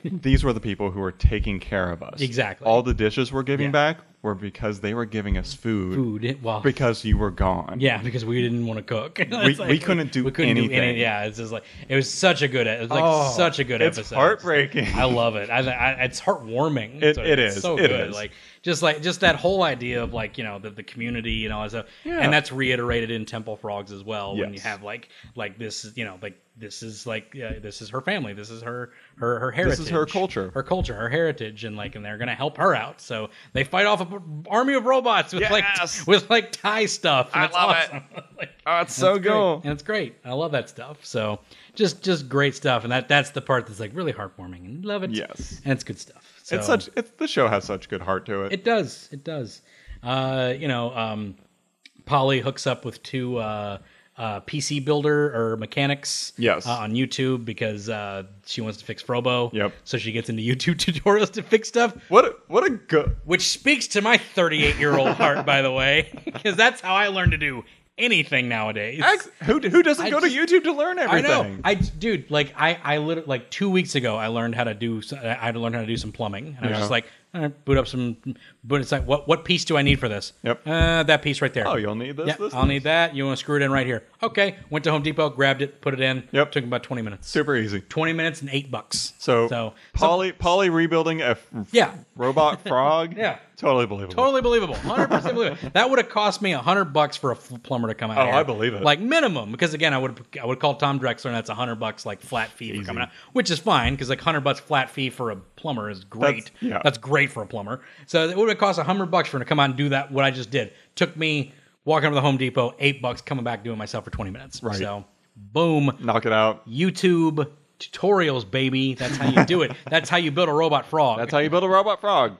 [SPEAKER 3] these were the people who were taking care of us.
[SPEAKER 2] Exactly.
[SPEAKER 3] All the dishes we're giving
[SPEAKER 2] Yeah.
[SPEAKER 3] back were because they were giving us food,
[SPEAKER 2] Food. Well,
[SPEAKER 3] because you were gone.
[SPEAKER 2] Yeah, because we didn't want to cook. It's
[SPEAKER 3] we couldn't do anything.
[SPEAKER 2] yeah, it's just like it was such a good. It was like
[SPEAKER 3] Oh,
[SPEAKER 2] such a good
[SPEAKER 3] it's
[SPEAKER 2] episode.
[SPEAKER 3] heartbreaking.
[SPEAKER 2] I love it. I, I it's heartwarming.
[SPEAKER 3] It-
[SPEAKER 2] So
[SPEAKER 3] it
[SPEAKER 2] it's
[SPEAKER 3] is.
[SPEAKER 2] So
[SPEAKER 3] It
[SPEAKER 2] good.
[SPEAKER 3] is.
[SPEAKER 2] Like just like just that whole idea of like you know the, the community and all that stuff.
[SPEAKER 3] Yeah.
[SPEAKER 2] And that's reiterated in Temple Frogs as well. When you
[SPEAKER 3] Yes.
[SPEAKER 2] have like like this, you know, like this is like uh, this is her family. This is her her her heritage.
[SPEAKER 3] This is her culture.
[SPEAKER 2] Her culture. Her heritage. And like and they're gonna help her out. So they fight off an army of robots with
[SPEAKER 3] Yes.
[SPEAKER 2] like with like Thai stuff. And
[SPEAKER 3] I
[SPEAKER 2] it's
[SPEAKER 3] love it.
[SPEAKER 2] awesome. Like,
[SPEAKER 3] Oh, it's so
[SPEAKER 2] it's great.
[SPEAKER 3] cool.
[SPEAKER 2] and it's great. I love that stuff. So just just great stuff, and that that's the part that's like really heartwarming, and love it.
[SPEAKER 3] Yes.
[SPEAKER 2] and it's good stuff. So
[SPEAKER 3] It's such it's the show has such good heart to it.
[SPEAKER 2] It does. It does. Uh, you know, um, Polly hooks up with two uh, uh, PC builder or mechanics.
[SPEAKER 3] Yes.
[SPEAKER 2] Uh, on YouTube because uh, she wants to fix Frobo.
[SPEAKER 3] Yep.
[SPEAKER 2] So she gets into YouTube tutorials to fix stuff
[SPEAKER 3] what a, what a good
[SPEAKER 2] which speaks to my 38 year old heart, by the way, because that's how I learned to do anything nowadays.
[SPEAKER 3] Ex- who who doesn't
[SPEAKER 2] I
[SPEAKER 3] go
[SPEAKER 2] just-
[SPEAKER 3] to YouTube to learn
[SPEAKER 2] I
[SPEAKER 3] everything?
[SPEAKER 2] know. I dude, like I I literally like two weeks ago, I learned how to do. s- I learned how to do some plumbing, and I was
[SPEAKER 3] Yeah.
[SPEAKER 2] just like, eh, boot up some. But it's like, what what piece do I need for this?
[SPEAKER 3] Yep.
[SPEAKER 2] Uh, that piece right there.
[SPEAKER 3] Oh, you'll need this,
[SPEAKER 2] Yeah,
[SPEAKER 3] this,
[SPEAKER 2] I'll
[SPEAKER 3] and
[SPEAKER 2] need that. You want to screw it in right here? Okay. Went to Home Depot, grabbed it, put it in.
[SPEAKER 3] Yep.
[SPEAKER 2] Took about twenty minutes.
[SPEAKER 3] Super easy.
[SPEAKER 2] Twenty minutes and eight bucks.
[SPEAKER 3] So,
[SPEAKER 2] so
[SPEAKER 3] Polly Polly rebuilding a f-
[SPEAKER 2] Yeah.
[SPEAKER 3] robot frog.
[SPEAKER 2] Yeah.
[SPEAKER 3] totally believable.
[SPEAKER 2] Totally believable. 100% believable. That would have cost me 100 bucks for a f- plumber to come out.
[SPEAKER 3] Oh,
[SPEAKER 2] here.
[SPEAKER 3] I believe it.
[SPEAKER 2] Like minimum because again, I would I would call Tom Drexler and that's 100 bucks like flat fee for coming out, which is fine cuz like 100 bucks flat fee for a plumber is great.
[SPEAKER 3] That's- yeah.
[SPEAKER 2] great for a plumber. So it would have cost 100 bucks for him to come out and do that what I just did. Took me walking over the Home Depot, 8 bucks coming back doing it myself for 20 minutes.
[SPEAKER 3] Right.
[SPEAKER 2] So boom.
[SPEAKER 3] Knock it out.
[SPEAKER 2] YouTube tutorials baby. That's how you do it. That's how you build a robot frog.
[SPEAKER 3] That's how you build a robot frog.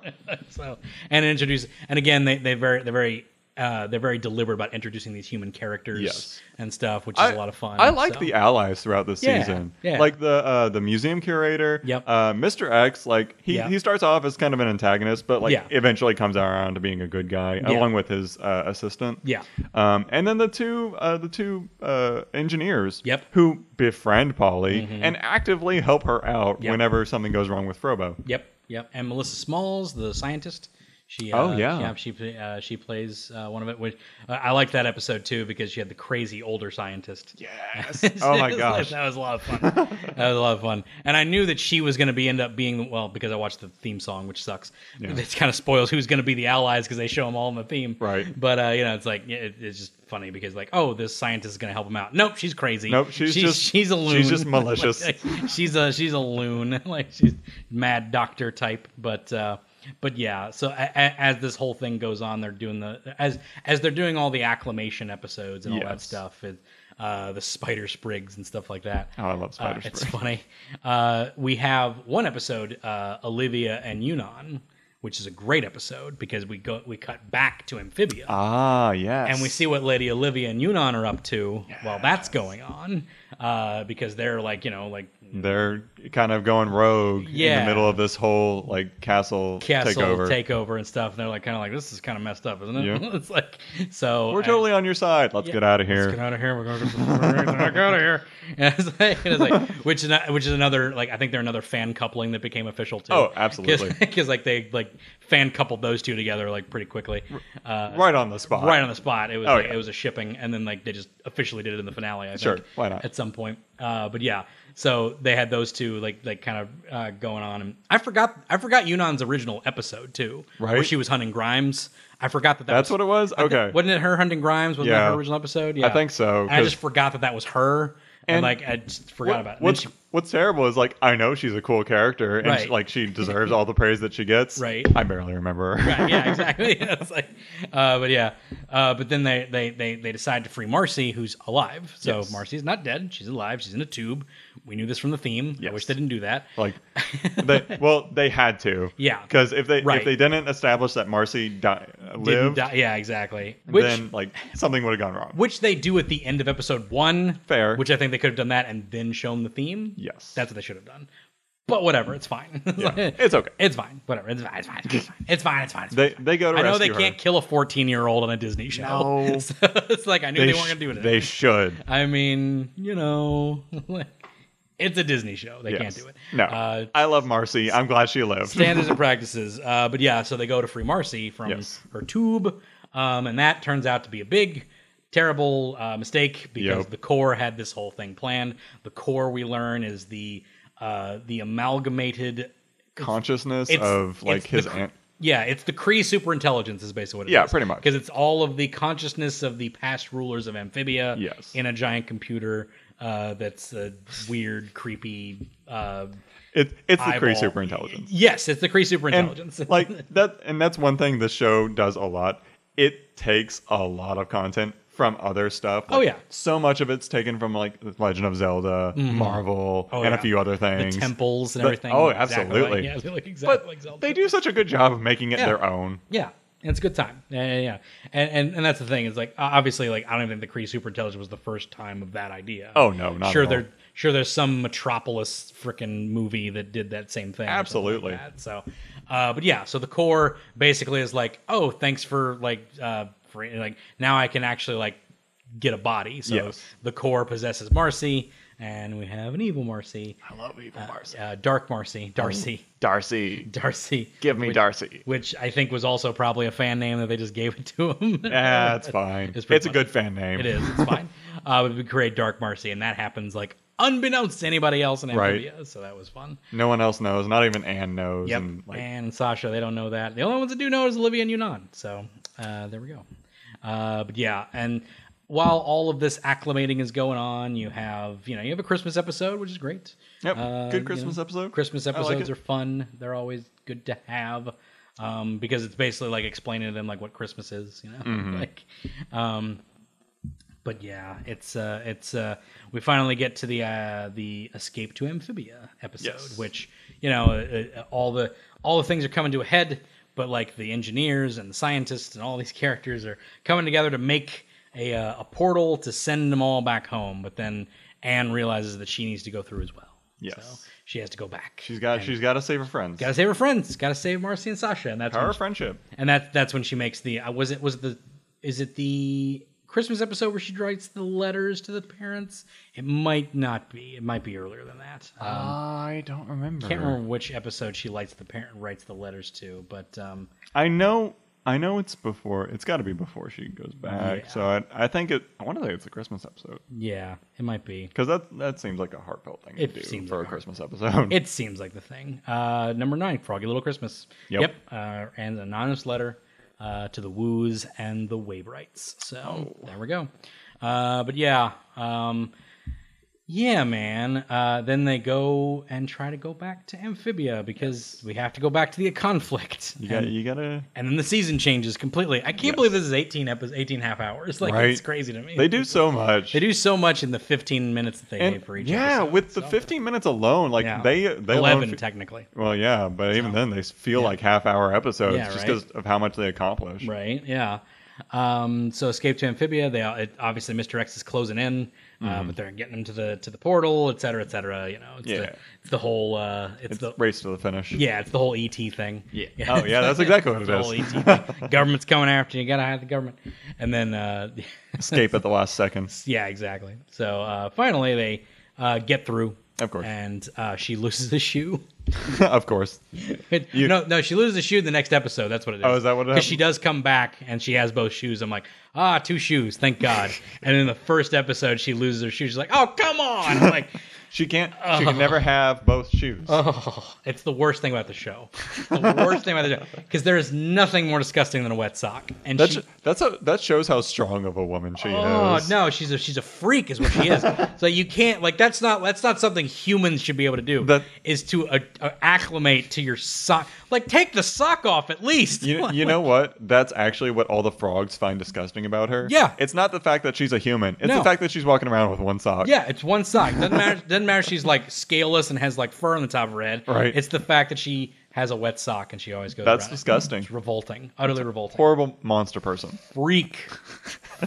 [SPEAKER 2] So and introduce and again they they very they're very uh, they're very deliberate about introducing these human characters
[SPEAKER 3] Yes.
[SPEAKER 2] and stuff, which is a lot of fun.
[SPEAKER 3] I like
[SPEAKER 2] so.
[SPEAKER 3] the allies throughout the
[SPEAKER 2] Yeah,
[SPEAKER 3] season.
[SPEAKER 2] yeah.
[SPEAKER 3] Like the uh, the museum curator,
[SPEAKER 2] Yep.
[SPEAKER 3] uh, Mr. X, like he,
[SPEAKER 2] Yeah.
[SPEAKER 3] he starts off as kind of an antagonist, but like
[SPEAKER 2] Yeah.
[SPEAKER 3] eventually comes around to being a good guy along with his uh, assistant.
[SPEAKER 2] Yeah.
[SPEAKER 3] Um, and then the two uh, the two uh, engineers
[SPEAKER 2] Yep. Mm-hmm.
[SPEAKER 3] who befriend Polly and actively help her out
[SPEAKER 2] Yep.
[SPEAKER 3] whenever something goes wrong with Frobo.
[SPEAKER 2] yep yep and Melissa Smalls, the scientist. She
[SPEAKER 3] Oh,
[SPEAKER 2] uh,
[SPEAKER 3] yeah.
[SPEAKER 2] she she, uh, she plays uh, one of it. Which uh, I liked that episode too because she had the crazy older scientist.
[SPEAKER 3] Yes. oh my
[SPEAKER 2] It's like,
[SPEAKER 3] gosh.
[SPEAKER 2] that was a lot of fun. that was a lot of fun, and I knew that she was going to be end up being well because I watched the theme song, which sucks. It kind of spoils who's going to be the allies because they show them all in the theme,
[SPEAKER 3] Right.
[SPEAKER 2] But uh, you know, it's like yeah, it, it's just funny because like, oh, this scientist is going to help him out. Nope, she's crazy.
[SPEAKER 3] Nope, she's just-
[SPEAKER 2] she's a
[SPEAKER 3] she's
[SPEAKER 2] loon.
[SPEAKER 3] just malicious.
[SPEAKER 2] Like, she's a she's a loon, like she's mad doctor type. But uh, but yeah, so a, a, as this whole thing goes on, they're doing the as as they're doing all the acclamation episodes and all that
[SPEAKER 3] Yes.
[SPEAKER 2] stuff. It, uh, the spider sprigs and stuff like that.
[SPEAKER 3] Oh, I
[SPEAKER 2] Uh,
[SPEAKER 3] love spider
[SPEAKER 2] it's
[SPEAKER 3] spray.
[SPEAKER 2] funny. Uh, we have one episode, uh, Olivia and Yunnan, which is a great episode because we go we cut back to Amphibia
[SPEAKER 3] Ah, yes.
[SPEAKER 2] and we see what Lady Olivia and Yunnan are up to while that's going on, uh, because they're like you know like
[SPEAKER 3] they're kind of going rogue in
[SPEAKER 2] Yeah.
[SPEAKER 3] the middle of this whole like castle,
[SPEAKER 2] castle
[SPEAKER 3] takeover.
[SPEAKER 2] takeover, and stuff. And they're like kind of like this is kind of messed up, isn't it?
[SPEAKER 3] Yeah.
[SPEAKER 2] it's like so
[SPEAKER 3] We're
[SPEAKER 2] I-
[SPEAKER 3] totally on your side. Let's get out of here.
[SPEAKER 2] Let's get out of here. We're going to get the fuck out of here. And it's like, it's like which is not, which is another like I think they're another fan coupling that became official too.
[SPEAKER 3] Oh, absolutely.
[SPEAKER 2] Because like they like fan coupled those two together like pretty quickly, uh,
[SPEAKER 3] right on the spot.
[SPEAKER 2] right on the spot. It was
[SPEAKER 3] Oh,
[SPEAKER 2] like,
[SPEAKER 3] yeah.
[SPEAKER 2] it was a shipping, and then like they just officially did it in the finale. I think,
[SPEAKER 3] Sure, why not?
[SPEAKER 2] At some point, uh, but yeah. So they had those two like like kind of uh, going on, and I forgot I forgot Yunan's original episode too, where
[SPEAKER 3] Right.
[SPEAKER 2] she was hunting Grimes. I forgot that, that
[SPEAKER 3] That's
[SPEAKER 2] was,
[SPEAKER 3] what it was. Okay.
[SPEAKER 2] wasn't it her hunting Grimes? Wasn't
[SPEAKER 3] Yeah.
[SPEAKER 2] that her original episode? Yeah,
[SPEAKER 3] think so,
[SPEAKER 2] And I
[SPEAKER 3] 'cause-
[SPEAKER 2] just forgot that that was her, and,
[SPEAKER 3] And
[SPEAKER 2] like I just forgot
[SPEAKER 3] What-
[SPEAKER 2] about it. And
[SPEAKER 3] What's
[SPEAKER 2] then she-
[SPEAKER 3] What's terrible is like I know she's a cool character and she,
[SPEAKER 2] Right.
[SPEAKER 3] like she deserves all the praise that she gets.
[SPEAKER 2] Right.
[SPEAKER 3] I barely remember her.
[SPEAKER 2] Right, yeah, exactly. Yeah, it's like, uh, but yeah, uh, but then they, they they they decide to free Marcy, who's alive. So
[SPEAKER 3] Yes.
[SPEAKER 2] Marcy's not dead; she's alive. She's in a tube. We knew this from the theme. I
[SPEAKER 3] Yes.
[SPEAKER 2] wish they didn't do that.
[SPEAKER 3] Like, they, well, they had to.
[SPEAKER 2] Yeah.
[SPEAKER 3] Because if they
[SPEAKER 2] Right.
[SPEAKER 3] if they didn't establish that Marcy di-
[SPEAKER 2] Didn't
[SPEAKER 3] lived,
[SPEAKER 2] die. Yeah, exactly. Which
[SPEAKER 3] then like something would have gone wrong.
[SPEAKER 2] which they do at the end of episode one.
[SPEAKER 3] Fair.
[SPEAKER 2] Which I think they could have done that and then shown the theme.
[SPEAKER 3] Yes.
[SPEAKER 2] That's what they should have done. But whatever, it's fine.
[SPEAKER 3] It's okay.
[SPEAKER 2] It's fine. Whatever. It's fine. It's fine. It's fine. It's fine. It's fine. It's fine.
[SPEAKER 3] they they go to
[SPEAKER 2] I eh. know
[SPEAKER 3] rescue
[SPEAKER 2] they can't
[SPEAKER 3] her.
[SPEAKER 2] kill a 14 year old on a Disney show.
[SPEAKER 3] No.
[SPEAKER 2] So it's like I knew they, weren't
[SPEAKER 3] sh-
[SPEAKER 2] going to do it.
[SPEAKER 3] They should.
[SPEAKER 2] I mean, you know, it's a Disney show. They can't
[SPEAKER 3] Yes.
[SPEAKER 2] do it.
[SPEAKER 3] No.
[SPEAKER 2] Uh,
[SPEAKER 3] I love Marcy. I'm glad she lived.
[SPEAKER 2] standards and practices. Uh, but yeah, so they go to free Marcy from
[SPEAKER 3] Yes.
[SPEAKER 2] her tube, um, and that turns out to be a big, terrible uh, mistake because
[SPEAKER 3] Yep.
[SPEAKER 2] the core had this whole thing planned. The core we learn is the uh, the amalgamated.
[SPEAKER 3] Consciousness
[SPEAKER 2] It's-
[SPEAKER 3] of like
[SPEAKER 2] it's the
[SPEAKER 3] his
[SPEAKER 2] cr-
[SPEAKER 3] aunt.
[SPEAKER 2] Yeah, it's the Kree superintelligence is basically what it is.
[SPEAKER 3] Yeah, pretty much.
[SPEAKER 2] Because it's all of the consciousness of the past rulers of Amphibia
[SPEAKER 3] Yes.
[SPEAKER 2] in a giant computer uh, that's a weird, creepy. Uh,
[SPEAKER 3] It, it's the Kree
[SPEAKER 2] eyeball.
[SPEAKER 3] superintelligence.
[SPEAKER 2] yes, it's the Kree superintelligence.
[SPEAKER 3] And like that and that's one thing the show does a lot. It takes a lot of content from other stuff.
[SPEAKER 2] Oh,
[SPEAKER 3] Like,
[SPEAKER 2] yeah.
[SPEAKER 3] So much of it's taken from like The Legend of Zelda, Marvel,
[SPEAKER 2] Oh,
[SPEAKER 3] and a
[SPEAKER 2] yeah.
[SPEAKER 3] few other
[SPEAKER 2] the
[SPEAKER 3] things.
[SPEAKER 2] temples and
[SPEAKER 3] The-
[SPEAKER 2] everything.
[SPEAKER 3] oh,
[SPEAKER 2] Exactly like-
[SPEAKER 3] absolutely.
[SPEAKER 2] yeah, they look exactly
[SPEAKER 3] But
[SPEAKER 2] like Zelda.
[SPEAKER 3] they do such a good job of making it
[SPEAKER 2] Yeah.
[SPEAKER 3] their own.
[SPEAKER 2] Yeah, and it's a good time. Yeah, yeah, yeah. And, and and that's the thing is like o- obviously like I don't even think the Kree superintelligence was the first time of that idea.
[SPEAKER 3] Oh, no, not at
[SPEAKER 2] sure
[SPEAKER 3] all.
[SPEAKER 2] there sure there's some Metropolis freaking movie that did that same thing. or something
[SPEAKER 3] Absolutely.
[SPEAKER 2] like that. So, uh, but yeah, so the core basically is like, oh, thanks for like uh, for, like now I can actually like get a body. So
[SPEAKER 4] Yes.
[SPEAKER 2] the core possesses Marcy, and we have an evil Marcy,
[SPEAKER 3] I love Evil Darcy.
[SPEAKER 2] uh, Dark Marcy, Darcy,
[SPEAKER 3] Darcy.
[SPEAKER 2] Darcy.
[SPEAKER 3] Give me
[SPEAKER 2] which-
[SPEAKER 3] Darcy.
[SPEAKER 2] which I think was also probably a fan name that they just gave it to him.
[SPEAKER 3] Yeah, it's fine.
[SPEAKER 2] It's
[SPEAKER 3] It's,
[SPEAKER 2] pretty
[SPEAKER 3] a
[SPEAKER 2] much-
[SPEAKER 3] good fan name.
[SPEAKER 2] It is. It's fine. Uh, but we create Dark Marcy, and that happens like unbeknownst to anybody else in
[SPEAKER 3] Right.
[SPEAKER 2] Amphibia. So that was fun.
[SPEAKER 3] No one else knows. Not even Anne knows.
[SPEAKER 2] Yep.
[SPEAKER 3] And like,
[SPEAKER 2] and Sasha, they don't know that. The only ones that do know is Olivia and Yunan. So uh, there we go. Uh, but yeah, and while all of this acclimating is going on, you have you know you have a Christmas episode, which is great.
[SPEAKER 3] Yep.
[SPEAKER 2] Uh,
[SPEAKER 3] Good
[SPEAKER 2] you
[SPEAKER 3] Christmas episode.
[SPEAKER 2] Christmas
[SPEAKER 3] I like
[SPEAKER 2] episodes
[SPEAKER 3] it.
[SPEAKER 2] are fun. They're always good to have um, because it's basically like explaining to them like what Christmas is. You know,
[SPEAKER 3] Mm-hmm.
[SPEAKER 2] like. Um, but yeah, it's uh, it's uh, we finally get to the uh, the escape to amphibia episode,
[SPEAKER 3] Yes.
[SPEAKER 2] which you know uh, uh, all the all the things are coming to a head, but like the engineers and the scientists and all these characters are coming together to make a uh, a portal to send them all back home. But then Anne realizes that she needs to go through as well.
[SPEAKER 3] Yes.
[SPEAKER 2] so she has to go back.
[SPEAKER 3] She's got.
[SPEAKER 2] And
[SPEAKER 3] She's got to save her friends.
[SPEAKER 2] gotta save her friends. Gotta save Marcy and Sasha, and that's when
[SPEAKER 3] Power of
[SPEAKER 2] she-
[SPEAKER 3] friendship.
[SPEAKER 2] and that that's when she makes the I was it was the is it the Christmas episode where she writes the letters to the parents? It might not be. It might be earlier than that. Um,
[SPEAKER 3] I don't remember.
[SPEAKER 2] can't remember which episode she lights the parent writes the letters to, but um,
[SPEAKER 3] I know. I know it's before. It's got to be before she goes back.
[SPEAKER 2] Yeah.
[SPEAKER 3] So I, I think it. I want to think it's a Christmas episode
[SPEAKER 2] yeah, it might be.
[SPEAKER 3] because that that seems like a heartfelt thing
[SPEAKER 2] It
[SPEAKER 3] to do
[SPEAKER 2] seems
[SPEAKER 3] for
[SPEAKER 2] like
[SPEAKER 3] a
[SPEAKER 2] a
[SPEAKER 3] Christmas episode.
[SPEAKER 2] It seems like the thing. Uh, number nine, Froggy Little Christmas.
[SPEAKER 3] Yep.
[SPEAKER 2] Uh, and an anonymous letter uh, to the Woos and the Waybrights. So
[SPEAKER 3] Oh.
[SPEAKER 2] there we go. Uh, but yeah, um, yeah, man. Uh, then they go and try to go back to Amphibia because we have to go back to the conflict.
[SPEAKER 3] you got. You gotta.
[SPEAKER 2] And then the season changes completely. I can't believe this is 18 episodes, 18 half hours. Like,
[SPEAKER 3] Right.
[SPEAKER 2] it's crazy to me.
[SPEAKER 3] They do so much.
[SPEAKER 2] They do so much in the 15 minutes that they
[SPEAKER 3] And-
[SPEAKER 2] gave for each
[SPEAKER 3] yeah,
[SPEAKER 2] episode.
[SPEAKER 3] with the
[SPEAKER 2] So-
[SPEAKER 3] 15 minutes alone, like
[SPEAKER 2] Yeah.
[SPEAKER 3] they they
[SPEAKER 2] 11
[SPEAKER 3] alone, fe-
[SPEAKER 2] technically.
[SPEAKER 3] well, yeah, but even then they s- feel like half hour episodes
[SPEAKER 2] Yeah,
[SPEAKER 3] just
[SPEAKER 2] right.
[SPEAKER 3] because of how much they accomplish.
[SPEAKER 2] Right. Yeah. Um, so escape to amphibia. They it, obviously Mr. X is closing in, uh,
[SPEAKER 3] Mm-hmm.
[SPEAKER 2] but they're getting them to the to the portal, et cetera, et cetera. You know, it's,
[SPEAKER 3] Yeah.
[SPEAKER 2] the, it's the whole uh, it's,
[SPEAKER 3] It's
[SPEAKER 2] the
[SPEAKER 3] race to the finish.
[SPEAKER 2] yeah, it's the whole ET thing. Yeah.
[SPEAKER 3] Oh, yeah, that's exactly what
[SPEAKER 2] It's
[SPEAKER 3] it
[SPEAKER 2] the whole
[SPEAKER 3] is.
[SPEAKER 2] ET thing. Government's coming after you. you Got to hide the government. And then uh,
[SPEAKER 3] Escape at the last second.
[SPEAKER 2] yeah, exactly. So uh, finally they uh, get through.
[SPEAKER 3] Of course.
[SPEAKER 2] And uh, she loses a shoe.
[SPEAKER 3] of course.
[SPEAKER 2] no, no, she loses a shoe in the next episode. That's what it is.
[SPEAKER 3] Oh, is that what it
[SPEAKER 2] Because she
[SPEAKER 3] happened?
[SPEAKER 2] does come back and she has both shoes. I'm like, ah, two shoes, thank God. and in the first episode, she loses her shoes. She's like, oh, come on. I'm like,
[SPEAKER 3] She can't. She can
[SPEAKER 2] Uh-huh.
[SPEAKER 3] never have both shoes.
[SPEAKER 2] oh, it's the worst thing about the show. It's the worst thing about the show because there is nothing more disgusting than a wet sock. And
[SPEAKER 3] that's
[SPEAKER 2] she,
[SPEAKER 3] that's a, that shows how strong of a woman she
[SPEAKER 2] oh
[SPEAKER 3] is.
[SPEAKER 2] no, she's a she's a freak, is what she is. so you can't like that's not that's not something humans should be able to do.
[SPEAKER 3] That-
[SPEAKER 2] is to uh, uh, acclimate to your sock. Like take the sock off at least.
[SPEAKER 3] You, you know what? That's actually what all the frogs find disgusting about her.
[SPEAKER 2] Yeah.
[SPEAKER 3] It's not the fact that she's a human. It's
[SPEAKER 2] No.
[SPEAKER 3] the fact that she's walking around with one sock.
[SPEAKER 2] Yeah, it's one sock. Doesn't matter. doesn't matter. if She's like scaleless and has like fur on the top of her head.
[SPEAKER 3] Right.
[SPEAKER 2] It's the fact that she has a wet sock and she always goes.
[SPEAKER 3] That's
[SPEAKER 2] around it.
[SPEAKER 3] disgusting.
[SPEAKER 2] It's revolting. Utterly revolting.
[SPEAKER 3] Horrible monster person.
[SPEAKER 2] Freak.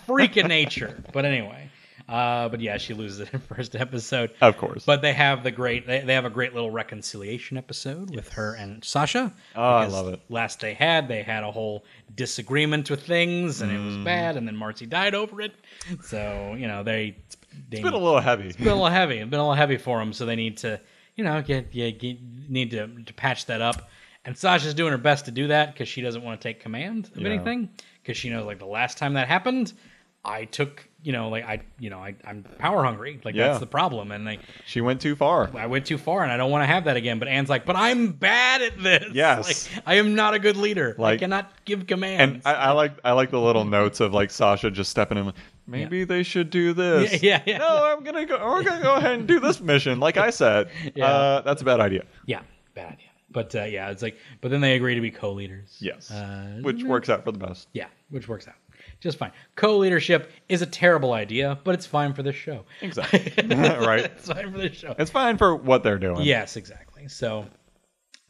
[SPEAKER 2] Freak in nature. But anyway. Uh, but yeah, she loses it in first episode.
[SPEAKER 3] Of course.
[SPEAKER 2] But they have the great. They, they have a great little reconciliation episode with her and Sasha. Oh,
[SPEAKER 3] Ah, I love it.
[SPEAKER 2] Last they had, they had a whole disagreement with things, and it
[SPEAKER 3] Mm.
[SPEAKER 2] was bad. And then Marcy died over it. So you know they. they
[SPEAKER 3] It's been a little heavy.
[SPEAKER 2] been a little heavy. It's been a little heavy for them, so they need to, you know, get, get, get need to, to patch that up. And Sasha's doing her best to do that because she doesn't want to take command of
[SPEAKER 3] Yeah.
[SPEAKER 2] anything because she knows like the last time that happened, I took, you know, like I, you know, I, I'm power hungry. Like
[SPEAKER 3] Yeah.
[SPEAKER 2] that's the problem, and like
[SPEAKER 3] She went too far.
[SPEAKER 2] I went too far, and I don't want to have that again. But Anne's like, but I'm bad at this.
[SPEAKER 3] Yes.
[SPEAKER 2] like, I am not a good leader. I
[SPEAKER 3] Like-
[SPEAKER 2] cannot give
[SPEAKER 3] And
[SPEAKER 2] commands.
[SPEAKER 3] I, I like I like the little notes of like Sasha just stepping in. like, Maybe they should do this.
[SPEAKER 2] Yeah, yeah, yeah.
[SPEAKER 3] No, I'm gonna go. We're gonna go ahead and do this mission. Like I said, uh, that's a bad idea.
[SPEAKER 2] yeah, bad idea. But uh, yeah, it's like, but then they agree to be co-leaders.
[SPEAKER 3] Yes,
[SPEAKER 2] Uh,
[SPEAKER 3] which works out for the best.
[SPEAKER 2] Yeah, which works out just fine. Co-leadership is a terrible idea, but it's fine for this show.
[SPEAKER 3] Exactly. right.
[SPEAKER 2] It's fine for this show.
[SPEAKER 3] It's fine for what they're doing.
[SPEAKER 2] yes, exactly. So,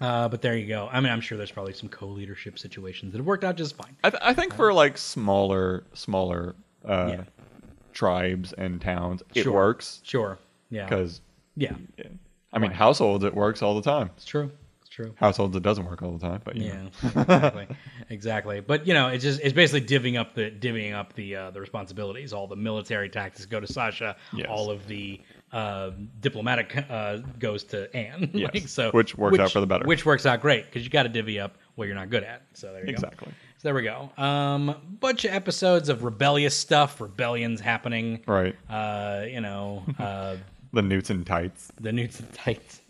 [SPEAKER 2] uh, but there you go. I mean, I'm sure there's probably some co-leadership situations that have worked out just fine.
[SPEAKER 3] I, th- I think for like smaller smaller uh,
[SPEAKER 2] Yeah.
[SPEAKER 3] tribes and towns, it
[SPEAKER 2] Sure.
[SPEAKER 3] works
[SPEAKER 2] Sure. Yeah.
[SPEAKER 3] because
[SPEAKER 2] yeah,
[SPEAKER 3] I mean households it works all the time.
[SPEAKER 2] it's true. It's true.
[SPEAKER 3] Households it doesn't work all the time, but you know.
[SPEAKER 2] Yeah, exactly. exactly. But you know, it's just it's basically divvying up the divvying up the uh, the responsibilities. All the military taxes go to Sasha.
[SPEAKER 3] Yes.
[SPEAKER 2] All of the uh, diplomatic uh, goes to Anne.
[SPEAKER 3] Yes.
[SPEAKER 2] like, so
[SPEAKER 3] Which works out for the better.
[SPEAKER 2] Which works out great because you got to divvy up what you're not good at. So there you go.
[SPEAKER 3] Exactly.
[SPEAKER 2] So there we go. Um, bunch of episodes of rebellious stuff, rebellions happening.
[SPEAKER 3] Right.
[SPEAKER 2] Uh, you know, uh,
[SPEAKER 3] The newts and tights.
[SPEAKER 2] the Newts and Tights.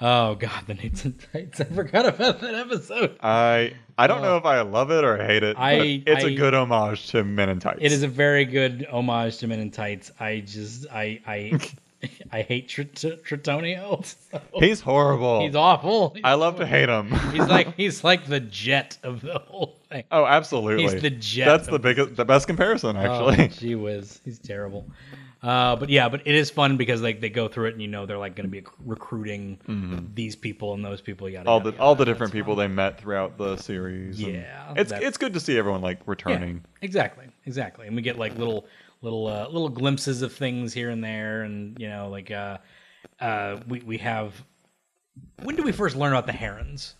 [SPEAKER 2] Oh God, the Newts and Tights. I forgot about that episode.
[SPEAKER 3] I I don't know if I love it or hate it.
[SPEAKER 2] Uh, I-
[SPEAKER 3] but it's a
[SPEAKER 2] I-
[SPEAKER 3] good homage to Men in Tights.
[SPEAKER 2] It is a very good homage to Men in Tights. I just, I, I, I hate Tr- Tr- Tritonio. so-
[SPEAKER 3] He's horrible.
[SPEAKER 2] he's awful.
[SPEAKER 3] I love to hate him.
[SPEAKER 2] He's like, he's like the jet of the whole thing.
[SPEAKER 3] oh, absolutely.
[SPEAKER 2] He's the jet
[SPEAKER 3] That's the
[SPEAKER 2] of-
[SPEAKER 3] biggest, the best comparison
[SPEAKER 2] Oh,
[SPEAKER 3] actually.
[SPEAKER 2] gee whiz, he's terrible. Uh, but yeah, but it is fun because like they go through it and you know they're like going to be recruiting these people and those people. Yada,
[SPEAKER 3] Mm-hmm. all
[SPEAKER 2] yada,
[SPEAKER 3] the
[SPEAKER 2] yada.
[SPEAKER 3] all the different people they met throughout the series. and
[SPEAKER 2] Yeah,
[SPEAKER 3] it's
[SPEAKER 2] that-
[SPEAKER 3] it's good to see everyone like
[SPEAKER 2] Yeah,
[SPEAKER 3] returning.
[SPEAKER 2] exactly, exactly. And we get like little little uh, little glimpses of things here and there, and you know, like uh, uh, we we have. When do we first learn about the herons?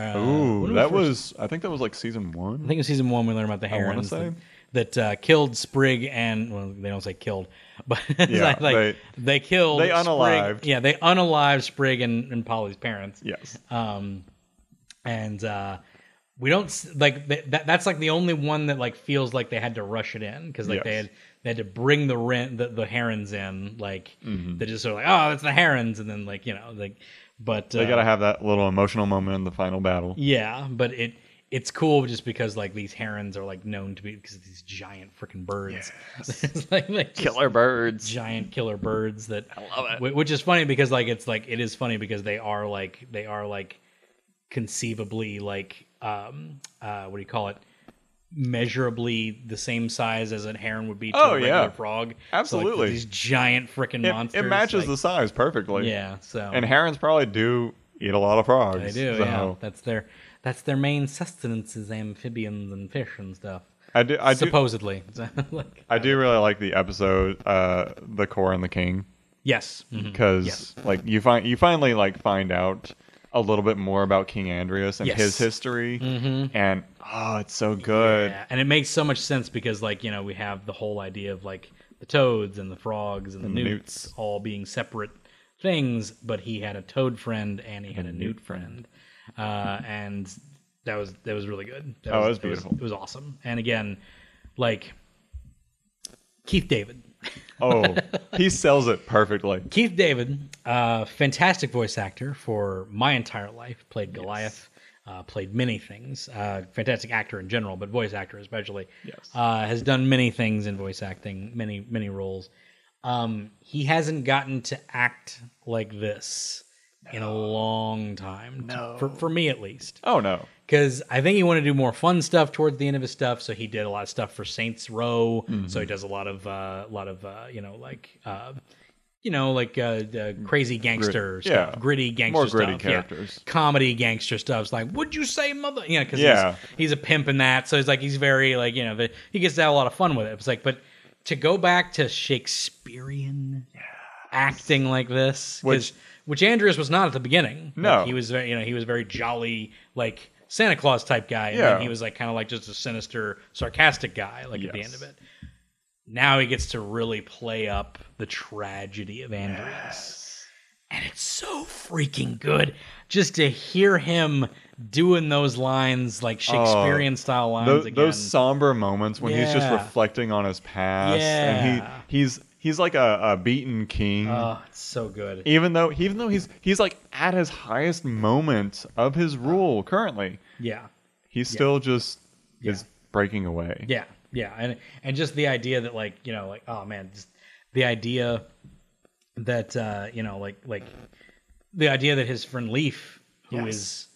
[SPEAKER 2] Uh, when
[SPEAKER 3] Ooh,
[SPEAKER 2] do we
[SPEAKER 3] that
[SPEAKER 2] first-
[SPEAKER 3] was I think that was like season one.
[SPEAKER 2] I think in season one we learn about the
[SPEAKER 3] wanna
[SPEAKER 2] herons
[SPEAKER 3] say.
[SPEAKER 2] that, that, uh, killed Sprig and well they don't say killed, but it's
[SPEAKER 3] Yeah,
[SPEAKER 2] like,
[SPEAKER 3] they-
[SPEAKER 2] they, killed
[SPEAKER 3] they
[SPEAKER 2] Sprig-
[SPEAKER 3] unalived.
[SPEAKER 2] yeah, they unalived Sprig and, and Polly's parents.
[SPEAKER 3] yes.
[SPEAKER 2] um, and uh, we don't s- like th- that. That's like the only one that like feels like they had to rush it in because like they
[SPEAKER 3] Yes.
[SPEAKER 2] had they had to bring the rent the, the herons in. Like
[SPEAKER 3] Mm-hmm.
[SPEAKER 2] they just sort of like oh, it's the herons, and then like you know like but
[SPEAKER 3] they
[SPEAKER 2] uh,
[SPEAKER 3] gotta have that little emotional moment in the final battle.
[SPEAKER 2] yeah, but it it's cool just because like these herons are like known to be because these giant freaking birds. it's like, like just
[SPEAKER 3] birds.
[SPEAKER 2] giant killer birds that I love it. Which is funny because like it's like it is funny because they are like they are like conceivably like um uh what do you call it? Measurably the same size as a heron would be to
[SPEAKER 3] Oh,
[SPEAKER 2] a regular
[SPEAKER 3] yeah.
[SPEAKER 2] frog. So, like,
[SPEAKER 3] Absolutely.
[SPEAKER 2] these giant freaking
[SPEAKER 3] It,
[SPEAKER 2] monsters.
[SPEAKER 3] it matches the
[SPEAKER 2] like-
[SPEAKER 3] size perfectly.
[SPEAKER 2] Yeah, so
[SPEAKER 3] And herons probably do eat a lot of frogs.
[SPEAKER 2] they do,
[SPEAKER 3] so
[SPEAKER 2] yeah. That's their that's their main sustenance is amphibians and fish and stuff.
[SPEAKER 3] I do. I do.
[SPEAKER 2] supposedly. So, like,
[SPEAKER 3] I do really like the episode, uh, the core and the king,
[SPEAKER 2] yes. mhm.
[SPEAKER 3] because like you find you finally like find out a little bit more about King Andreas and
[SPEAKER 2] Yes. Mm-hmm.
[SPEAKER 3] his history, and oh, it's so good.
[SPEAKER 2] Yeah, and it makes so much sense because, like, you know, we have the whole idea of like the toads and the frogs and the
[SPEAKER 3] the
[SPEAKER 2] newts,
[SPEAKER 3] newts.
[SPEAKER 2] all being separate things, but he had a toad friend and he had a newt friend, uh, and that was that was really good. That
[SPEAKER 3] Oh, it was
[SPEAKER 2] that
[SPEAKER 3] beautiful.
[SPEAKER 2] It was, awesome. And again, like Keith David,
[SPEAKER 3] Oh, he sells it perfectly.
[SPEAKER 2] Keith David, uh, fantastic voice actor for my entire life. Played Goliath, uh, played many things. Uh, fantastic actor in general, but voice actor especially.
[SPEAKER 3] Yes.
[SPEAKER 2] Uh, has done many things in voice acting, many many roles. Um, he hasn't gotten to act like this in a long time. No. For, for me at least
[SPEAKER 3] Oh no,
[SPEAKER 2] because I think he wanted to do more fun stuff towards the end of his stuff. So he did a lot of stuff for Saints Row.
[SPEAKER 3] Mm-hmm.
[SPEAKER 2] So he does a lot of uh, a lot of uh, you know like uh, you know like uh, the crazy gangster
[SPEAKER 3] Grit-
[SPEAKER 2] stuff,
[SPEAKER 3] yeah.
[SPEAKER 2] gritty gangster,
[SPEAKER 3] More gritty
[SPEAKER 2] stuff, yeah.
[SPEAKER 3] characters.
[SPEAKER 2] comedy gangster stuff. It's like, would you say mother? You know, because
[SPEAKER 3] Yeah.
[SPEAKER 2] he's, he's a pimp in that. So he's like he's very like you know the, he gets to have a lot of fun with it. It's like, but to go back to Shakespearean acting like this, 'cause-
[SPEAKER 3] Which-
[SPEAKER 2] which Andreas was not at the beginning.
[SPEAKER 3] No.
[SPEAKER 2] Like, he was very you know he was very jolly like Santa Claus type guy, and
[SPEAKER 3] Yeah.
[SPEAKER 2] then he was like kind of like just a sinister, sarcastic guy like at the
[SPEAKER 3] Yes.
[SPEAKER 2] end of it. Now he gets to really play up the tragedy of Andreas. And it's so freaking good just to hear him doing those lines like Shakespearean style lines
[SPEAKER 3] Oh, those,
[SPEAKER 2] again.
[SPEAKER 3] those somber moments when he's just
[SPEAKER 2] Yeah.
[SPEAKER 3] reflecting on his past, and
[SPEAKER 2] Yeah.
[SPEAKER 3] he he's he's like a, a beaten king.
[SPEAKER 2] oh, it's so good.
[SPEAKER 3] even though even though he's he's like at his highest moment of his rule currently
[SPEAKER 2] yeah.
[SPEAKER 3] he's still just is
[SPEAKER 2] Yeah.
[SPEAKER 3] breaking away
[SPEAKER 2] Yeah, yeah, and and just the idea that like you know like oh man, just the idea that uh, you know like like the idea that his friend Leaf, who is
[SPEAKER 3] Yes.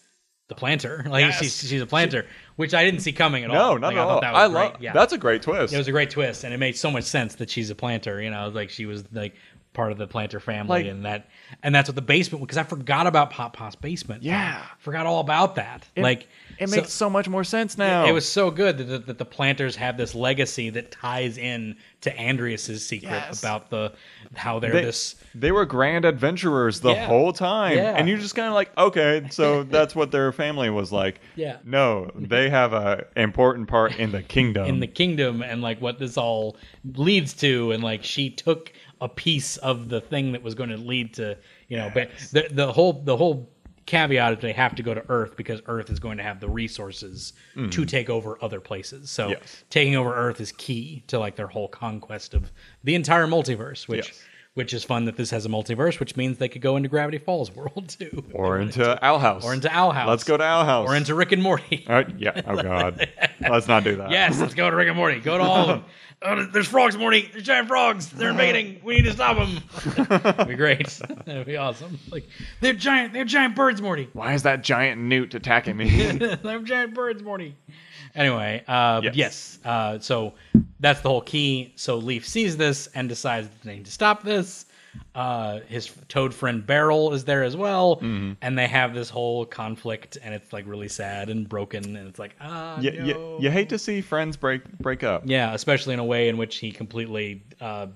[SPEAKER 2] the planter, like she's, she's a planter, which I didn't see coming at all.
[SPEAKER 3] no
[SPEAKER 2] Oh, Like,
[SPEAKER 3] not at
[SPEAKER 2] I thought
[SPEAKER 3] all
[SPEAKER 2] That was
[SPEAKER 3] i
[SPEAKER 2] great.
[SPEAKER 3] love
[SPEAKER 2] Yeah.
[SPEAKER 3] that's a great twist
[SPEAKER 2] it was a great twist, and it made so much sense that she's a planter. You know, like she was like part of the planter family
[SPEAKER 3] Like-
[SPEAKER 2] and that and that's what the basement because I forgot about Pop Pop's basement.
[SPEAKER 3] Yeah.
[SPEAKER 2] Forgot all about that. like
[SPEAKER 3] It
[SPEAKER 2] so-
[SPEAKER 3] makes so much more sense now.
[SPEAKER 2] it was so good that the, that the planters have this legacy that ties in to Andreas's secret
[SPEAKER 3] Yes.
[SPEAKER 2] about the how they're
[SPEAKER 3] They,
[SPEAKER 2] this
[SPEAKER 3] they were grand adventurers the
[SPEAKER 2] Yeah.
[SPEAKER 3] whole time.
[SPEAKER 2] Yeah.
[SPEAKER 3] And you're just kind of like, okay, so that's what their family was like.
[SPEAKER 2] Yeah.
[SPEAKER 3] No, they have a important part in the kingdom.
[SPEAKER 2] in the kingdom and like what this all leads to and like she took a piece of the thing that was going to lead to you know but the, the whole the whole caveat is they have to go to earth because earth is going to have the resources to take over other places so
[SPEAKER 3] Mm-hmm. Yes.
[SPEAKER 2] taking over earth is key to like their whole conquest of the entire multiverse which
[SPEAKER 3] Yes.
[SPEAKER 2] which is fun that this has a multiverse which means they could go into gravity falls world too if they
[SPEAKER 3] or
[SPEAKER 2] wanted
[SPEAKER 3] into Owl House.
[SPEAKER 2] or into owl house
[SPEAKER 3] Let's go to Owl House.
[SPEAKER 2] or into rick and morty
[SPEAKER 3] All right, yeah. Oh God. Let's not do that.
[SPEAKER 2] Uh, Yes, let's go to Rick and Morty. Go to all of them. Oh, there's frogs, Morty. There's giant frogs. They're invading. We need to stop them. That'd be great. That'd be awesome. Like they're giant. They're giant birds, Morty.
[SPEAKER 3] Why is that giant newt attacking me?
[SPEAKER 2] they're giant birds, Morty. Anyway, uh,
[SPEAKER 3] Yes.
[SPEAKER 2] yes. Uh, so that's the whole key. So Leaf sees this and decides that they need to stop this. Uh, his toad friend Beryl is there as well, and they have this whole conflict, and it's like really sad and broken, and it's like ah,
[SPEAKER 3] you,
[SPEAKER 2] no.
[SPEAKER 3] you, you hate to see friends break break up.
[SPEAKER 2] Yeah, especially in a way in which he completely uh,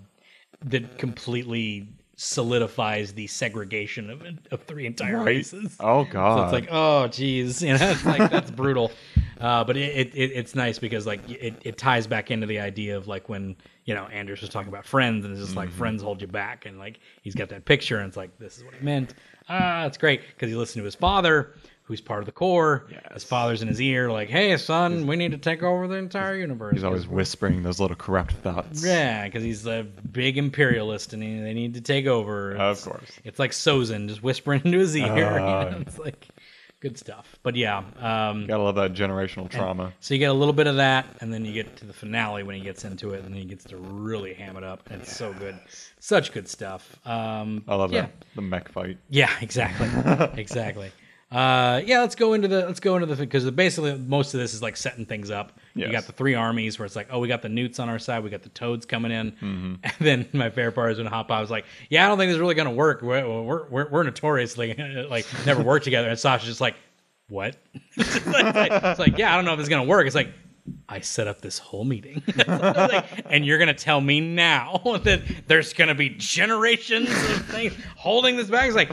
[SPEAKER 2] that completely solidifies the segregation of of three entire
[SPEAKER 3] Right?
[SPEAKER 2] races.
[SPEAKER 3] Oh
[SPEAKER 2] So
[SPEAKER 3] God.
[SPEAKER 2] it's like, oh, geez, you know, it's like that's brutal. Uh, but it, it, it it's nice because like it, it ties back into the idea of like when you know Anders was talking about friends and it's just like
[SPEAKER 3] Mm-hmm.
[SPEAKER 2] friends hold you back and like he's got that picture and it's like this is what it meant. Ah, it's great because he listened to his father. Who's part of the core? His father's in his ear, like, "Hey, son, we need to take over the entire universe."
[SPEAKER 3] He's always whispering those little corrupt thoughts.
[SPEAKER 2] Yeah, because he's a big imperialist, and he, they need to take over.
[SPEAKER 3] Of
[SPEAKER 2] It's-
[SPEAKER 3] course.
[SPEAKER 2] it's like Sozin just whispering into his ear. you know, it's like good stuff. But yeah, um,
[SPEAKER 3] Gotta love that generational trauma.
[SPEAKER 2] so you get a little bit of that, and then you get to the finale when he gets into it, and then he gets to really ham it up. It's so good, such good stuff. Um,
[SPEAKER 3] I love
[SPEAKER 2] yeah.
[SPEAKER 3] that the mech fight.
[SPEAKER 2] Yeah, exactly, exactly. Uh, yeah, let's go into the let's go into the because basically most of this is like setting things up.
[SPEAKER 3] Yes.
[SPEAKER 2] You got the three armies where it's like, oh, we got the newts on our side, we got the toads coming in, and then my favorite part is when Hop was like, yeah, I don't think this is really gonna work. We're we're we're, we're notoriously like never work together, and Sasha's just like, what? it's, like, it's like, yeah, I don't know if this is gonna work. It's like. I set up this whole meeting, It's like, and you're gonna tell me now that there's gonna be generations of things holding this back. It's like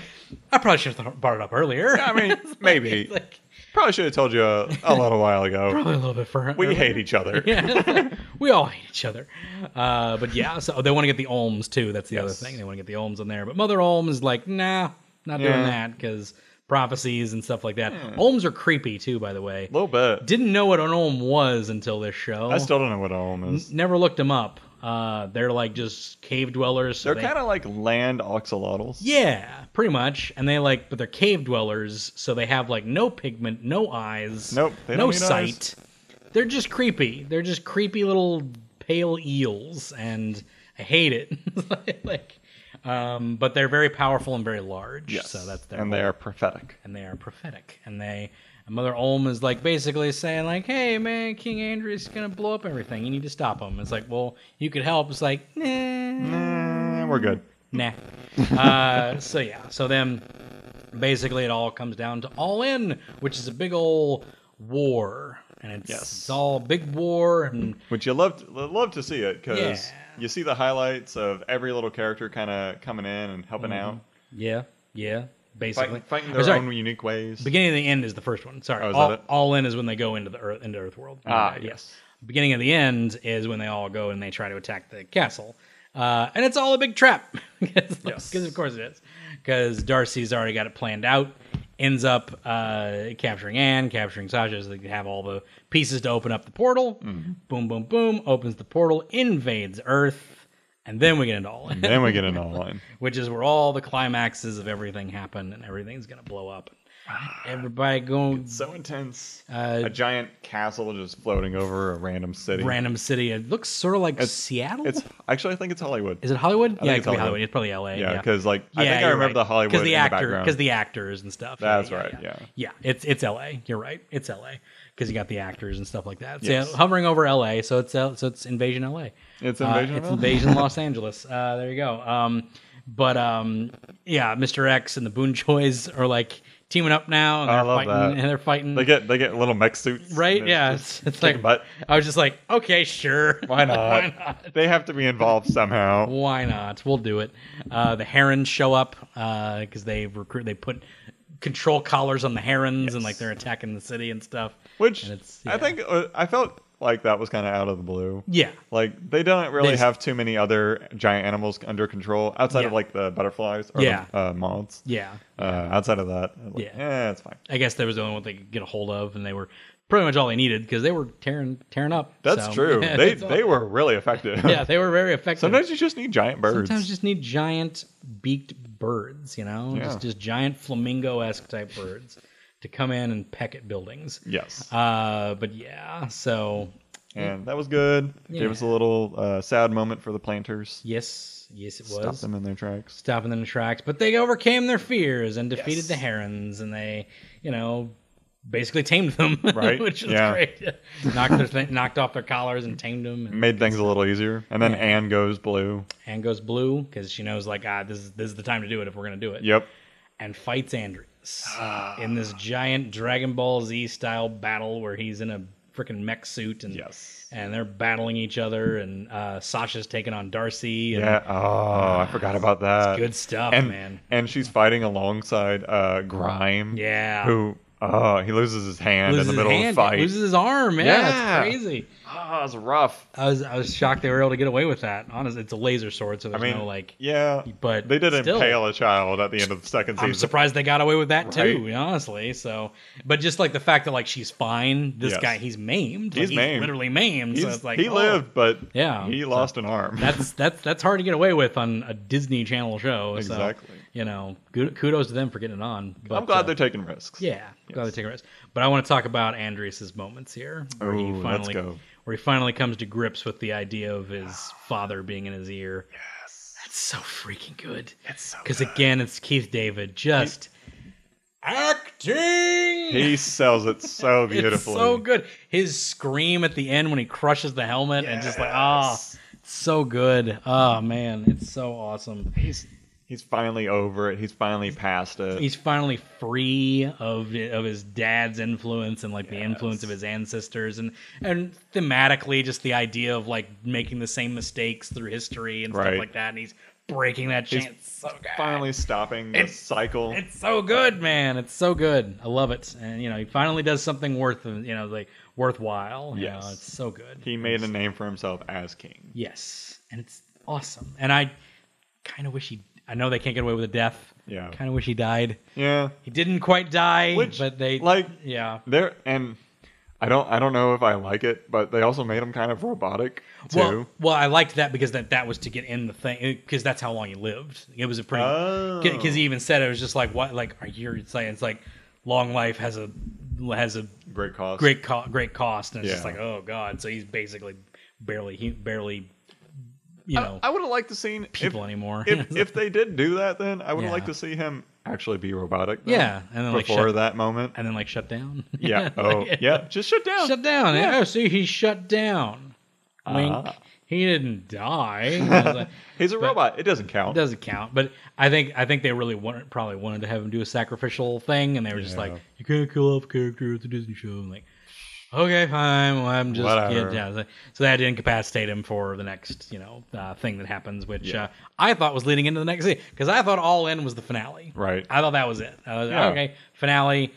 [SPEAKER 2] I probably should have brought it up earlier.
[SPEAKER 3] I mean, maybe.
[SPEAKER 2] like
[SPEAKER 3] Probably should have told you a, a little while ago.
[SPEAKER 2] probably a little bit for
[SPEAKER 3] We hate each other.
[SPEAKER 2] yeah, we all hate each other. Uh, but yeah, so they want to get the Olms too. That's the other
[SPEAKER 3] Yes.
[SPEAKER 2] thing. They want to get the Olms in there. But Mother Olm is like, nah, not doing
[SPEAKER 3] Yeah. Hmm.
[SPEAKER 2] that because prophecies and stuff like that. Olms are creepy too, by the way.
[SPEAKER 3] A little bit.
[SPEAKER 2] Didn't know what an Olm was until this show.
[SPEAKER 3] I still don't know what Ohm is.
[SPEAKER 2] never looked them up. Uh, they're like just cave dwellers. so
[SPEAKER 3] They're
[SPEAKER 2] they-
[SPEAKER 3] kind of like land oxalotls.
[SPEAKER 2] yeah, pretty much. And they like, but they're cave dwellers, so they have like no pigment, no eyes,
[SPEAKER 3] Nope, they
[SPEAKER 2] no
[SPEAKER 3] don't need eyes.
[SPEAKER 2] sight. They're just creepy. They're just creepy little pale eels, and I hate it. like, um, but they're very powerful and very large.
[SPEAKER 3] Yes.
[SPEAKER 2] So that's their
[SPEAKER 3] and
[SPEAKER 2] whole-
[SPEAKER 3] they are prophetic.
[SPEAKER 2] and they are prophetic. And they and Mother Olm is like basically saying like, "Hey man, King Andrews is gonna blow up everything. You need to stop him." It's like, well, you could help. It's like, nah,
[SPEAKER 3] And we're good.
[SPEAKER 2] nah. uh, so yeah, so then basically it all comes down to All In, which is a big old war, and it's
[SPEAKER 3] Yes.
[SPEAKER 2] all big war and
[SPEAKER 3] Which you love to, love to see it because
[SPEAKER 2] Yeah.
[SPEAKER 3] you see the highlights of every little character kind of coming in and helping
[SPEAKER 2] Mm-hmm.
[SPEAKER 3] out,
[SPEAKER 2] yeah, yeah, basically
[SPEAKER 3] fighting, fighting
[SPEAKER 2] Or
[SPEAKER 3] their
[SPEAKER 2] oh, sorry,
[SPEAKER 3] own unique ways.
[SPEAKER 2] Beginning of the end is the first one. Sorry,
[SPEAKER 3] Oh, is that
[SPEAKER 2] all,
[SPEAKER 3] it?
[SPEAKER 2] all in is when they go into the earth into Earth world.
[SPEAKER 3] Ah,
[SPEAKER 2] Uh,
[SPEAKER 3] yes.
[SPEAKER 2] Beginning of the end is when they all go and they try to attack the castle, uh, and it's all a big trap. Because of course it is. Because Darcy's already got it planned out. Ends up uh, capturing Anne, capturing Sasha, so they can have all the pieces to open up the portal.
[SPEAKER 3] Mm-hmm.
[SPEAKER 2] Boom, boom, boom! Opens the portal, invades Earth, and then we get into all in
[SPEAKER 3] then we get an all in.
[SPEAKER 2] which is where all the climaxes of everything happen and everything's gonna blow up. Everybody going
[SPEAKER 3] So intense. Ah.
[SPEAKER 2] Uh,
[SPEAKER 3] a giant castle just floating over a random city.
[SPEAKER 2] random city. It looks sort of like Seattle.
[SPEAKER 3] It's actually I think it's Hollywood.
[SPEAKER 2] is it Hollywood? yeah,
[SPEAKER 3] think
[SPEAKER 2] it
[SPEAKER 3] it's
[SPEAKER 2] could be
[SPEAKER 3] Hollywood.
[SPEAKER 2] Hollywood. It's probably L.A.
[SPEAKER 3] yeah, because like I think I
[SPEAKER 2] you're
[SPEAKER 3] remember
[SPEAKER 2] right.
[SPEAKER 3] the Hollywood
[SPEAKER 2] the
[SPEAKER 3] in
[SPEAKER 2] actor,
[SPEAKER 3] the
[SPEAKER 2] because
[SPEAKER 3] background.
[SPEAKER 2] the actors and stuff.
[SPEAKER 3] That's right,
[SPEAKER 2] Yeah.
[SPEAKER 3] yeah.
[SPEAKER 2] yeah, It's it's L.A. You're right. It's L.A. because you got the actors and stuff like that. So
[SPEAKER 3] Yes.
[SPEAKER 2] yeah, hovering over L.A. So it's uh, so it's Invasion L.A.
[SPEAKER 3] It's
[SPEAKER 2] Uh,
[SPEAKER 3] Invasion
[SPEAKER 2] it's
[SPEAKER 3] of L.A.
[SPEAKER 2] Invasion Los Angeles. Uh, there you go. Um, But um, yeah, Mr. X and the Boon Choys are like teaming up now, and
[SPEAKER 3] I
[SPEAKER 2] they're
[SPEAKER 3] love
[SPEAKER 2] fighting,
[SPEAKER 3] that.
[SPEAKER 2] and they're fighting.
[SPEAKER 3] They get they get little mech suits,
[SPEAKER 2] right?
[SPEAKER 3] and they
[SPEAKER 2] Yeah,
[SPEAKER 3] just
[SPEAKER 2] it's, it's
[SPEAKER 3] kick
[SPEAKER 2] like
[SPEAKER 3] butt.
[SPEAKER 2] I was just like, okay, sure,
[SPEAKER 3] Why not? They have to be involved somehow.
[SPEAKER 2] Why not? We'll do it. Uh, the herons show up because they recruit. They put control collars on the herons, and like they're attacking the city and stuff.
[SPEAKER 3] Which
[SPEAKER 2] And it's-
[SPEAKER 3] I
[SPEAKER 2] yeah.
[SPEAKER 3] think uh, I felt like that was kind of out of the blue.
[SPEAKER 2] Yeah,
[SPEAKER 3] Like they don't really
[SPEAKER 2] They-
[SPEAKER 3] have too many other giant animals under control outside of
[SPEAKER 2] Yeah.
[SPEAKER 3] like the butterflies or
[SPEAKER 2] Yeah.
[SPEAKER 3] the, uh, moths.
[SPEAKER 2] yeah.
[SPEAKER 3] Uh, outside of that, like,
[SPEAKER 2] Yeah.
[SPEAKER 3] eh, it's fine.
[SPEAKER 2] I guess that was the only one they could get a hold of, and they were pretty much all they needed because they were tearing tearing up.
[SPEAKER 3] That's
[SPEAKER 2] so-
[SPEAKER 3] true. They
[SPEAKER 2] That's all-
[SPEAKER 3] they were really effective.
[SPEAKER 2] yeah they were very effective.
[SPEAKER 3] Sometimes you just need giant birds.
[SPEAKER 2] Sometimes you just need giant beaked birds, you know,
[SPEAKER 3] Yeah.
[SPEAKER 2] just just giant flamingo esque type birds to come in and peck at buildings.
[SPEAKER 3] yes.
[SPEAKER 2] Uh, but yeah, so
[SPEAKER 3] and that was good.
[SPEAKER 2] Yeah.
[SPEAKER 3] Gave us a little uh, sad moment for the planters.
[SPEAKER 2] yes, yes, it was
[SPEAKER 3] Stopped them in their tracks.
[SPEAKER 2] stopping them in tracks, but they overcame their fears and defeated
[SPEAKER 3] Yes.
[SPEAKER 2] the herons, and they, you know, basically tamed them,
[SPEAKER 3] Right,
[SPEAKER 2] which was
[SPEAKER 3] yeah.
[SPEAKER 2] great. knocked their th- knocked off their collars and tamed them, and
[SPEAKER 3] Made things a little easier. And then Anne goes blue.
[SPEAKER 2] Anne goes blue because she knows like ah, this is this is the time to do it if we're gonna do it.
[SPEAKER 3] Yep.
[SPEAKER 2] and fights Andreas
[SPEAKER 3] Ah.
[SPEAKER 2] in this giant Dragon Ball Z style battle where he's in a freaking mech suit and
[SPEAKER 3] Yes.
[SPEAKER 2] and they're battling each other and uh, Sasha's taking on Darcy and
[SPEAKER 3] Yeah. Oh, I forgot about that.
[SPEAKER 2] Ah, good stuff,
[SPEAKER 3] and,
[SPEAKER 2] man.
[SPEAKER 3] And she's fighting alongside uh, Grime.
[SPEAKER 2] Yeah.
[SPEAKER 3] Who? Oh, he loses his hand
[SPEAKER 2] loses
[SPEAKER 3] in the middle
[SPEAKER 2] his
[SPEAKER 3] of
[SPEAKER 2] hand,
[SPEAKER 3] the fight.
[SPEAKER 2] loses his arm. Yeah,
[SPEAKER 3] Yeah.
[SPEAKER 2] it's crazy.
[SPEAKER 3] oh, it's rough.
[SPEAKER 2] I was I was shocked they were able to get away with that. Honestly, it's a laser sword, so
[SPEAKER 3] I
[SPEAKER 2] there's
[SPEAKER 3] mean,
[SPEAKER 2] no like.
[SPEAKER 3] yeah,
[SPEAKER 2] but
[SPEAKER 3] they did
[SPEAKER 2] still.
[SPEAKER 3] impale a child at the end of the second
[SPEAKER 2] I'm
[SPEAKER 3] season.
[SPEAKER 2] surprised they got away with that
[SPEAKER 3] Right.
[SPEAKER 2] too, honestly. So, but just like the fact that like she's fine, this
[SPEAKER 3] Yes.
[SPEAKER 2] guy he's maimed.
[SPEAKER 3] He's
[SPEAKER 2] Like,
[SPEAKER 3] maimed.
[SPEAKER 2] literally maimed. so it's like
[SPEAKER 3] he
[SPEAKER 2] oh.
[SPEAKER 3] lived, but
[SPEAKER 2] Yeah,
[SPEAKER 3] he
[SPEAKER 2] so-
[SPEAKER 3] lost an arm.
[SPEAKER 2] that's that's that's hard to get away with on a Disney Channel show. so,
[SPEAKER 3] Exactly.
[SPEAKER 2] you know, good, kudos to them for getting it on. But,
[SPEAKER 3] I'm glad
[SPEAKER 2] uh,
[SPEAKER 3] they're taking risks.
[SPEAKER 2] yeah, glad they're taking risks. But I want to talk about Andreas's moments here, where
[SPEAKER 3] Ooh,
[SPEAKER 2] he
[SPEAKER 3] let's
[SPEAKER 2] finally
[SPEAKER 3] go. Ah.
[SPEAKER 2] where he finally comes to grips with the idea of his father being in his ear.
[SPEAKER 3] Yes.
[SPEAKER 2] That's so freaking good.
[SPEAKER 3] It's so
[SPEAKER 2] Because again, it's Keith David just acting.
[SPEAKER 3] He sells it so
[SPEAKER 2] It's
[SPEAKER 3] beautifully.
[SPEAKER 2] so good. His scream at the end when he crushes the helmet and just like ah,
[SPEAKER 3] Yes.
[SPEAKER 2] so good. Oh man, it's so awesome.
[SPEAKER 3] He's he's finally over it. He's finally past it.
[SPEAKER 2] He's finally free of of his dad's influence and like the influence of his ancestors and and thematically just the idea of like making the same mistakes through history and
[SPEAKER 3] Right.
[SPEAKER 2] stuff like that. And he's breaking that chance. so good.
[SPEAKER 3] finally stopping the
[SPEAKER 2] It's-
[SPEAKER 3] cycle.
[SPEAKER 2] It's so good, man. It's so good. I love it. And you know, he finally does something worth you know like worthwhile. You
[SPEAKER 3] Yes.
[SPEAKER 2] know, it's so good.
[SPEAKER 3] He made a name for himself as king.
[SPEAKER 2] Yes, and it's awesome. And I kind of wish he. I know they can't get away with a death.
[SPEAKER 3] Yeah.
[SPEAKER 2] Kind of wish he died.
[SPEAKER 3] Yeah.
[SPEAKER 2] He didn't quite die,
[SPEAKER 3] Which,
[SPEAKER 2] but they
[SPEAKER 3] like-
[SPEAKER 2] yeah.
[SPEAKER 3] There and I don't I don't know if I like it, but they also made him kind of robotic too.
[SPEAKER 2] Well, well, I liked that because that that was to get in the thing because that's how long he lived. It was a pretty because
[SPEAKER 3] Oh.
[SPEAKER 2] he even said it was just like what like are you saying it's like long life has a has a
[SPEAKER 3] Great cause.
[SPEAKER 2] great co- great cost and it's just
[SPEAKER 3] Yeah.
[SPEAKER 2] like oh god so he's basically barely he barely you
[SPEAKER 3] I-
[SPEAKER 2] know
[SPEAKER 3] I, would have liked to seen
[SPEAKER 2] people
[SPEAKER 3] Uh, if,
[SPEAKER 2] anymore
[SPEAKER 3] if if they did do that then I would have
[SPEAKER 2] Yeah.
[SPEAKER 3] liked to see him actually be robotic. then,
[SPEAKER 2] yeah and then like
[SPEAKER 3] Before
[SPEAKER 2] shut,
[SPEAKER 3] that moment.
[SPEAKER 2] and then like shut down
[SPEAKER 3] Yeah. Oh yeah. Just shut down.
[SPEAKER 2] shut down yeah. oh see he shut down wink
[SPEAKER 3] Uh.
[SPEAKER 2] he didn't die I was like,
[SPEAKER 3] He's a robot. It doesn't count.
[SPEAKER 2] it doesn't count but i think i think they really wanted probably wanted to have him do a sacrificial thing and they were just
[SPEAKER 3] Yeah.
[SPEAKER 2] like you can't kill off a character at the disney show and like okay fine well, i'm just
[SPEAKER 3] Whatever.
[SPEAKER 2] yeah, yeah, so- so they had to incapacitate him for the next you know uh, thing that happens which uh, i thought was leading into the next scene because i thought all in was the finale
[SPEAKER 3] Right.
[SPEAKER 2] i thought that was it I was,
[SPEAKER 3] Yeah.
[SPEAKER 2] okay finale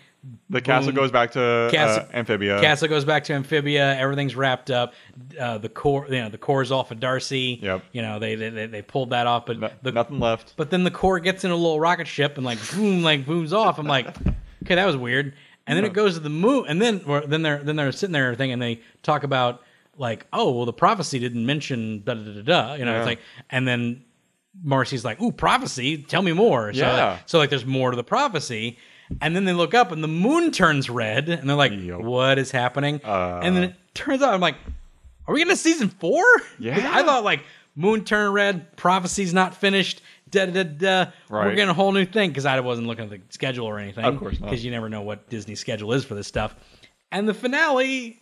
[SPEAKER 3] The castle
[SPEAKER 2] Boom.
[SPEAKER 3] goes back to
[SPEAKER 2] Castle-
[SPEAKER 3] uh, amphibia.
[SPEAKER 2] Castle goes back to Amphibia. Everything's wrapped up. Uh, the core, you know, the core's off of Darcy.
[SPEAKER 3] Yep.
[SPEAKER 2] You know, they they, they, they pulled that off, but
[SPEAKER 3] No-
[SPEAKER 2] the,
[SPEAKER 3] nothing left.
[SPEAKER 2] but then the core gets in a little rocket ship and like boom, like booms off. I'm like, okay, that was weird. And then it goes to the moon, and then or then they're then they're sitting there thing, and they talk about like, oh well, the prophecy didn't mention da da da da. da. You know,
[SPEAKER 3] Yeah.
[SPEAKER 2] it's like, and then Marcy's like, ooh, prophecy, tell me more. So,
[SPEAKER 3] Yeah.
[SPEAKER 2] so like, there's more to the prophecy. And then they look up, and the moon turns red, and they're like,
[SPEAKER 3] Yup. Uh.
[SPEAKER 2] what is happening? and then it turns out, I'm like, are we getting to season four? 'Cause
[SPEAKER 3] Yeah.
[SPEAKER 2] I thought like moon turned red, prophecy's not finished. Da da da da. We're
[SPEAKER 3] Right.
[SPEAKER 2] getting a whole new thing because I wasn't looking at the schedule or anything.
[SPEAKER 3] Of course not.
[SPEAKER 2] because you never know what Disney schedule is for this stuff. And the finale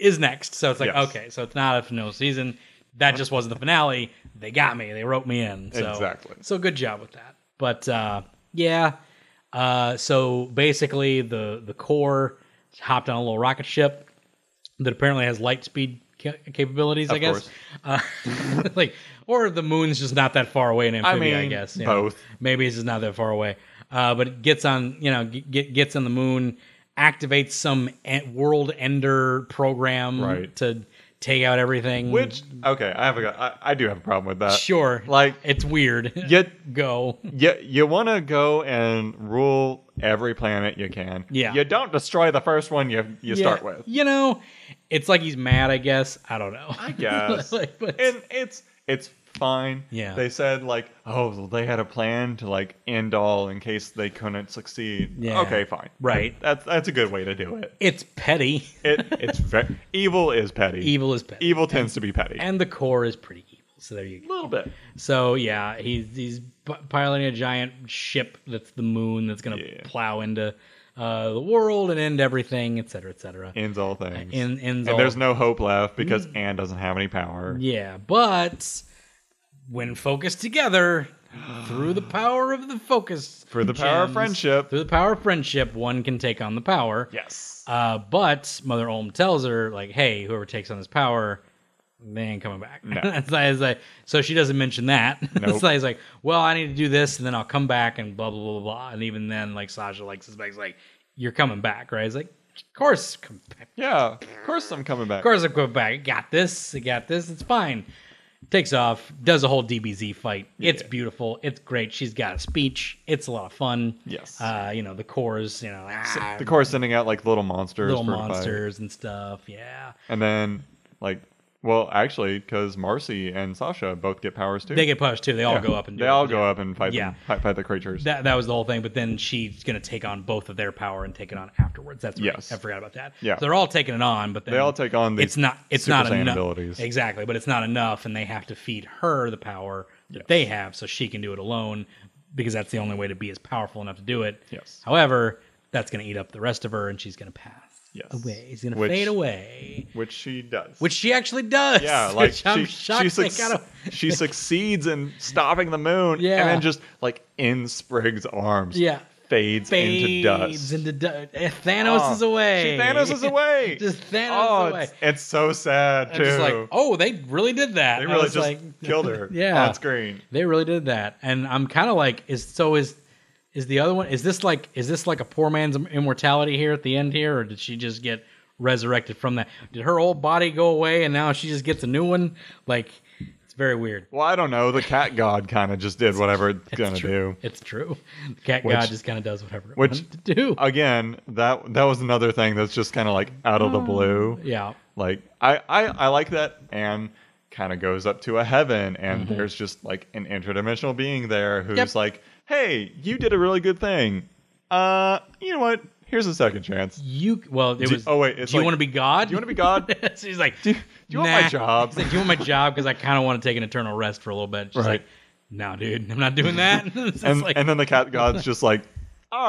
[SPEAKER 2] is next, so it's like
[SPEAKER 3] Yes.
[SPEAKER 2] okay, so it's not a no season. that just wasn't the finale. They got me. They wrote me in. So,
[SPEAKER 3] Exactly.
[SPEAKER 2] So good job with that. But uh, yeah, uh, so basically the the core hopped on a little rocket ship that apparently has light speed ca- capabilities. I
[SPEAKER 3] Of
[SPEAKER 2] guess, uh, like, or the moon's just not that far away in
[SPEAKER 3] I
[SPEAKER 2] amphibia. I,
[SPEAKER 3] mean,
[SPEAKER 2] guess you know.
[SPEAKER 3] both.
[SPEAKER 2] Maybe it's just not that far away. Uh, but it gets on, you know, g- get, gets on the moon, activates some en- world ender program
[SPEAKER 3] Right.
[SPEAKER 2] to take out everything.
[SPEAKER 3] Which okay, I have a I, I do have a problem with that.
[SPEAKER 2] Mm-hmm. sure,
[SPEAKER 3] like-
[SPEAKER 2] it's weird.
[SPEAKER 3] Yet
[SPEAKER 2] go.
[SPEAKER 3] you, you want to go and rule every planet you can.
[SPEAKER 2] Yeah.
[SPEAKER 3] You don't destroy the first one you you start with.
[SPEAKER 2] You know, it's like he's mad. I guess I don't know.
[SPEAKER 3] I guess.
[SPEAKER 2] Like, but-
[SPEAKER 3] and it's it's fine.
[SPEAKER 2] Yeah.
[SPEAKER 3] They said like, oh, they had a plan to like end all in case they couldn't succeed.
[SPEAKER 2] Yeah.
[SPEAKER 3] Okay, fine.
[SPEAKER 2] Right.
[SPEAKER 3] That's that's a good way to do it.
[SPEAKER 2] it's petty.
[SPEAKER 3] It it's very evil is petty.
[SPEAKER 2] Evil is petty,
[SPEAKER 3] Evil tends to be petty.
[SPEAKER 2] and the core is pretty evil. So there you go.
[SPEAKER 3] a little bit.
[SPEAKER 2] So yeah, he's he's p- piloting a giant ship that's the moon that's gonna
[SPEAKER 3] Yeah.
[SPEAKER 2] plow into uh, the world and end everything, et cetera, et cetera.
[SPEAKER 3] Ends all things.
[SPEAKER 2] In- ends
[SPEAKER 3] and
[SPEAKER 2] all-
[SPEAKER 3] there's no hope left because Anne doesn't have any power.
[SPEAKER 2] yeah, but when focused together through the power of the focus,
[SPEAKER 3] For the power of
[SPEAKER 2] gems,
[SPEAKER 3] friendship.
[SPEAKER 2] through the power of friendship, one can take on the power.
[SPEAKER 3] Yes.
[SPEAKER 2] Uh, but Mother Olm tells her, like, hey, whoever takes on this power, they ain't coming back. It's like- it's like- so she doesn't mention that.
[SPEAKER 3] Nope.
[SPEAKER 2] so he's like, well, I need to do this, and then I'll come back, and blah, blah, blah, blah, blah. And even then, like, Sasha, like, suspects, like, you're coming back, right? He's like, of course, come back.
[SPEAKER 3] Yeah. Of course I'm coming back.
[SPEAKER 2] Of course I'm coming back. I got this. I got this. It's fine. Takes off, does a whole DBZ fight. It's beautiful. It's great. She's got a speech. It's a lot of fun.
[SPEAKER 3] Yes.
[SPEAKER 2] Uh, you know, the cores, you know, ah,
[SPEAKER 3] The core sending out like little monsters.
[SPEAKER 2] little
[SPEAKER 3] for a fight.
[SPEAKER 2] monsters and stuff. Yeah.
[SPEAKER 3] And then, like, well, actually, because Marcy and Sasha both get powers too.
[SPEAKER 2] They get pushed too. They all
[SPEAKER 3] Yeah.
[SPEAKER 2] go up and do
[SPEAKER 3] they
[SPEAKER 2] it.
[SPEAKER 3] all
[SPEAKER 2] Yeah.
[SPEAKER 3] go up and fight
[SPEAKER 2] Yeah.
[SPEAKER 3] them, fight, fight the creatures.
[SPEAKER 2] That that was the whole thing. But then she's gonna take on both of their power and take it on afterwards. That's right.
[SPEAKER 3] Yes.
[SPEAKER 2] I forgot about that.
[SPEAKER 3] Yeah.
[SPEAKER 2] So they're all taking it on, but then
[SPEAKER 3] They all take on these
[SPEAKER 2] It's not. It's
[SPEAKER 3] Super
[SPEAKER 2] not
[SPEAKER 3] Saiyan
[SPEAKER 2] enough.
[SPEAKER 3] abilities.
[SPEAKER 2] Exactly, but it's not enough, and they have to feed her the power that they have, so she can do it alone, because that's the only way to be as powerful enough to do it.
[SPEAKER 3] Yes.
[SPEAKER 2] However, that's gonna eat up the rest of her, and she's gonna pass
[SPEAKER 3] Yes.
[SPEAKER 2] away. She's gonna
[SPEAKER 3] Which-
[SPEAKER 2] fade away,
[SPEAKER 3] which she does.
[SPEAKER 2] which she actually does.
[SPEAKER 3] yeah, like
[SPEAKER 2] which I'm
[SPEAKER 3] she
[SPEAKER 2] shocked
[SPEAKER 3] she,
[SPEAKER 2] they
[SPEAKER 3] suc-
[SPEAKER 2] got a-
[SPEAKER 3] she succeeds in stopping the moon.
[SPEAKER 2] Yeah.
[SPEAKER 3] and then just like in Sprig's arms.
[SPEAKER 2] Yeah.
[SPEAKER 3] fades, into dust.
[SPEAKER 2] into du- eh, Thanos
[SPEAKER 3] Oh,
[SPEAKER 2] is away.
[SPEAKER 3] She, Thanos is away.
[SPEAKER 2] Just Thanos
[SPEAKER 3] oh,
[SPEAKER 2] away.
[SPEAKER 3] It's, it's so sad
[SPEAKER 2] I'm
[SPEAKER 3] too.
[SPEAKER 2] just like, oh, they really did that.
[SPEAKER 3] they
[SPEAKER 2] I
[SPEAKER 3] really
[SPEAKER 2] was
[SPEAKER 3] just
[SPEAKER 2] like-
[SPEAKER 3] killed her.
[SPEAKER 2] Yeah.
[SPEAKER 3] on screen.
[SPEAKER 2] They really did that, and I'm kind of like, is so is is the other one? Is this like is this like a poor man's immortality here at the end here, or did she just get resurrected from that? Did her old body go away and now she just gets a new one? Like, it's very weird.
[SPEAKER 3] Well, I don't know. The cat god kind of just did whatever it's gonna do.
[SPEAKER 2] It's true. The cat
[SPEAKER 3] Which-
[SPEAKER 2] god just kind of does whatever it
[SPEAKER 3] which-
[SPEAKER 2] wants to do.
[SPEAKER 3] again that that was another thing that's just kind of like out of the
[SPEAKER 2] Ah.
[SPEAKER 3] blue
[SPEAKER 2] yeah.
[SPEAKER 3] like I, I i like that and kind of goes up to a heaven and there's just like an interdimensional being there
[SPEAKER 2] Mm-hmm.
[SPEAKER 3] who's
[SPEAKER 2] Yep.
[SPEAKER 3] like hey you did a really good thing uh you know what here's a second chance do
[SPEAKER 2] You well, it
[SPEAKER 3] Do-
[SPEAKER 2] was.
[SPEAKER 3] oh, wait, it's
[SPEAKER 2] do you
[SPEAKER 3] like-
[SPEAKER 2] want to be God?
[SPEAKER 3] you want to be god
[SPEAKER 2] so he's like,
[SPEAKER 3] do you want my
[SPEAKER 2] "Nah."
[SPEAKER 3] job?
[SPEAKER 2] He's like, do you want my job? Because I kind of want to take an eternal rest for a little bit. She's
[SPEAKER 3] Right.
[SPEAKER 2] like, no, dude, I'm not doing that. It's
[SPEAKER 3] and,
[SPEAKER 2] like,
[SPEAKER 3] and then the cat god's just like all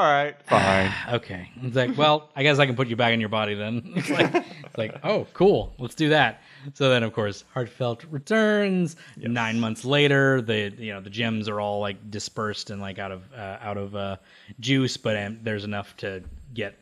[SPEAKER 3] right fine
[SPEAKER 2] okay. It's like, well, I guess I can put you back in your body then. It's like, it's like, oh, cool. Let's do that. So then, of course, heartfelt returns. Nine months later, the you know the gems are all like dispersed and like out of uh, out of uh, juice, but um, there's enough to get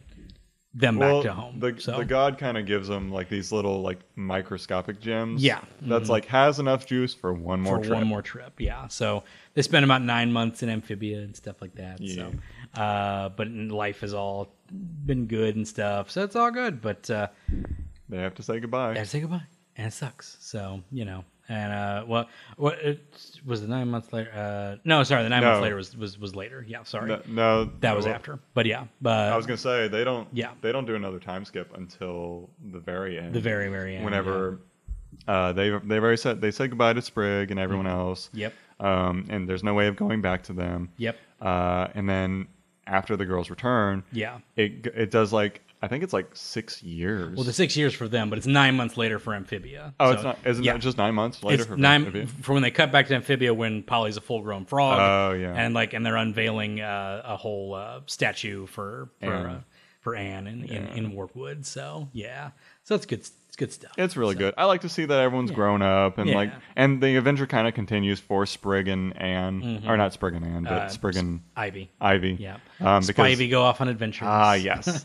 [SPEAKER 2] them back to home.
[SPEAKER 3] The,
[SPEAKER 2] so
[SPEAKER 3] the god kind of gives them like these little like microscopic gems.
[SPEAKER 2] Yeah. Mm-hmm.
[SPEAKER 3] that's like has enough juice for one more
[SPEAKER 2] for
[SPEAKER 3] trip.
[SPEAKER 2] one more trip. Yeah. So they spend about nine months in Amphibia and stuff like that. So, uh, but life has all been good and stuff. So it's all good. But uh,
[SPEAKER 3] They have to say goodbye.
[SPEAKER 2] I had to say goodbye, and it sucks. So you know, and uh, well, what it was the nine months later? Uh, no, sorry, the nine
[SPEAKER 3] No.
[SPEAKER 2] months later was was was later. Yeah, sorry,
[SPEAKER 3] No, no,
[SPEAKER 2] that was
[SPEAKER 3] well,
[SPEAKER 2] after. But yeah, but
[SPEAKER 3] I was gonna say they don't.
[SPEAKER 2] Yeah.
[SPEAKER 3] they don't do another time skip until the very end.
[SPEAKER 2] the very very end.
[SPEAKER 3] whenever uh, they they very said they said goodbye to Sprig and everyone else.
[SPEAKER 2] Mm-hmm. Yep.
[SPEAKER 3] Um, and there's no way of going back to them.
[SPEAKER 2] Yep.
[SPEAKER 3] Uh, and then after the girls return,
[SPEAKER 2] Yeah.
[SPEAKER 3] it it does like I think it's like six years.
[SPEAKER 2] Well, the six years for them, but it's nine months later for Amphibia.
[SPEAKER 3] oh,
[SPEAKER 2] So-
[SPEAKER 3] it's not. Isn't
[SPEAKER 2] yeah.
[SPEAKER 3] that just nine months later?
[SPEAKER 2] It's
[SPEAKER 3] for
[SPEAKER 2] nine
[SPEAKER 3] Amphibia?
[SPEAKER 2] from when they cut back to Amphibia when Polly's a full grown frog.
[SPEAKER 3] Oh, yeah.
[SPEAKER 2] and like and they're unveiling uh, a whole uh, statue for for
[SPEAKER 3] Anne.
[SPEAKER 2] Uh, for Anne in, in in Warpwood. So yeah, so that's good. It's good stuff.
[SPEAKER 3] It's really good. I like to see that everyone's grown up and
[SPEAKER 2] Yeah.
[SPEAKER 3] like and the adventure kind of continues for Sprig and Anne or not Sprig and Anne, but Sprig and
[SPEAKER 2] Ivy.
[SPEAKER 3] Ivy.
[SPEAKER 2] Mm-hmm. Uh, Yeah.
[SPEAKER 3] Um, because
[SPEAKER 2] Spivey go off on adventures.
[SPEAKER 3] ah yes,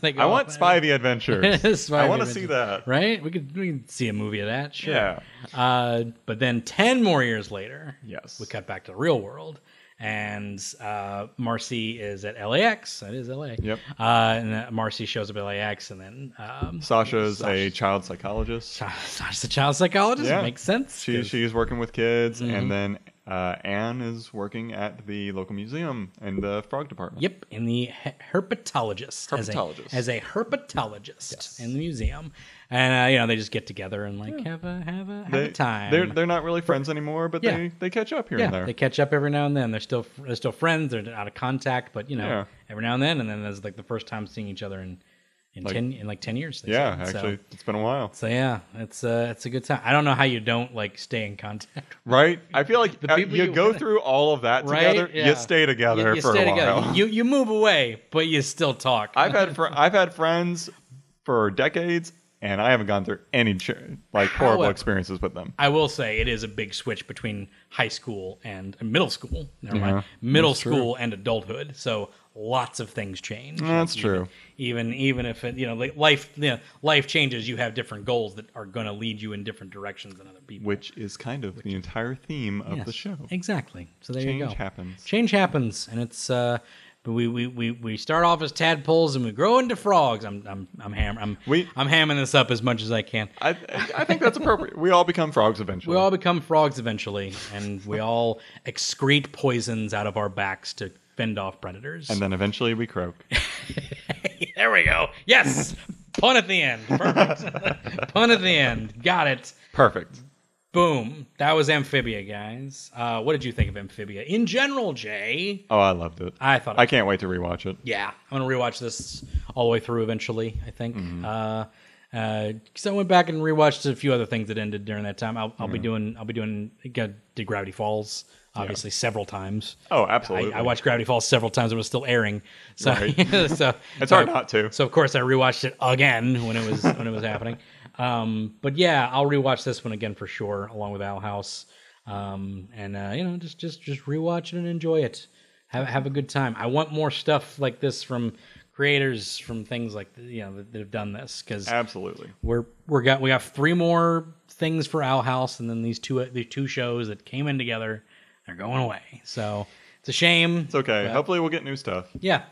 [SPEAKER 2] They go
[SPEAKER 3] I want
[SPEAKER 2] off-
[SPEAKER 3] Spivey adventures. I
[SPEAKER 2] Spivey
[SPEAKER 3] want to see
[SPEAKER 2] adventures.
[SPEAKER 3] that.
[SPEAKER 2] Right? We could we could see a movie of that. Sure.
[SPEAKER 3] Yeah.
[SPEAKER 2] Uh, but then ten more years later,
[SPEAKER 3] Yes.
[SPEAKER 2] we cut back to the real world, and uh, Marcy is at LAX. That is LA.
[SPEAKER 3] Yep.
[SPEAKER 2] Uh, and uh, Marcy shows up at LAX, and then um,
[SPEAKER 3] Sasha's a child psychologist.
[SPEAKER 2] Sasha's a child psychologist.
[SPEAKER 3] Yeah.
[SPEAKER 2] Makes sense.
[SPEAKER 3] She
[SPEAKER 2] 'cause- Mm-hmm.
[SPEAKER 3] she's working with kids, and then uh, Anne is working at the local museum in the frog department.
[SPEAKER 2] Yep, in the he- herpetologist. as a-
[SPEAKER 3] Herpetologist.
[SPEAKER 2] As a, herpetologist in the museum, and uh, you know they just get together and like have a have a have
[SPEAKER 3] They,
[SPEAKER 2] a time.
[SPEAKER 3] They're they're not really friends anymore, but
[SPEAKER 2] Yeah.
[SPEAKER 3] they, they catch up here
[SPEAKER 2] yeah,
[SPEAKER 3] and there.
[SPEAKER 2] they catch up every now and then. They're still they're still friends. They're out of contact, but you know
[SPEAKER 3] Yeah.
[SPEAKER 2] every now and then. And then there's like the first time seeing each other in in ten in like ten years. they
[SPEAKER 3] yeah,
[SPEAKER 2] said. So-
[SPEAKER 3] actually, it's been a while,
[SPEAKER 2] So, yeah, it's uh it's a good time. I don't know how you don't like stay in contact.
[SPEAKER 3] right? I feel like uh,
[SPEAKER 2] people
[SPEAKER 3] you,
[SPEAKER 2] you
[SPEAKER 3] go
[SPEAKER 2] wanna-
[SPEAKER 3] through all of that
[SPEAKER 2] Right?
[SPEAKER 3] together.
[SPEAKER 2] Yeah.
[SPEAKER 3] You stay together
[SPEAKER 2] You- you
[SPEAKER 3] for
[SPEAKER 2] stay
[SPEAKER 3] a
[SPEAKER 2] together.
[SPEAKER 3] while.
[SPEAKER 2] You you move away, but you still talk.
[SPEAKER 3] I've had fr- I've had friends for decades, and I haven't gone through any ch- like horrible
[SPEAKER 2] However-
[SPEAKER 3] experiences with them.
[SPEAKER 2] I will say it is a big switch between high school and middle school. Never mind, middle school and adulthood. So lots of things change.
[SPEAKER 3] That's
[SPEAKER 2] Even-
[SPEAKER 3] true.
[SPEAKER 2] Even even if it, you know like life you know, life changes, you have different goals that are going to lead you in different directions than other people.
[SPEAKER 3] Which is kind of the entire theme of
[SPEAKER 2] Yes,
[SPEAKER 3] the show.
[SPEAKER 2] exactly. So there you go.
[SPEAKER 3] Change happens.
[SPEAKER 2] Change happens, and it's. uh but we, we, we, we start off as tadpoles and we grow into frogs. I'm I'm I'm ham I'm
[SPEAKER 3] We-
[SPEAKER 2] I'm hamming this up as much as I can.
[SPEAKER 3] I, I think that's appropriate. We all become frogs eventually.
[SPEAKER 2] We all become frogs eventually, and we all excrete poisons out of our backs to fend off predators.
[SPEAKER 3] and then eventually we croak.
[SPEAKER 2] there we go. Yes, pun at the end. Perfect. pun at the end. Got it.
[SPEAKER 3] Perfect.
[SPEAKER 2] Boom. That was Amphibia, guys. Uh, what did you think of Amphibia in general, Jay?
[SPEAKER 3] Oh, I loved it.
[SPEAKER 2] I thought.
[SPEAKER 3] I can't wait to rewatch it.
[SPEAKER 2] yeah, I'm gonna rewatch this all the way through eventually. I think.
[SPEAKER 3] Mm-hmm.
[SPEAKER 2] Uh, uh, so I went back and rewatched a few other things that ended during that time. I'll, I'll
[SPEAKER 3] Mm-hmm.
[SPEAKER 2] be doing. I'll be doing. I got- Did Gravity Falls obviously several times.
[SPEAKER 3] Oh,
[SPEAKER 2] I,
[SPEAKER 3] absolutely.
[SPEAKER 2] I watched Gravity Falls several times. It was still airing, so so
[SPEAKER 3] It's
[SPEAKER 2] so-
[SPEAKER 3] hard not to.
[SPEAKER 2] So of course I rewatched it again when it was when it was happening. Um, but yeah, I'll rewatch this one again for sure, along with Owl House, um, and uh, you know just just just rewatch it and enjoy it. Have have a good time. I want more stuff like this from creators from things like you know that, that have done this because
[SPEAKER 3] Absolutely.
[SPEAKER 2] we're we're got we got three more things for Owl House, and then these two uh, these two shows that came in together are going away. So it's a shame.
[SPEAKER 3] It's okay. Hopefully we'll get new stuff.
[SPEAKER 2] Yeah,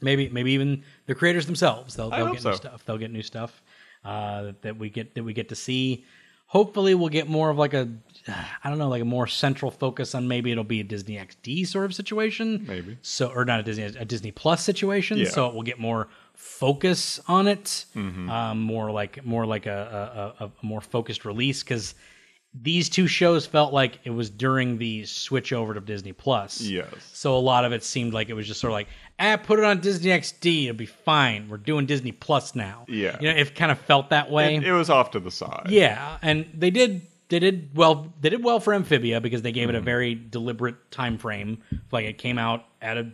[SPEAKER 2] maybe maybe even the creators themselves they'll, they'll
[SPEAKER 3] hope
[SPEAKER 2] get
[SPEAKER 3] so.
[SPEAKER 2] new stuff. They'll get new stuff uh, that, that we get that we get to see. Hopefully, we'll get more of like a I don't know like a more central focus on maybe it'll be a Disney XD sort of situation,
[SPEAKER 3] Maybe.
[SPEAKER 2] so or not a Disney a Disney Plus situation.
[SPEAKER 3] Yeah. Mm-hmm.
[SPEAKER 2] So it will get more focus on it, um, more like more like a a, a, a more focused release because. These two shows felt like it was during the switch over to Disney Plus.
[SPEAKER 3] Yes.
[SPEAKER 2] So a lot of it seemed like it was just sort of like, ah, put it on Disney XD, it'll be fine. We're doing Disney Plus now.
[SPEAKER 3] Yeah.
[SPEAKER 2] You know, it kind of felt that way.
[SPEAKER 3] It, it was off to the side.
[SPEAKER 2] yeah. And they did they did well they did well for Amphibia because they
[SPEAKER 3] Mm-hmm.
[SPEAKER 2] gave it a very deliberate time frame. Like it came out at a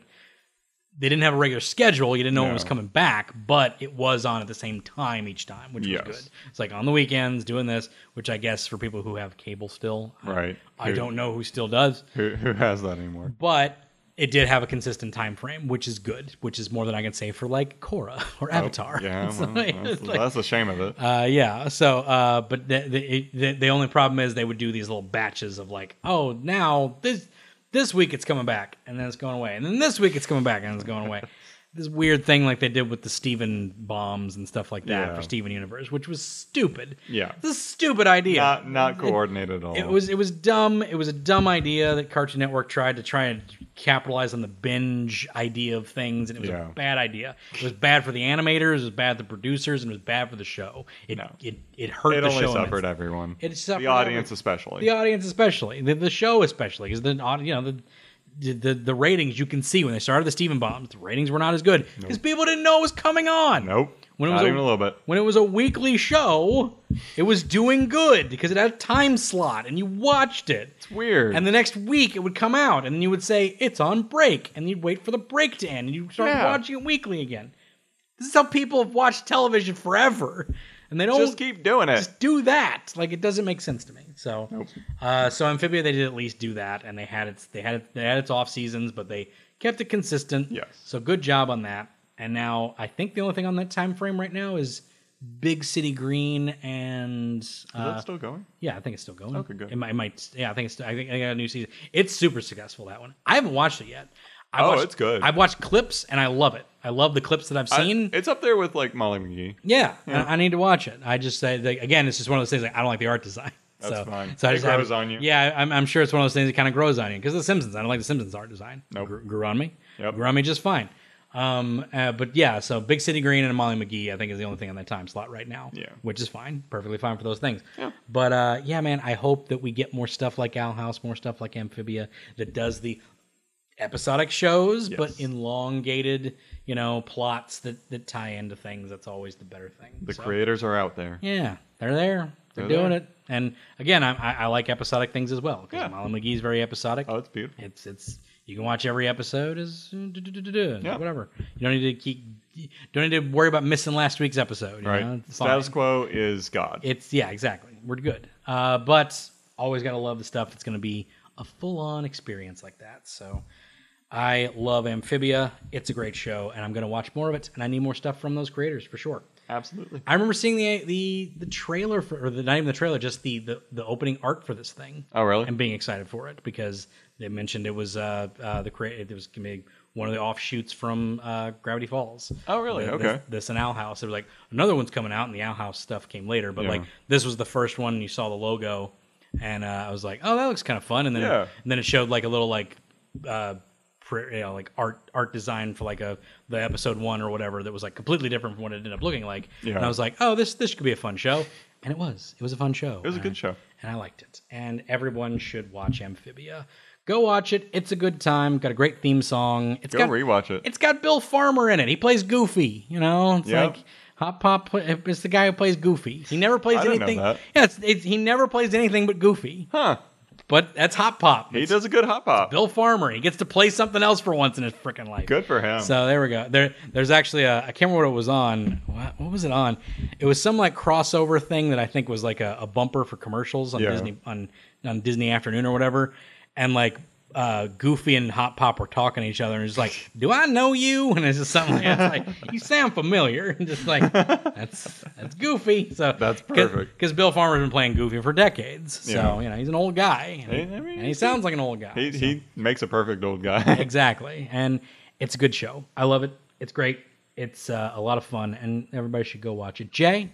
[SPEAKER 2] they didn't have a regular schedule. You didn't know it
[SPEAKER 3] No.
[SPEAKER 2] was coming back, but it was on at the same time each time, which
[SPEAKER 3] Yes.
[SPEAKER 2] was good. It's like on the weekends doing this, which I guess for people who have cable still, I-
[SPEAKER 3] Right.
[SPEAKER 2] I
[SPEAKER 3] Who-
[SPEAKER 2] don't know who still does
[SPEAKER 3] Who, who has that anymore?
[SPEAKER 2] but it did have a consistent time frame, which is good, which is more than I can say for like Korra or Avatar.
[SPEAKER 3] Yeah,
[SPEAKER 2] It's
[SPEAKER 3] well,
[SPEAKER 2] like-
[SPEAKER 3] that's,
[SPEAKER 2] it's like-
[SPEAKER 3] that's the shame of it.
[SPEAKER 2] uh, yeah. So, uh, but the, the, it- the the only problem is they would do these little batches of like, oh, now this this week it's coming back, and then it's going away, and then this week it's coming back, and it's going away. this weird thing like they did with the Steven bombs and stuff like that
[SPEAKER 3] Yeah.
[SPEAKER 2] for Steven Universe, which was stupid.
[SPEAKER 3] Yeah.
[SPEAKER 2] it's a stupid idea.
[SPEAKER 3] Not not coordinated at all.
[SPEAKER 2] It was it was dumb. It was a dumb idea that Cartoon Network tried to try and capitalize on the binge idea of things, and it was
[SPEAKER 3] Yeah.
[SPEAKER 2] a bad idea. It was bad for the animators, it was bad for the producers, and it was bad for the show. It
[SPEAKER 3] No.
[SPEAKER 2] it, it hurt
[SPEAKER 3] It
[SPEAKER 2] the
[SPEAKER 3] only
[SPEAKER 2] show.
[SPEAKER 3] suffered
[SPEAKER 2] immensely.
[SPEAKER 3] everyone.
[SPEAKER 2] It suffered
[SPEAKER 3] the audience
[SPEAKER 2] every-
[SPEAKER 3] especially.
[SPEAKER 2] the audience especially the, the show especially because the audi- you know the. The, the, the ratings you can see when they started the Steven bombs the ratings were not as good because people didn't know it was coming on
[SPEAKER 3] nope.
[SPEAKER 2] When it was
[SPEAKER 3] not
[SPEAKER 2] a-
[SPEAKER 3] even a little bit.
[SPEAKER 2] when it was a weekly show, it was doing good because it had a time slot and you watched it. It's
[SPEAKER 3] weird.
[SPEAKER 2] And the next week it would come out and you would say, it's on break. And you'd wait for the break to end and you'd start
[SPEAKER 3] Yeah.
[SPEAKER 2] watching it weekly again. This is how people have watched television forever. and they don't
[SPEAKER 3] Just keep doing it.
[SPEAKER 2] just do that. Like it doesn't make sense to me. So, uh, so Amphibia they did at least do that, and they had its they had they had its off seasons, but they kept it consistent.
[SPEAKER 3] Yes.
[SPEAKER 2] So good job on that. And now I think the only thing on that time frame right now is Big City Green and
[SPEAKER 3] Is
[SPEAKER 2] uh,
[SPEAKER 3] that still going?
[SPEAKER 2] yeah, I think it's still going.
[SPEAKER 3] Okay, good.
[SPEAKER 2] It might, it might yeah, I think it's. I think I got a new season. It's super successful that one. I haven't watched it yet. I
[SPEAKER 3] Oh,
[SPEAKER 2] watched,
[SPEAKER 3] it's good.
[SPEAKER 2] I've watched clips and I love it. I love the clips that I've
[SPEAKER 3] I-
[SPEAKER 2] seen.
[SPEAKER 3] it's up there with like Molly McGee.
[SPEAKER 2] Yeah, I, I need to watch it. I just say like, again, it's just one of those things. Like I don't like the art design.
[SPEAKER 3] That's
[SPEAKER 2] so,
[SPEAKER 3] fine.
[SPEAKER 2] So I
[SPEAKER 3] It
[SPEAKER 2] just
[SPEAKER 3] grows
[SPEAKER 2] haven't-
[SPEAKER 3] on you.
[SPEAKER 2] Yeah, I'm, I'm sure it's one of those things that kind of grows on you because The Simpsons. I don't like The Simpsons art design.
[SPEAKER 3] Nope.
[SPEAKER 2] Gr- grew on me.
[SPEAKER 3] Yep.
[SPEAKER 2] Grew on me just fine. Um, uh, but yeah, so Big City Green and Molly McGee, I think, is the only thing on that time slot right now.
[SPEAKER 3] Yeah.
[SPEAKER 2] which is fine, perfectly fine for those things. But uh, yeah, man, I hope that we get more stuff like Owl House, more stuff like Amphibia that does the episodic shows, but
[SPEAKER 3] Yes.
[SPEAKER 2] elongated, you know, plots that that tie into things. That's always the better thing.
[SPEAKER 3] The
[SPEAKER 2] So,
[SPEAKER 3] creators are out there.
[SPEAKER 2] yeah, they're there. They're,
[SPEAKER 3] They're
[SPEAKER 2] doing
[SPEAKER 3] there.
[SPEAKER 2] it. And again, I, I, I like episodic things as well because
[SPEAKER 3] Yeah.
[SPEAKER 2] Molly McGee's very episodic.
[SPEAKER 3] Oh, it's beautiful.
[SPEAKER 2] It's it's you can watch every episode as uh, duh, duh, duh, duh, duh,
[SPEAKER 3] Yeah.
[SPEAKER 2] whatever. You don't need to keep. You don't need to worry about missing last week's episode. You
[SPEAKER 3] Right.
[SPEAKER 2] know? It's fine.
[SPEAKER 3] Status quo is God.
[SPEAKER 2] It's yeah, exactly. We're good. Uh, but always gotta love the stuff that's gonna be a full on experience like that. So I love Amphibia. It's a great show, and I'm gonna watch more of it. And I need more stuff from those creators for sure.
[SPEAKER 3] Absolutely.
[SPEAKER 2] I remember seeing the the the trailer for, or the, not even the trailer, just the, the the opening art for this thing.
[SPEAKER 3] Oh, really?
[SPEAKER 2] And being excited for it because they mentioned it was uh, uh the create it was gonna be one of the offshoots from uh, Gravity Falls.
[SPEAKER 3] Oh, really?
[SPEAKER 2] The-
[SPEAKER 3] Okay.
[SPEAKER 2] This, this and Owl House. It was like another one's coming out, and the Owl House stuff came later. But
[SPEAKER 3] Yeah.
[SPEAKER 2] like this was the first one, and you saw the logo, and uh, I was like, oh, that looks kind of fun. And then
[SPEAKER 3] Yeah.
[SPEAKER 2] and then it showed like a little like uh pr- you know, like art art design for like a the episode one or whatever that was like completely different from what it ended up looking like
[SPEAKER 3] Yeah.
[SPEAKER 2] and i was like oh this this could be a fun show and it was it was a fun show
[SPEAKER 3] It was a good show.
[SPEAKER 2] and i liked it and everyone should watch amphibia go watch it it's a good time got a great theme song It's
[SPEAKER 3] Go
[SPEAKER 2] got
[SPEAKER 3] rewatch it.
[SPEAKER 2] it's got bill farmer in it he plays goofy you know it's
[SPEAKER 3] Yep.
[SPEAKER 2] like Hop Pop, it's the guy who plays Goofy. He never plays
[SPEAKER 3] I didn't know
[SPEAKER 2] anything.
[SPEAKER 3] that.
[SPEAKER 2] Yeah, it's, it's, he never plays anything but Goofy.
[SPEAKER 3] Huh.
[SPEAKER 2] But that's Hop Pop.
[SPEAKER 3] He
[SPEAKER 2] It's-
[SPEAKER 3] does a good hop hop.
[SPEAKER 2] Bill Farmer. He gets to play something else for once in his freaking life.
[SPEAKER 3] Good for him.
[SPEAKER 2] So there we go. There, there's actually a. I can't remember what it was on. What, what was it on? It was some like crossover thing that I think was like a, a bumper for commercials on
[SPEAKER 3] Yeah.
[SPEAKER 2] Disney on on Disney Afternoon or whatever. And like uh, Goofy and Hot Pop were talking to each other, and it's like, "Do I know you?" And it's just something like, that. It's like you sound familiar, and just like that's that's Goofy. So
[SPEAKER 3] That's perfect.
[SPEAKER 2] because Bill Farmer's been playing Goofy for decades. So
[SPEAKER 3] Yeah.
[SPEAKER 2] you know he's an old guy, and,
[SPEAKER 3] I mean,
[SPEAKER 2] and he sounds like an old guy.
[SPEAKER 3] he,
[SPEAKER 2] so
[SPEAKER 3] he makes a perfect old guy.
[SPEAKER 2] exactly. And it's a good show. I love it. It's great. It's uh, a lot of fun, and everybody should go watch it. Jay,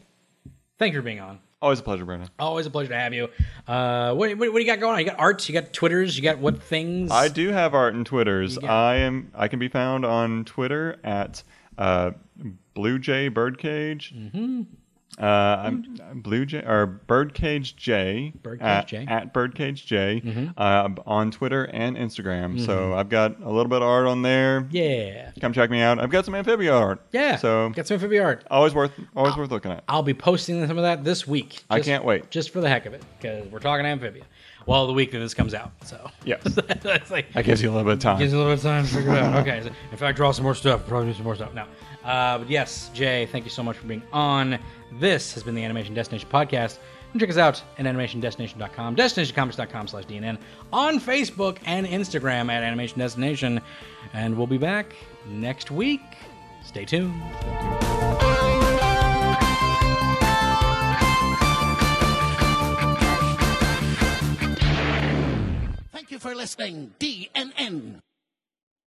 [SPEAKER 2] thank you for being on.
[SPEAKER 3] Always a pleasure, Brennan.
[SPEAKER 2] Always a pleasure to have you. Uh, what, what, what do you got going on? You got arts, you got Twitters, you got what things?
[SPEAKER 3] I do have art and Twitters.
[SPEAKER 2] got-
[SPEAKER 3] I am. I can be found on Twitter at uh, Blue Jay Birdcage. Mm-hmm. Uh, I'm I'm Blue Jay or Birdcage J.
[SPEAKER 2] Birdcage Mm-hmm.
[SPEAKER 3] at,
[SPEAKER 2] J.
[SPEAKER 3] at Birdcage J uh, on Twitter and Instagram. So I've got a little bit of art on there.
[SPEAKER 2] Mm-hmm. Yeah.
[SPEAKER 3] Come check me out. I've got some amphibia art.
[SPEAKER 2] Yeah.
[SPEAKER 3] So
[SPEAKER 2] got some amphibia art.
[SPEAKER 3] always worth always worth looking at.
[SPEAKER 2] I'll be posting some of that this week.
[SPEAKER 3] I
[SPEAKER 2] Just-
[SPEAKER 3] can't wait.
[SPEAKER 2] Just for the heck of it, because we're talking amphibia. Well, the week that this comes out. So,
[SPEAKER 3] Yes.
[SPEAKER 2] it's like,
[SPEAKER 3] That gives you a little bit of
[SPEAKER 2] Gives
[SPEAKER 3] time.
[SPEAKER 2] you a little bit of time to figure it out. Okay. so- In fact, draw some more stuff. Probably do some more stuff now. Uh, but yes, Jay, thank you so much for being on. This has been the Animation Destination Podcast. And check us out at animationdestination.com, destinationcomics.com slash DNN, on Facebook and Instagram at Animation Destination. And we'll be back next week. Stay tuned.
[SPEAKER 5] Thank you for listening, DNN.